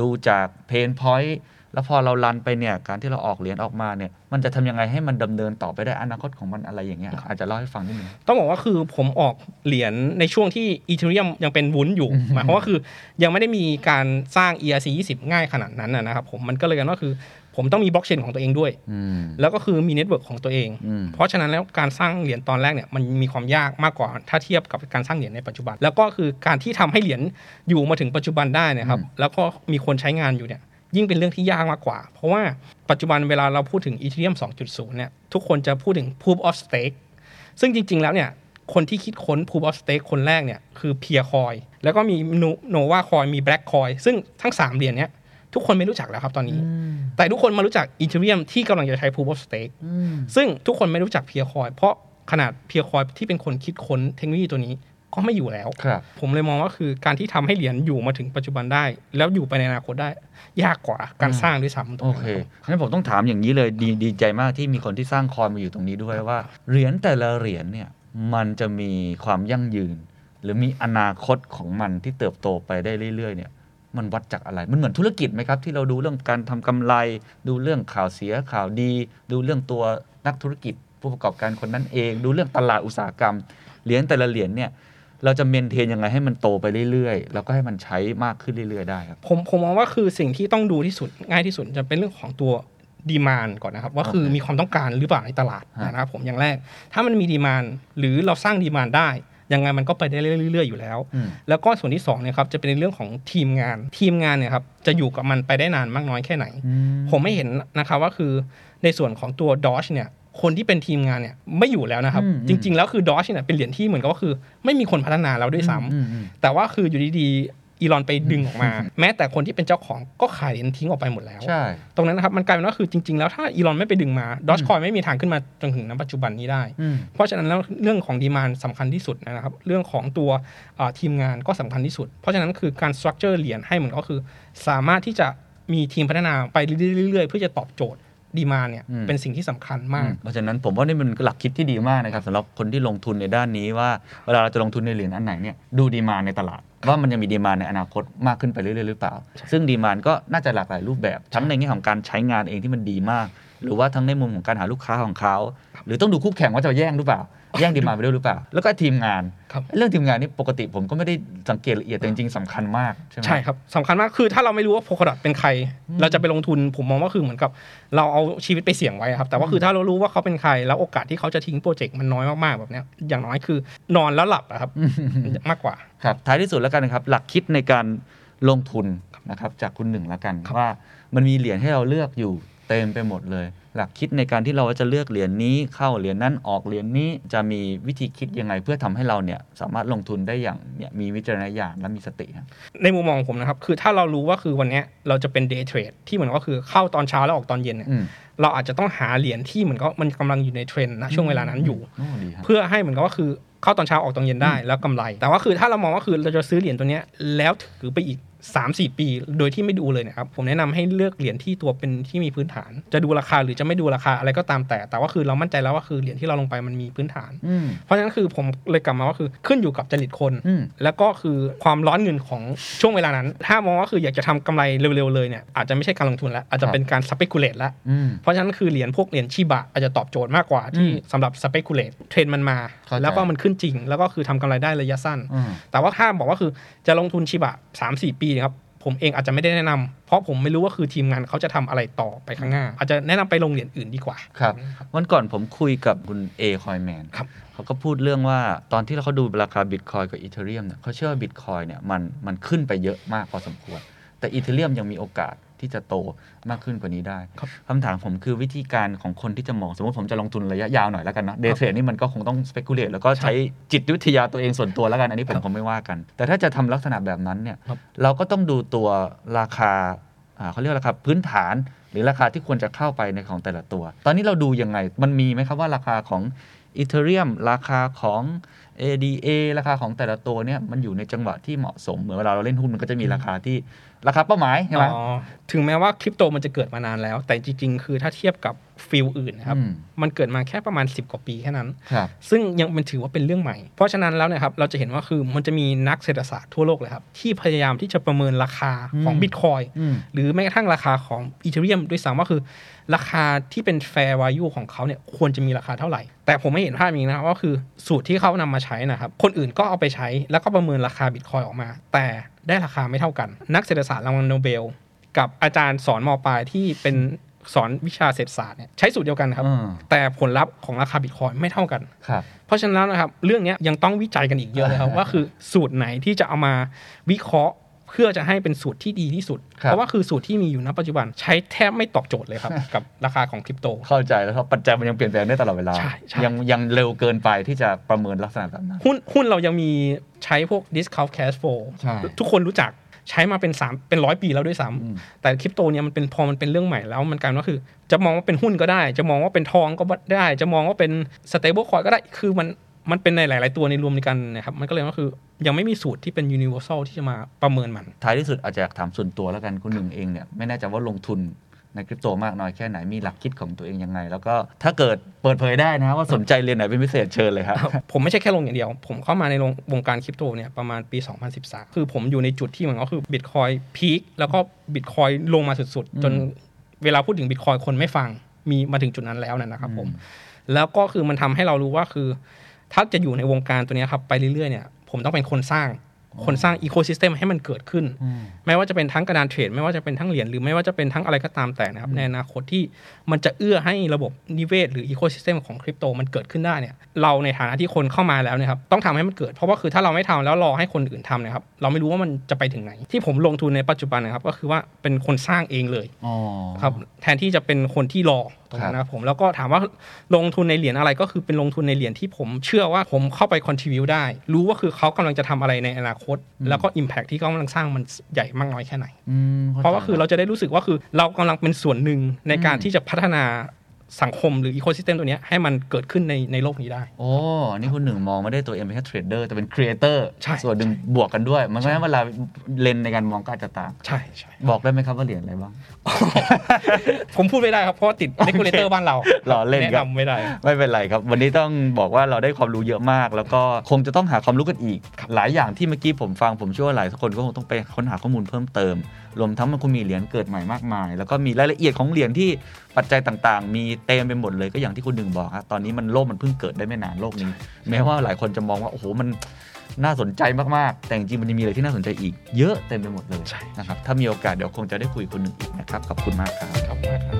[SPEAKER 1] ดูจากเพนพอยต์แล้วพอเรารันไปเนี่ย การที่เราออกเหรียญออกมาเนี่ย มันจะทำยังไงให้มันดำเนินต่อไปได้อนาคตของมันอะไรอย่างเงี้ย อาจจะเล่าให้ฟังนิดนึง
[SPEAKER 5] ต้องบอกว่าคือผมออกเหรียญในช่วงที่อีเทเรียมยังเป็นวุ้นอยู่ หมายความว่าคือยังไม่ได้มีการสร้าง ERC 20 ง่ายขนาดนั้นนะนะครับผมมันก็เลยกันว่าคือ ผมต้องมีบล็อกเชนของตัวเองด้วย
[SPEAKER 1] อืม
[SPEAKER 5] แล้วก็คือมีเน็ตเวิร์กของตัวเอง
[SPEAKER 1] อืม
[SPEAKER 5] เพราะฉะนั้นแล้วการสร้างเหรียญตอนแรกเนี่ยมันมีความยากมากกว่าถ้าเทียบกับการสร้างเหรียญในปัจจุบัน แล้วก็คือการที่ทำให้เหรียญอยู่มาถึงปัจจุบันได้เนะครับแล้วก็มีคนใช้งานอยู่เนี่ยยิ่งเป็นเรื่องที่ยากมากกว่า เพราะว่าปัจจุบันเวลาเราพูดถึงอีเทเรียม2.0เนี่ยทุกคนจะพูดถึง proof of stake ซึ่งจริง ๆ แล้วเนี่ยคนที่คิดค้น proof of stake คนแรกเนี่ยคือเพียคอยแล้วก็มีโนวาคอยมีแบล็กคอยซึ่งทั้งสามเหรียญเนี้ยทุกคนไม่รู้จักแล้วครับตอนนี้ แต่ทุกคนมารู้จักอีเทเรียมที่กำลังจะใช้ proof of stake ซึ่งทุกคนไม่รู้จักเพียคอยเพราะขนาดเพียคอยที่เป็นคนคิดค้นเทคโนโลยีตัวนี้ก็ไม่อยู่แล้ว
[SPEAKER 1] ครับ
[SPEAKER 5] ผมเลยมองว่าคือการที่ทำให้เหรียญอยู่มาถึงปัจจุบันได้ แล้วอยู่ไปในอนาคตได้ ยากกว่าการสร้างด้วยซ้ำตร
[SPEAKER 1] โอง เค
[SPEAKER 5] นั้นรับ
[SPEAKER 1] งั้นผมต้องถามอย่างนี้เลยดีดีใจมากที่มีคนที่สร้างคอยมาอยู่ตรงนี้ด้วยว่า เหรียญแต่ละเหรียญเนี่ยมันจะมีความยั่งยืน หรือมีอนาคตของมันที่เติบโตไปได้เรื่อยๆเนี่ยมันวัดจากอะไร มันเหมือนธุรกิจไหมครับ ที่เราดูเรื่องการทำกำไร ดูเรื่องข่าวเสียข่าวดี ดูเรื่องตัวนักธุรกิจ ผู้ประกอบการคนนั้นเอง ดูเรื่องตลาดอุตสาหกรรม เหรียญแต่ละเหรียญเนี่ย เราจะเมนเทนยังไงให้มันโตไปเรื่อยๆ แล้วก็ให้มันใช้มากขึ้นเรื่อยๆได้ครับ
[SPEAKER 5] ผมผมมองว่าคือสิ่งที่ต้องดูที่สุดง่ายที่สุดจะเป็นเรื่องของตัวดีมานก่อนนะครับ ว่าคือ
[SPEAKER 1] โอเค
[SPEAKER 5] มีความต้องการหรือเปล่าในตลาด
[SPEAKER 1] ฮะ
[SPEAKER 5] นะครับผมอย่างแรก ถ้ามันมีดีมานหรือเราสร้างดีมานได้ ยังไงมันก็ไปได้เรื่อยๆอยู่แล้ว
[SPEAKER 1] อืม
[SPEAKER 5] แล้วก็ส่วนที่2เนี่ยครับจะเป็นในเรื่องของทีมงาน ทีมงานเนี่ยครับจะอยู่กับมันไปได้นานมากน้อยแค่ไหน ผมไม่เห็นนะครับว่าคือในส่วนของตัวดอชเนี่ยคนที่เป็นทีมงานเนี่ยไม่อยู่แล้วนะครับ
[SPEAKER 1] อืมอืม
[SPEAKER 5] จริง ๆ แล้วคือดอชเนี่ยเป็นเหรียญที่เหมือนกับว่าคือไม่มีคนพัฒนาแล้วด้วยซ้ำ
[SPEAKER 1] อืมอืม
[SPEAKER 5] แต่ว่าคืออยู่ดีๆอีลอนไปดึงออกมา แม้แต่คนที่เป็นเจ้าของก็ขายเหรียญทิ้งออกไปหมดแล้ว
[SPEAKER 1] ใช่
[SPEAKER 5] ตรงนั้นนะครับมันกลายเป็นว่าคือจริง ๆ แล้วถ้าอีลอนไม่ไปดึงมาดอชคอยไม่มีทางขึ้นมาจนถึงณปัจจุบันนี้ได้
[SPEAKER 1] อืม
[SPEAKER 5] เพราะฉะนั้นแล้วเรื่องของดีมานสำคัญที่สุดนะครับ เรื่องของตัวเอ่อทีมงานก็สำคัญที่สุด เพราะฉะนั้นคือการสตรัคเจอร์เหรียญให้เหมือนก็คือ สามารถที่จะมีทีมพัฒนาไปเรื่อยๆ เพื่อจะตอบโจทย์ดีมานเนี่ย
[SPEAKER 1] อืม
[SPEAKER 5] เป็นสิ่งที่สำคัญมาก
[SPEAKER 1] เพราะฉะนั้นผมว่านี่มันหลักคิดที่ดีมากนะครับสำหรับคนที่ลงทุนในด้านนี้ว่า เวลาเราจะลงทุนในเหรียญอันไหนเนี่ยดูดีมานในตลาด ว่ามันยังมีดีมานในอนาคตมากขึ้นไปเรื่อยๆหรือเปล่า ซึ่งดีมานก็น่าจะหลากหลายรูปแบบ ทั้งในแง่ของการใช้งานเองที่มันดีมาก หรือว่าทั้งในมุมของการหาลูกค้าของเขา หรือต้องดูคู่แข่งว่าจะแย่งหรือเปล่า แย่งดีมานไปด้วยหรือเปล่า แล้วก็ทีมงาน
[SPEAKER 5] ครับ
[SPEAKER 1] เรื่องทีมงานนี่ปกติผมก็ไม่ได้สังเกตละเอียดแต่จริงๆสำคัญมากใช่ไหม
[SPEAKER 5] ใช่ครับสำคัญมากคือถ้าเราไม่รู้ว่าโพคดอทเป็นใคร เราจะไปลงทุนผมมองว่าคือเหมือนกับเราเอาชีวิตไปเสี่ยงไว้ครับแต่ว่าคือถ้าเรารู้ว่าเขาเป็นใคร แล้วโอกาสที่เขาจะทิ้งโปรเจกต์มันน้อยมากๆแบบเนี้ยอย่างน้อยคือนอนแล้วหลับอะครับมากกว่า
[SPEAKER 1] ครับท้ายที่สุดแล้วกันนะครับหลักคิดในการลงทุนนะครับจากคุณหนึ่งแล้วกัน
[SPEAKER 5] ครับ
[SPEAKER 1] ว่ามันมีเหรียญให้เราเลือกอยู่เต็มไปหมดเลย หลักคิดในการที่เราจะเลือกเหรียญนี้เข้าเหรียญนั้นออกเหรียญนี้จะมีวิธีคิดยังไง เพื่อทำให้เราเนี่ยสามารถลงทุนได้อย่างเนี่ยมีวิจารณญาณและมีสติครับ
[SPEAKER 5] ในมุมมองของผมนะครับคือถ้าเรารู้ว่าคือวันเนี้ยเราจะเป็นเดย์เทรดที่เหมือนก็คือเข้าตอนเช้าแล้วออกตอนเย็นเนี่ย
[SPEAKER 1] อืม
[SPEAKER 5] เราอาจจะต้องหาเหรียญที่เหมือนก็มันกำลังอยู่ในเทรนด์นะช่วงเวลานั้นอยู่
[SPEAKER 1] โอ้ดีครับ
[SPEAKER 5] เพื่อให้เหมือนกับว่าคือเข้าตอนเช้าออกตอนเย็นได้แล้วกำไร แต่ว่าคือถ้าเรามองว่าคือเราจะซื้อเหรียญตัวเนี้ยแล้วถือไปอีก 3-4 ปี โดยที่ไม่ดูเลยเนะครับผมแนะนำให้เลือกเหรียญที่ตัวเป็นที่มีพื้นฐาน จะดูราคาหรือจะไม่ดูราคาอะไรก็ตามแต่ แต่ว่าคือเรามั่นใจแล้วว่าคือเหรียญที่เราลงไปมันมีพื้นฐาน
[SPEAKER 1] อืม
[SPEAKER 5] เพราะฉะนั้นคือผมเลยกลับมาว่าคือขึ้นอยู่กับจริตคน
[SPEAKER 1] อืม
[SPEAKER 5] แล้วก็คือความร้อนเงินของช่วงเวลานั้น ถ้ามองว่าคืออยากจะทำกำไรเร็วๆเลยเนี่ยอาจจะไม่ใช่การลงทุนแล้วอาจจะเป็นการสเปกุเลตแล้ว
[SPEAKER 1] อืม
[SPEAKER 5] เพราะฉะนั้นคือเหรียญพวกเหรียญชีบะอาจจะตอบโจทย์มากกว่าที่
[SPEAKER 1] อืม
[SPEAKER 5] สำหรับสเปกุเลตเทรนด์มันมา
[SPEAKER 1] เข้าใจ
[SPEAKER 5] แล้วก็มันขึ้นจริง แล้วก็คือทำกำไรได้ระยะสั้น
[SPEAKER 1] อืม
[SPEAKER 5] แต่ว่าถ้าบอกว่าคือจะลงทุนชีบะ 3 4 ปีเนะครับผมเองอาจจะไม่ได้แนะนำเพราะผมไม่รู้ว่าคือทีมงานเขาจะทำอะไรต่อไปข้างหน้า อาจจะแนะนำไปลงเหรียญอื่นดีกว่า
[SPEAKER 1] ครับวันก่อนผมคุยกับคุณเอคอยแมน
[SPEAKER 5] ครับ
[SPEAKER 1] เขาก็พูดเรื่องว่าตอนที่เขาดูราคาบิตคอยกับอีเทเรียมเนี่ยเขาเชื่อว่าบิตคอยเนี่ยมันมันขึ้นไปเยอะมากพอสมควร แต่อีเทเรียมยังมีโอกาสที่จะโตมากขึ้นกว่านี้ได้
[SPEAKER 5] ครับ
[SPEAKER 1] คำถามผมคือวิธีการของคนที่จะมอง สมมติผมจะลงทุนระยะยาวหน่อยแล้วกันเนาะเดย์เทรดนี่มันก็คงต้องสเปกุเลตแล้วก็ใช้จิตวิทยาตัวเองส่วนตัวแล้วกันอันนี้ผมคงไม่ว่ากัน แต่ถ้าจะทำลักษณะแบบนั้นเนี่ย
[SPEAKER 5] ครับ
[SPEAKER 1] เราก็ต้องดูตัวราคา อ่าเขาเรียกราคาพื้นฐานหรือราคาที่ควรจะเข้าไปในของแต่ละตัว ตอนนี้เราดูยังไง มันมีไหมครับว่าราคาของอีเทเรียมราคาของ ADA ราคาของแต่ละตัวเนี่ยมันอยู่ในจังหวะที่เหมาะสม เหมือนเวลาเราเล่นหุ้นมันก็จะมีราคาที่ราคาเป้าหมายใช่ไหม
[SPEAKER 5] อ๋อถึงแม้ว่าคริปโตมันจะเกิดมานานแล้ว แต่จริงๆ คือถ้าเทียบกับฟิลอื่นนะครับ
[SPEAKER 1] อืม
[SPEAKER 5] มันเกิดมาแค่ประมาณ 10 กว่าปีแค่นั้น
[SPEAKER 1] ครับ
[SPEAKER 5] ซึ่งยังเป็นถือว่าเป็นเรื่องใหม่ เพราะฉะนั้นแล้วเนะครับเราจะเห็นว่าคือมันจะมีนักเศรษฐศาสตร์ทั่วโลกเลยครับ ที่พยายามที่จะประเมินราคาของ
[SPEAKER 1] อืม
[SPEAKER 5] บิตคอย
[SPEAKER 1] อืม
[SPEAKER 5] หรือแม้กระทั่งราคาของอีเทเรียมด้วยซ้ำว่าคือ ราคาที่เป็นแฟร์วายูของเขาเนี่ยควรจะมีราคาเท่าไหร่ แต่ผมไม่เห็นภาพอย่างนี้นะครับว่าคือสูตรที่เขานำมาใช้นะครับ คนอื่นก็เอาไปใช้แล้วก็ประเมินราคาบิตคอยออกมา แต่ได้ราคาไม่เท่ากัน นักเศรษฐศาสตร์รางวัลโนเบล กับอาจารย์สอนมปลายที่เป็นสอนวิชาเศรษฐศาสตร์เนี่ยใช้สูตรเดียวกันครับ
[SPEAKER 1] อืม
[SPEAKER 5] แต่ผลลัพธ์ของราคาบิตคอยไม่เท่ากัน
[SPEAKER 1] ครับ
[SPEAKER 5] เพราะฉะนั้นแล้วนะครับเรื่องเนี้ยยังต้องวิจัยกันอีกเยอะเลยครับ ว่าคือสูตรไหนที่จะเอามาวิเคราะห์ เพื่อจะให้เป็นสูตรที่ดีที่สุด
[SPEAKER 1] ครับ
[SPEAKER 5] เพราะว่าคือสูตรที่มีอยู่ณปัจจุบันใช้แทบไม่ตอบโจทย์เลย ครับ กับราคาของคริปโต
[SPEAKER 1] เข้าใจแล้วครับปัจจัยมันยังเปลี่ยนแปลงได้ตลอดเวลา
[SPEAKER 5] ใช่ใช่
[SPEAKER 1] ยังยังเร็วเกินไปที่จะประเมินลักษณะแบบนั้น
[SPEAKER 5] หุ้นหุ้นเรายังมีใช้พวก discount cash flow
[SPEAKER 1] ใช่
[SPEAKER 5] ทุกคนรู้จักใช้มาเป็นสามเป็นร้อยปีแล้วด้วยซ้ำ
[SPEAKER 1] อืม
[SPEAKER 5] แต่คริปโตเนี่ยมันเป็นพอมันเป็นเรื่องใหม่แล้วมันกลายเป็นว่าคือ จะมองว่าเป็นหุ้นก็ได้ จะมองว่าเป็นทองก็ได้ จะมองว่าเป็น stable coin ก็ได้คือมันมันเป็นในหลาย ๆ ตัวในรวมกันนะครับมันก็เลยว่าคือยังไม่มีสูตรที่เป็น universal ที่จะมาประเมินมัน
[SPEAKER 1] ท้ายที่สุดอาจจะอยากถามส่วนตัวแล้วกันคุณหนึ่งเองเนี่ยไม่แน่ใจว่าลงทุนในคริปโตมากน้อยแค่ไหนมีหลักคิดของตัวเองยังไง แล้วก็ถ้าเกิดเปิดเผยได้นะว่าสนใจเรียนไหนเป็นพิเศษเชิญเลยครับ
[SPEAKER 5] ผมไม่ใช่แค่ลงอย่างเดียว ผมเข้ามาในวงวงการคริปโตเนี่ยประมาณปี 2013 คือผมอยู่ในจุดที่เหมันก็คือบิตคอยพีคแล้วก็บิตคอยลงมาสุดๆ จนเวลาพูดถึงบิตคอยคนไม่ฟัง มีมาถึงจุดนั้นแล้วนะนะครับผม
[SPEAKER 1] อืม
[SPEAKER 5] แล้วก็คือมันทำให้เรารู้ว่าคือ ถ้าจะอยู่ในวงการตัวเนี้ยครับไปเรื่อยๆเนี่ยผมต้องเป็นคนสร้างคนสร้างอีโคซิสเต็มให้มันเกิดขึ้น ไม่ว่าจะเป็นทั้งกระดานเทรดไม่ว่าจะเป็นทั้งเหรียญหรือไม่ว่าจะเป็นทั้งอะไรก็ตามแต่นะครับในอนาคตที่มันจะเอื้อให้ระบบนิเวศหรืออีโคซิสเต็มของคริปโตมันเกิดขึ้นได้เนี่ยเราในฐานะที่คนเข้ามาแล้วเนะครับต้องทำให้มันเกิด เพราะว่าคือถ้าเราไม่ทำแล้วรอให้คนอื่นทำเนะครับเราไม่รู้ว่ามันจะไปถึงไหน ที่ผมลงทุนในปัจจุบันนะครับก็คือว่าเป็นคนสร้างเองเลย
[SPEAKER 1] อ๋อ
[SPEAKER 5] ครับแทนที่จะเป็นคนที่รอตรงนั้นนะครับผมแล้วก็ถามว่าลงทุนในเหรียญอะไรก็คือเป็นลงทุนในเหรียญที่ผมเชื่อว่าผมเข้าไปคอนทิวิวได้ รู้ว่าคือเขากำลังจะทำอะไรในอนาคต แล้วก็ Impact ที่เขากำลังสร้างมันใหญ่มากน้อยแค่ไหน
[SPEAKER 1] อืมข้ใจ
[SPEAKER 5] เพราะว่าคือเราจะได้รู้สึกว่าคือเรากำลังเป็นส่วนหนึ่งในการที่จะพัฒนาสังคมหรืออีโคซิสเต็มตัวเนี้ยให้มันเกิดขึ้นในในโลกนี้ได้
[SPEAKER 1] โอ้นี่คุณหนึ่งมองไม่ได้ตัวเองเป็นแค่เทรดเดอร์แต่เป็นครีเอเตอร์
[SPEAKER 5] ใช่
[SPEAKER 1] ส่วนหนึ่งบวกกันด้วย มันก็ทำให้เวลาเลนส์ในการมองก็อาจจะต่าง
[SPEAKER 5] ใช่ใช่
[SPEAKER 1] บอกได้ไหมครับว่าเหรียญอะไรบ้าง
[SPEAKER 5] ผมพูดไม่ได้ครับเพราะว่าติดเลกูเลเตอร์บ้านเรา
[SPEAKER 1] ล้อเล่น
[SPEAKER 5] แนะครับ นำไม่ได้
[SPEAKER 1] ไม่เป็นไรครับ วันนี้ต้องบอกว่าเราได้ความรู้เยอะมาก แล้วก็คงจะต้องหาความรู้กันอีก หลายอย่างที่เมื่อกี้ผมฟังผมเชื่อว่าหลายคนก็คงต้องไปค้นหาข้อมูลเพิ่มเติม รวมทั้งมันคงมีเหรียญเกิดใหม่มากมาย แล้วก็มีรายละเอียดของเหรียญที่ปัจจัยต่างๆ มีเต็มไปหมดเลยก็อย่างที่คุณหนึ่งบอกครับตอนนี้มันโลกมันเพิ่งเกิดได้ไม่นานโลกนี้ แม้ว่าหลายคนจะมองว่าโอ้โหมันน่าสนใจมากๆ แต่จริงๆมันยังมีอะไรที่น่าสนใจอีก เยอะเต็มไปหมดเลยนะครับถ้ามีโอกาสเดี๋ยวคงจะได้คุยกับคุณหนึ่งอีกนะครับขอบคุณมากครับ
[SPEAKER 5] ครับ